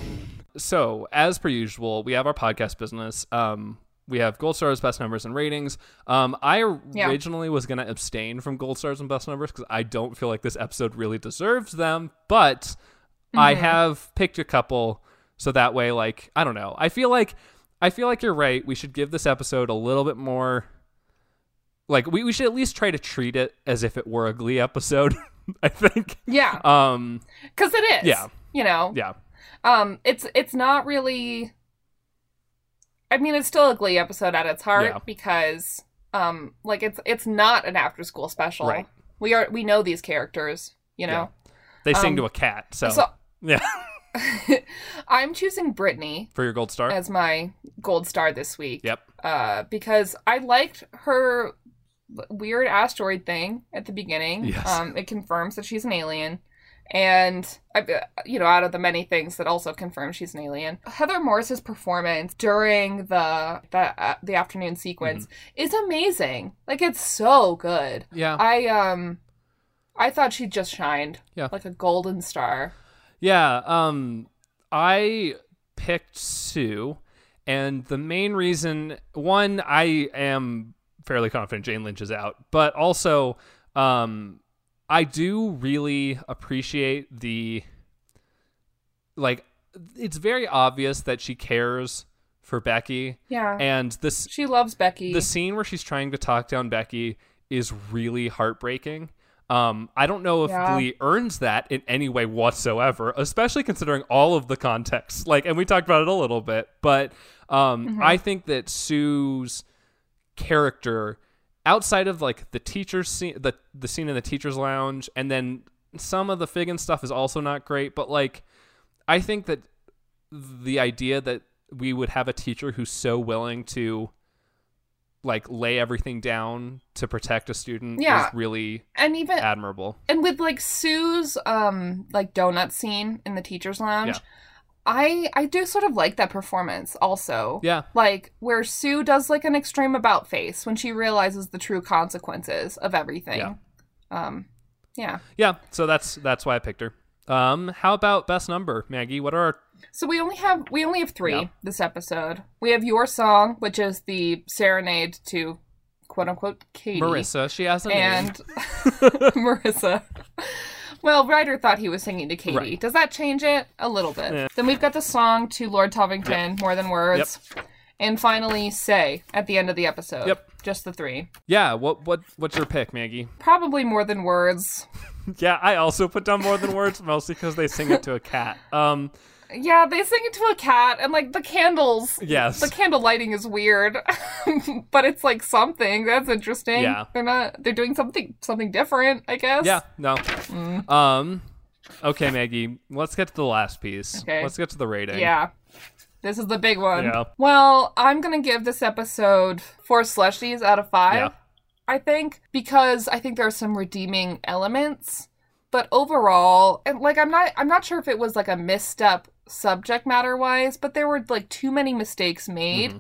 [SPEAKER 1] So, as per usual, we have our podcast business. Um, we have gold stars, best numbers, and ratings. Um, I
[SPEAKER 2] Yeah.
[SPEAKER 1] originally was going to abstain from gold stars and best numbers because I don't feel like this episode really deserves them, but
[SPEAKER 2] Mm-hmm.
[SPEAKER 1] I have picked a couple so that way, like, I don't know. I feel like. I feel like you're right. We should give this episode a little bit more like we, we should at least try to treat it as if it were a glee episode, I think.
[SPEAKER 2] Yeah,
[SPEAKER 1] Um
[SPEAKER 2] because it is.
[SPEAKER 1] Yeah.
[SPEAKER 2] you know.
[SPEAKER 1] yeah.
[SPEAKER 2] Um, it's it's not really. I mean, it's still a Glee episode at its heart
[SPEAKER 1] Yeah.
[SPEAKER 2] because, um, like it's it's not an after school special.
[SPEAKER 1] Right.
[SPEAKER 2] We are we know these characters. You know.
[SPEAKER 1] They sing
[SPEAKER 2] Um,
[SPEAKER 1] to a cat, so,
[SPEAKER 2] so-
[SPEAKER 1] yeah.
[SPEAKER 2] I'm choosing Brittany
[SPEAKER 1] For your gold star.
[SPEAKER 2] as my gold star this week.
[SPEAKER 1] Yep.
[SPEAKER 2] uh, because I liked her weird asteroid thing at the beginning.
[SPEAKER 1] Yes.
[SPEAKER 2] Um, it confirms that she's an alien. And, I, you know, out of the many things that also confirm she's an alien, Heather Morris's performance during the the, uh, the afternoon sequence is amazing. Like, it's so good.
[SPEAKER 1] Mm-hmm. Yeah.
[SPEAKER 2] I um, I thought she just shined.
[SPEAKER 1] Yeah.
[SPEAKER 2] Like a golden star.
[SPEAKER 1] Yeah, um I picked Sue and the main reason one I am fairly confident Jane Lynch is out, but also um I do really appreciate the like it's very obvious that she cares for Becky
[SPEAKER 2] Yeah.
[SPEAKER 1] and this
[SPEAKER 2] she loves Becky.
[SPEAKER 1] the scene where she's trying to talk down Becky is really heartbreaking. Um, I don't know if
[SPEAKER 2] Yeah.
[SPEAKER 1] Glee earns that in any way whatsoever, especially considering all of the context. Like, and we talked about it a little bit, but um,
[SPEAKER 2] Mm-hmm.
[SPEAKER 1] I think that Sue's character outside of like the teacher's scene the, the scene in the teacher's lounge and then some of the Figgin stuff is also not great, but like I think that the idea that we would have a teacher who's so willing to like lay everything down to protect a student
[SPEAKER 2] Yeah.
[SPEAKER 1] is really
[SPEAKER 2] and even
[SPEAKER 1] admirable.
[SPEAKER 2] and with like Sue's um like donut scene in the teachers lounge,
[SPEAKER 1] Yeah.
[SPEAKER 2] I I do sort of like that performance also.
[SPEAKER 1] Yeah.
[SPEAKER 2] Like where Sue does like an extreme about face when she realizes the true consequences of everything.
[SPEAKER 1] Yeah.
[SPEAKER 2] Um yeah.
[SPEAKER 1] Yeah, so that's that's why I picked her. Um, how about best number, Maggie? What are our
[SPEAKER 2] So we only have we only have 3
[SPEAKER 1] Yeah.
[SPEAKER 2] this episode. We have your song, which is the serenade to quote unquote Katie.
[SPEAKER 1] Marissa? She has a name.
[SPEAKER 2] and Marissa. Well, Ryder thought he was singing to Katie.
[SPEAKER 1] Right.
[SPEAKER 2] Does that change it? A little bit. Then we've got the song to Lord Tovington, More Than Words. And finally, Say at the end of the episode.
[SPEAKER 1] Yep.
[SPEAKER 2] Just the three.
[SPEAKER 1] Yeah, what what what's your pick, Maggie?
[SPEAKER 2] Probably More Than Words.
[SPEAKER 1] Yeah, I also put down more than words, mostly because they sing it to a cat. Um,
[SPEAKER 2] Yeah, they sing it to a cat, and like the candles.
[SPEAKER 1] yes,
[SPEAKER 2] The candle lighting is weird, but it's like something that's interesting.
[SPEAKER 1] Yeah.
[SPEAKER 2] They're not. They're doing something something different, I guess.
[SPEAKER 1] yeah, no.
[SPEAKER 2] Mm.
[SPEAKER 1] Um, okay, Maggie, let's get to the last piece.
[SPEAKER 2] Okay.
[SPEAKER 1] Let's get to the rating.
[SPEAKER 2] Yeah. This is the big one.
[SPEAKER 1] Yeah.
[SPEAKER 2] Well, I'm going to give this episode four slushies out of five,
[SPEAKER 1] Yeah.
[SPEAKER 2] I think, because I think there are some redeeming elements. But overall, and like I'm not I'm not sure if it was like a misstep subject matter wise, but there were like too many mistakes made
[SPEAKER 1] Mm-hmm.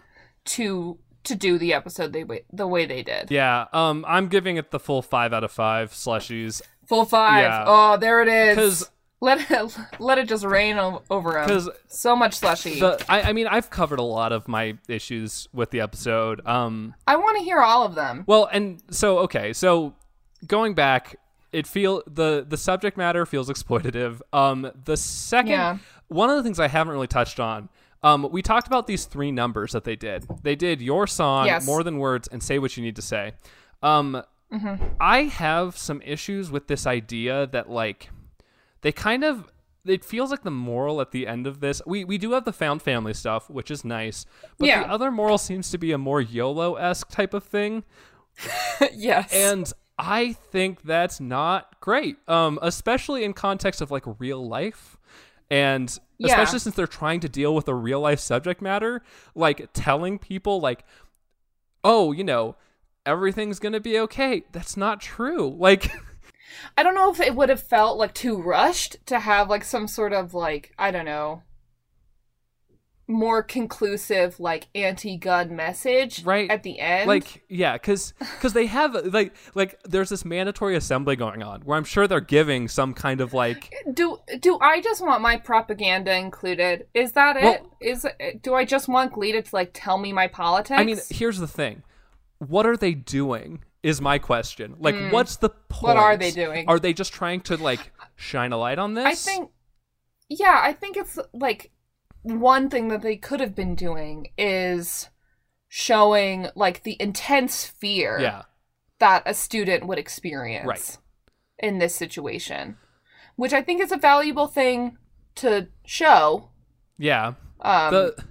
[SPEAKER 2] to to do the episode they wa- the way they did.
[SPEAKER 1] Yeah, um, I'm giving it the full five out of five slushies
[SPEAKER 2] Full five.
[SPEAKER 1] Yeah.
[SPEAKER 2] Oh, there it is.
[SPEAKER 1] 'Cause-
[SPEAKER 2] Let it, let it just rain o- over him.
[SPEAKER 1] because
[SPEAKER 2] So much slushy.
[SPEAKER 1] the I, I mean I've covered a lot of my issues with the episode. Um,
[SPEAKER 2] I want to hear all of them.
[SPEAKER 1] Well, and so okay, so going back, it feel the the subject matter feels exploitative. Um, the second
[SPEAKER 2] Yeah.
[SPEAKER 1] one of the things I haven't really touched on. Um, we talked about these three numbers that they did. They did your song,
[SPEAKER 2] Yes.
[SPEAKER 1] more than words, and say what you need to say. Um,
[SPEAKER 2] Mm-hmm.
[SPEAKER 1] I have some issues with this idea that like they kind of it feels like the moral at the end of this. We we do have the found family stuff, which is nice, but
[SPEAKER 2] Yeah.
[SPEAKER 1] the other moral seems to be a more YOLO esque type of thing
[SPEAKER 2] yes.
[SPEAKER 1] and I think that's not great, um, especially in context of like real life, and
[SPEAKER 2] Yeah.
[SPEAKER 1] especially since they're trying to deal with a real life subject matter, like telling people like, oh, you know, everything's gonna be okay. That's not true. Like,
[SPEAKER 2] I don't know if it would have felt like too rushed to have like some sort of like I don't know more conclusive like anti-gun message
[SPEAKER 1] Right.
[SPEAKER 2] at the end.
[SPEAKER 1] like yeah, because because they have like like there's this mandatory assembly going on where I'm sure they're giving some kind of like
[SPEAKER 2] do do I just want my propaganda included? Is that it?
[SPEAKER 1] Well-
[SPEAKER 2] Is it, do I just want Gleda to like tell me my politics?
[SPEAKER 1] I mean, here's the thing. What are they doing? Is my question. Like, what's the point?
[SPEAKER 2] Hmm. What are they doing?
[SPEAKER 1] Are they just trying to like shine a light on this?
[SPEAKER 2] I think, yeah, I think it's like one thing that they could have been doing is showing like the intense fear.
[SPEAKER 1] Yeah.
[SPEAKER 2] that a student would experience
[SPEAKER 1] Right.
[SPEAKER 2] in this situation, which I think is a valuable thing to show.
[SPEAKER 1] Yeah.
[SPEAKER 2] Um,
[SPEAKER 1] the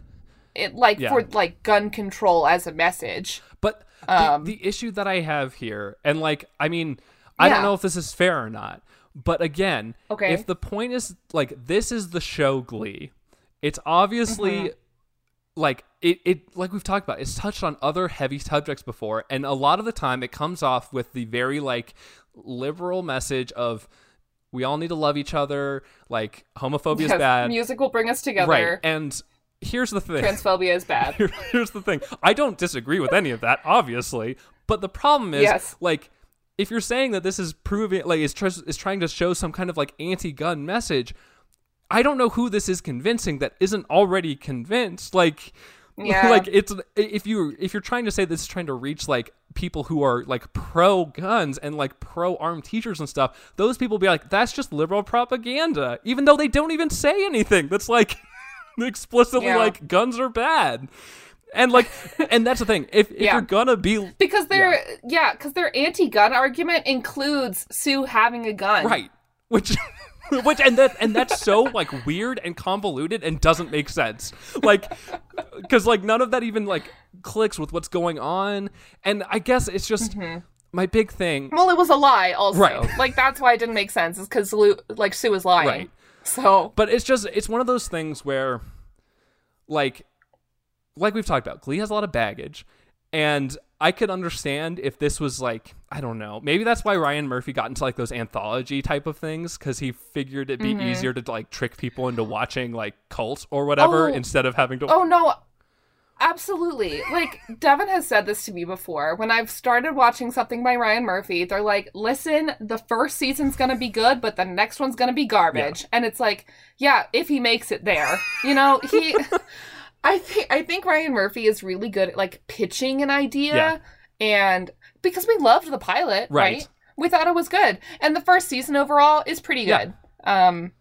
[SPEAKER 2] it like
[SPEAKER 1] yeah.
[SPEAKER 2] for like gun control as a message.
[SPEAKER 1] but the,
[SPEAKER 2] um,
[SPEAKER 1] the issue that I have here, and like, I mean, I
[SPEAKER 2] Yeah.
[SPEAKER 1] don't know if this is fair or not, but again,
[SPEAKER 2] Okay.
[SPEAKER 1] if the point is like this is the show Glee, it's obviously.
[SPEAKER 2] Mm-hmm.
[SPEAKER 1] Like it, it, like we've talked about, it's touched on other heavy subjects before, and a lot of the time it comes off with the very like liberal message of we all need to love each other, like homophobia is
[SPEAKER 2] Yes,
[SPEAKER 1] bad,
[SPEAKER 2] Music will bring us
[SPEAKER 1] right?
[SPEAKER 2] together.
[SPEAKER 1] And here's the thing:
[SPEAKER 2] Transphobia is bad.
[SPEAKER 1] here- here's the thing. I don't disagree with any of that, obviously. But the problem is,
[SPEAKER 2] Yes.
[SPEAKER 1] like, if you're saying that this is proving, like, is, tr- is trying to show some kind of, like, anti gun message, I don't know who this is convincing that isn't already convinced. Like,
[SPEAKER 2] Yeah.
[SPEAKER 1] like it's if you if you're trying to say this is trying to reach like people who are like pro guns and like pro armed teachers and stuff, those people be like, that's just liberal propaganda, even though they don't even say anything that's like explicitly
[SPEAKER 2] Yeah.
[SPEAKER 1] like guns are bad. And like and that's the thing. If if
[SPEAKER 2] Yeah.
[SPEAKER 1] you're gonna be
[SPEAKER 2] because their yeah, because their anti-gun argument includes Sue having a gun.
[SPEAKER 1] right, which which and that and that's so like weird and convoluted and doesn't make sense. Like cuz like none of that even like clicks with what's going on and I guess it's just my big thing.
[SPEAKER 2] Well, it was a lie, also.
[SPEAKER 1] Right.
[SPEAKER 2] Like that's why it didn't make sense. Is because Lou, like Sue was lying.
[SPEAKER 1] Right.
[SPEAKER 2] So
[SPEAKER 1] But it's just it's one of those things where like like we've talked about, Glee has a lot of baggage and I could understand if this was like I don't know. Maybe that's why Ryan Murphy got into like those anthology type of things cuz he figured it'd
[SPEAKER 2] Mm-hmm.
[SPEAKER 1] be easier to like trick people into watching like Cult or whatever
[SPEAKER 2] Oh.
[SPEAKER 1] instead of having to
[SPEAKER 2] Oh no. Absolutely. Like Devin has said this to me before. When I've started watching something by Ryan Murphy, they're like, "Listen, the first season's going to be good, but the next one's going to be garbage." And it's like, yeah, if he makes it there. You know, he I think I think Ryan Murphy is really good at like pitching an idea
[SPEAKER 1] Yeah.
[SPEAKER 2] and because we loved the pilot,
[SPEAKER 1] Right.
[SPEAKER 2] right. We thought it was good. And the first season overall is pretty
[SPEAKER 1] Yeah.
[SPEAKER 2] good. Um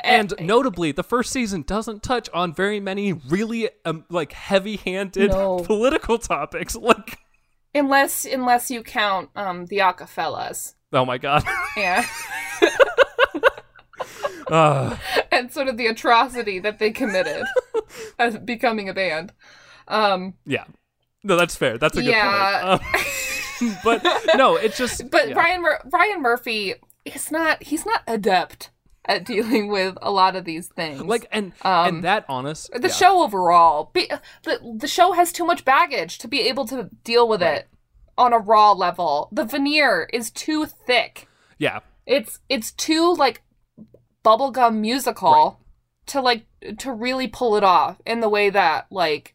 [SPEAKER 1] And
[SPEAKER 2] eh.
[SPEAKER 1] notably, the first season doesn't touch on very many really um, like heavy-handed
[SPEAKER 2] No.
[SPEAKER 1] political topics. Like,
[SPEAKER 2] Unless unless you count um the Acafellas.
[SPEAKER 1] oh my god,
[SPEAKER 2] Yeah.
[SPEAKER 1] Ugh.
[SPEAKER 2] and sort of the atrocity that they committed as becoming a band. Um
[SPEAKER 1] yeah, no, that's fair. That's a good
[SPEAKER 2] Yeah.
[SPEAKER 1] point. Um, but no, it's just
[SPEAKER 2] but
[SPEAKER 1] yeah.
[SPEAKER 2] Ryan Mur- Ryan Murphy is not he's not adept at dealing with a lot of these things.
[SPEAKER 1] like and
[SPEAKER 2] Um,
[SPEAKER 1] and that honest yeah.
[SPEAKER 2] the show overall be, the, the show has too much baggage to be able to deal with
[SPEAKER 1] Right.
[SPEAKER 2] it on a raw level the veneer is too thick
[SPEAKER 1] yeah
[SPEAKER 2] it's it's too like bubblegum musical to like to really pull it off in the way that like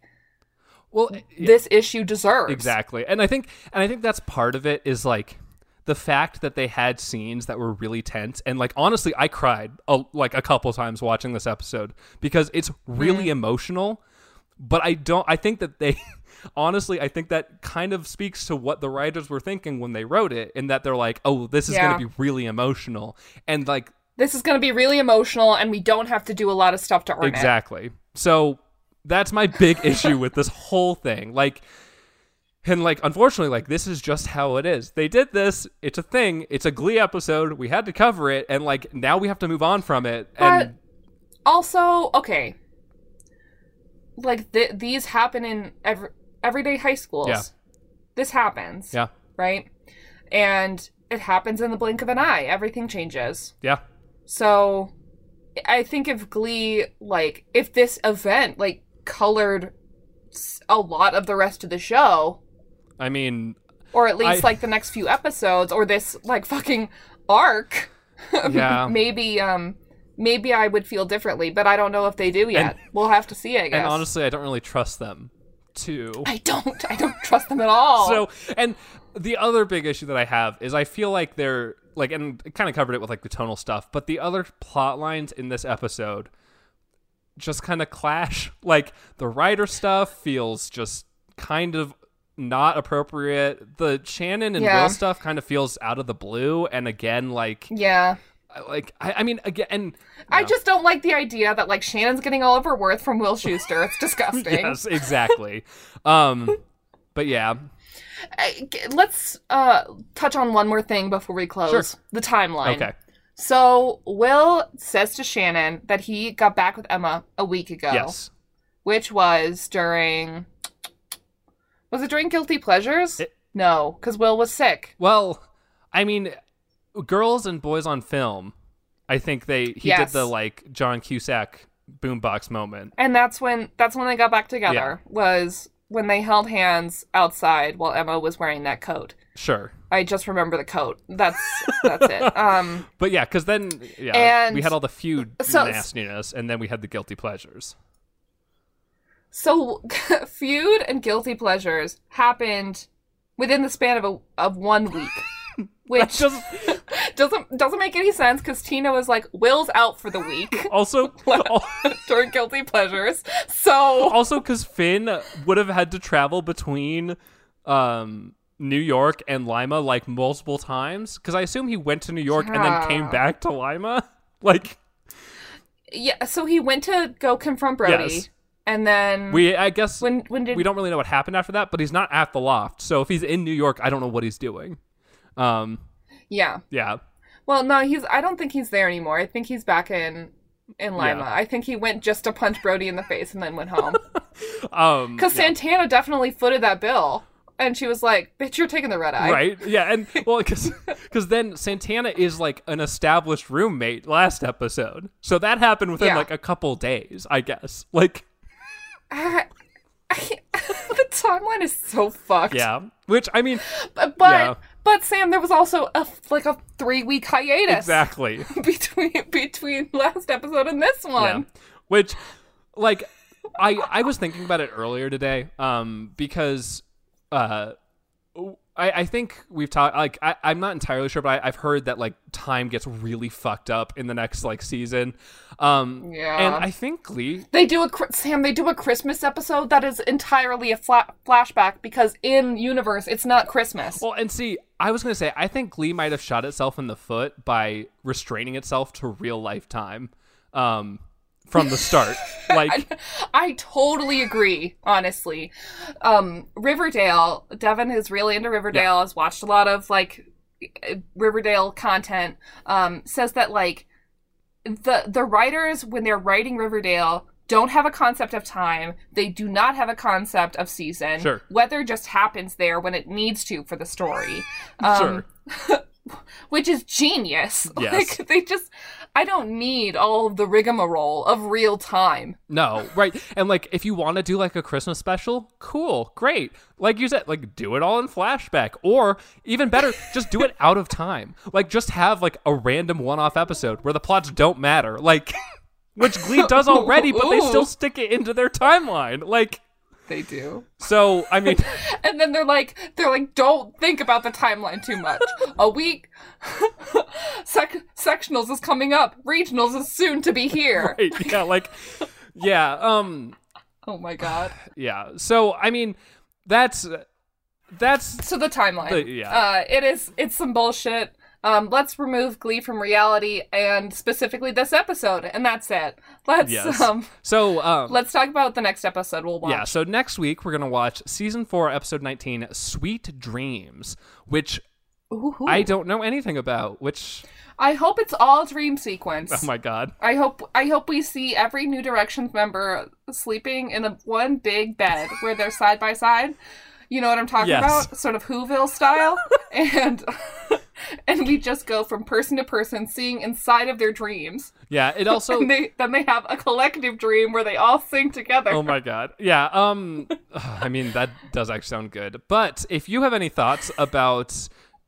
[SPEAKER 1] well
[SPEAKER 2] this issue deserves
[SPEAKER 1] Exactly. And I think and I think that's part of it is like the fact that they had scenes that were really tense and like honestly I cried a, like a couple times watching this episode because it's really emotional but I don't I think that they honestly I think that kind of speaks to what the writers were thinking when they wrote it in that they're like oh this is
[SPEAKER 2] Yeah.
[SPEAKER 1] going to be really emotional and like
[SPEAKER 2] this is going to be really emotional and we don't have to do a lot of stuff to earn it
[SPEAKER 1] Exactly. So that's my big issue with this whole thing. Like, and like, unfortunately, like this is just how it is. They did this. It's a thing. It's a Glee episode. We had to cover it, and like now we have to move on from it. And
[SPEAKER 2] also okay like th- these happen in every everyday high schools
[SPEAKER 1] Yeah.
[SPEAKER 2] this happens
[SPEAKER 1] yeah,
[SPEAKER 2] right and it happens in the blink of an eye everything changes
[SPEAKER 1] yeah,
[SPEAKER 2] so i think if glee like if this event like colored s- a lot of the rest of the show
[SPEAKER 1] I mean,
[SPEAKER 2] or at least
[SPEAKER 1] I-
[SPEAKER 2] like the next few episodes or this like fucking arc
[SPEAKER 1] yeah.
[SPEAKER 2] maybe um maybe i would feel differently but i don't know if they do yet we'll have to see i guess
[SPEAKER 1] and honestly, I don't really trust them too.
[SPEAKER 2] i don't i don't trust them at all
[SPEAKER 1] So, and the other big issue that I have is I feel like they're like, and kind of covered it with like the tonal stuff, but the other plot lines in this episode just kind of clash. Like the writer stuff feels just kind of not appropriate. The Shannon and
[SPEAKER 2] Yeah.
[SPEAKER 1] Will stuff kind of feels out of the blue, and again, like,
[SPEAKER 2] yeah
[SPEAKER 1] like I, I mean, again, and,
[SPEAKER 2] I just don't like the idea that like Shannon's getting all of her worth from Will Schuster. It's disgusting.
[SPEAKER 1] yes, exactly. um, but yeah,
[SPEAKER 2] I- g- let's uh, touch on one more thing before we close
[SPEAKER 1] Sure.
[SPEAKER 2] the timeline.
[SPEAKER 1] okay,
[SPEAKER 2] So Will says to Shannon that he got back with Emma a week ago,
[SPEAKER 1] yes,
[SPEAKER 2] which was during. Was it during Guilty Pleasures?
[SPEAKER 1] It-
[SPEAKER 2] no, because Will was sick.
[SPEAKER 1] Well, I mean, girls and boys on film. I think they he
[SPEAKER 2] Yes.
[SPEAKER 1] did the like John Cusack boombox moment.
[SPEAKER 2] And that's when that's when they got back together. Was when they held hands outside while Emma was wearing that coat.
[SPEAKER 1] Sure,
[SPEAKER 2] I just remember the coat. That's that's it. Um,
[SPEAKER 1] but yeah, because then yeah,
[SPEAKER 2] And-
[SPEAKER 1] we had all the feud
[SPEAKER 2] so-
[SPEAKER 1] nastiness, and then we had the guilty pleasures.
[SPEAKER 2] So, feud and guilty pleasures happened within the span of a, of one week, which
[SPEAKER 1] Just
[SPEAKER 2] doesn't doesn't make any sense because Tina was like, "Will's out for the week
[SPEAKER 1] also
[SPEAKER 2] during guilty pleasures," so
[SPEAKER 1] also because Finn would have had to travel between um New York and Lima like multiple times because I assume he went to New York and then came
[SPEAKER 2] Yeah.
[SPEAKER 1] back to Lima. Like
[SPEAKER 2] yeah. So he went to go confront Brody,
[SPEAKER 1] Yes.
[SPEAKER 2] and then
[SPEAKER 1] we, I guess
[SPEAKER 2] when when did
[SPEAKER 1] we don't really know what happened after that, but he's not at the loft. So if he's in New York, I don't know what he's doing. Um,
[SPEAKER 2] yeah?
[SPEAKER 1] yeah,
[SPEAKER 2] Well, no, he's I don't think he's there anymore. I think he's back in in Lima.
[SPEAKER 1] Yeah.
[SPEAKER 2] I think he went just to punch Brody in the face and then went home
[SPEAKER 1] um,
[SPEAKER 2] because
[SPEAKER 1] yeah.
[SPEAKER 2] Santana definitely footed that bill. And she was like, bitch, you're taking the red eye.
[SPEAKER 1] Right? Yeah, and well, because then Santana is like an established roommate last episode, so that happened within
[SPEAKER 2] Yeah.
[SPEAKER 1] like a couple days, I guess. Like,
[SPEAKER 2] I, I- the timeline is so fucked.
[SPEAKER 1] yeah, which I mean,
[SPEAKER 2] But,
[SPEAKER 1] Yeah.
[SPEAKER 2] but Sam, there was also a f- like a three week hiatus
[SPEAKER 1] exactly.
[SPEAKER 2] between between last episode and this
[SPEAKER 1] Yeah.
[SPEAKER 2] one.
[SPEAKER 1] Which, like, I I was thinking about it earlier today, um, because, uh, I I think we've talked like I I'm not entirely sure, but I, I've heard that like time gets really fucked up in the next like season, um,
[SPEAKER 2] Yeah.
[SPEAKER 1] and I think Glee.
[SPEAKER 2] They do a Chri- Sam. They do a Christmas episode that is entirely a fla- flashback because in universe it's not Christmas.
[SPEAKER 1] Well, and see, I was gonna say I think Glee might have shot itself in the foot by restraining itself to real life time, um, from the start. like,
[SPEAKER 2] I totally agree, honestly. Um, Riverdale, Devin is really into Riverdale, has watched a lot of like eh, Riverdale content, um, says that like the the writers when they're writing Riverdale don't have a concept of time. They do not have a concept of season.
[SPEAKER 1] Sure.
[SPEAKER 2] Weather just happens there when it needs to for the story. Um,
[SPEAKER 1] sure,
[SPEAKER 2] which is genius.
[SPEAKER 1] Yes.
[SPEAKER 2] Like they just I don't need all of the rigmarole of real time.
[SPEAKER 1] No, right. And like if you want to do like a Christmas special, cool, great. Like you said, like do it all in flashback or even better, just do it out of time. Like just have like a random one-off episode where the plots don't matter. Like which Glee does already, but they still
[SPEAKER 2] Ooh.
[SPEAKER 1] stick it into their timeline. Like
[SPEAKER 2] They do.
[SPEAKER 1] so, I mean,
[SPEAKER 2] And then they're like, they're like, don't think about the timeline too much. A week, sec- sectionals is coming up. Regionals is soon to be here.
[SPEAKER 1] yeah, like yeah, um
[SPEAKER 2] Oh my god.
[SPEAKER 1] yeah. So, I mean, that's that's
[SPEAKER 2] So the timeline.
[SPEAKER 1] The- yeah.
[SPEAKER 2] Uh, it is. It's some bullshit. Um, let's remove Glee from reality and specifically this episode, and that's it. Let's
[SPEAKER 1] yes.
[SPEAKER 2] um,
[SPEAKER 1] so, um
[SPEAKER 2] let's talk about the next episode we'll watch.
[SPEAKER 1] Yeah, so next week we're going to watch season 4 episode 19 Sweet Dreams, which
[SPEAKER 2] Ooh-hoo.
[SPEAKER 1] I don't know anything about, which
[SPEAKER 2] I hope it's all dream sequence.
[SPEAKER 1] oh my god.
[SPEAKER 2] I hope I hope we see every New Directions member sleeping in a one big bed where they're side by side. You know what I'm talking
[SPEAKER 1] Yes.
[SPEAKER 2] about? Sort of Whoville style. and and we just go from person to person seeing inside of their dreams.
[SPEAKER 1] Yeah, it also
[SPEAKER 2] And they then they have a collective dream where they all sing together.
[SPEAKER 1] Oh my god. Yeah, um I mean that does actually sound good. But if you have any thoughts about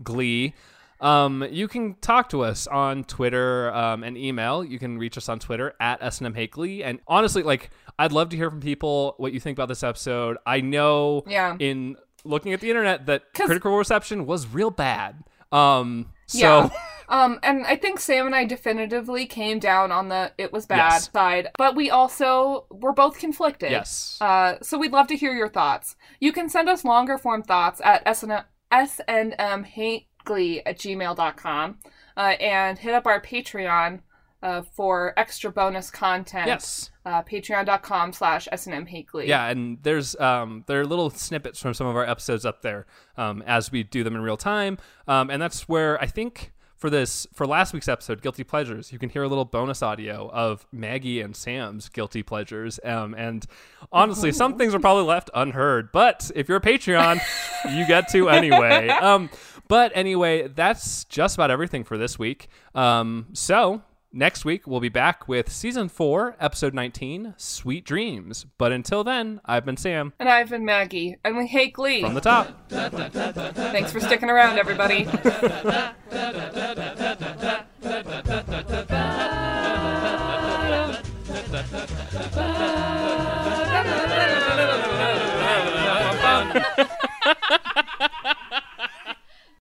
[SPEAKER 1] Glee, um, you can talk to us on Twitter um, and email. You can reach us on Twitter at SNM Hakeley. And honestly, like I'd love to hear from people what you think about this episode. I know
[SPEAKER 2] Yeah.
[SPEAKER 1] in looking at the internet that
[SPEAKER 2] 'Cause-
[SPEAKER 1] critical reception was real bad. Um so
[SPEAKER 2] Yeah. Um, and I think Sam and I definitively came down on the it was bad
[SPEAKER 1] Yes.
[SPEAKER 2] side, but we also were both conflicted.
[SPEAKER 1] Yes.
[SPEAKER 2] Uh, so we'd love to hear your thoughts. You can send us longer form thoughts at snm snmhately at gmail.com uh, and hit up our Patreon uh, for extra bonus content.
[SPEAKER 1] yes.
[SPEAKER 2] Uh, Patreon.com slash snmhately.
[SPEAKER 1] Yeah, and there's um, there are little snippets from some of our episodes up there um, as we do them in real time, um, and that's where I think for this for last week's episode, guilty pleasures, you can hear a little bonus audio of Maggie and Sam's guilty pleasures, um, and honestly, some things are probably left unheard, but if you're a Patreon, you get to anyway. Um, but anyway, that's just about everything for this week. Um, so Next week, we'll be back with season four, episode 19, Sweet Dreams. But until then, I've been Sam
[SPEAKER 2] And I've been Maggie, and we hate Glee.
[SPEAKER 1] from the top.
[SPEAKER 2] Thanks for sticking around, everybody.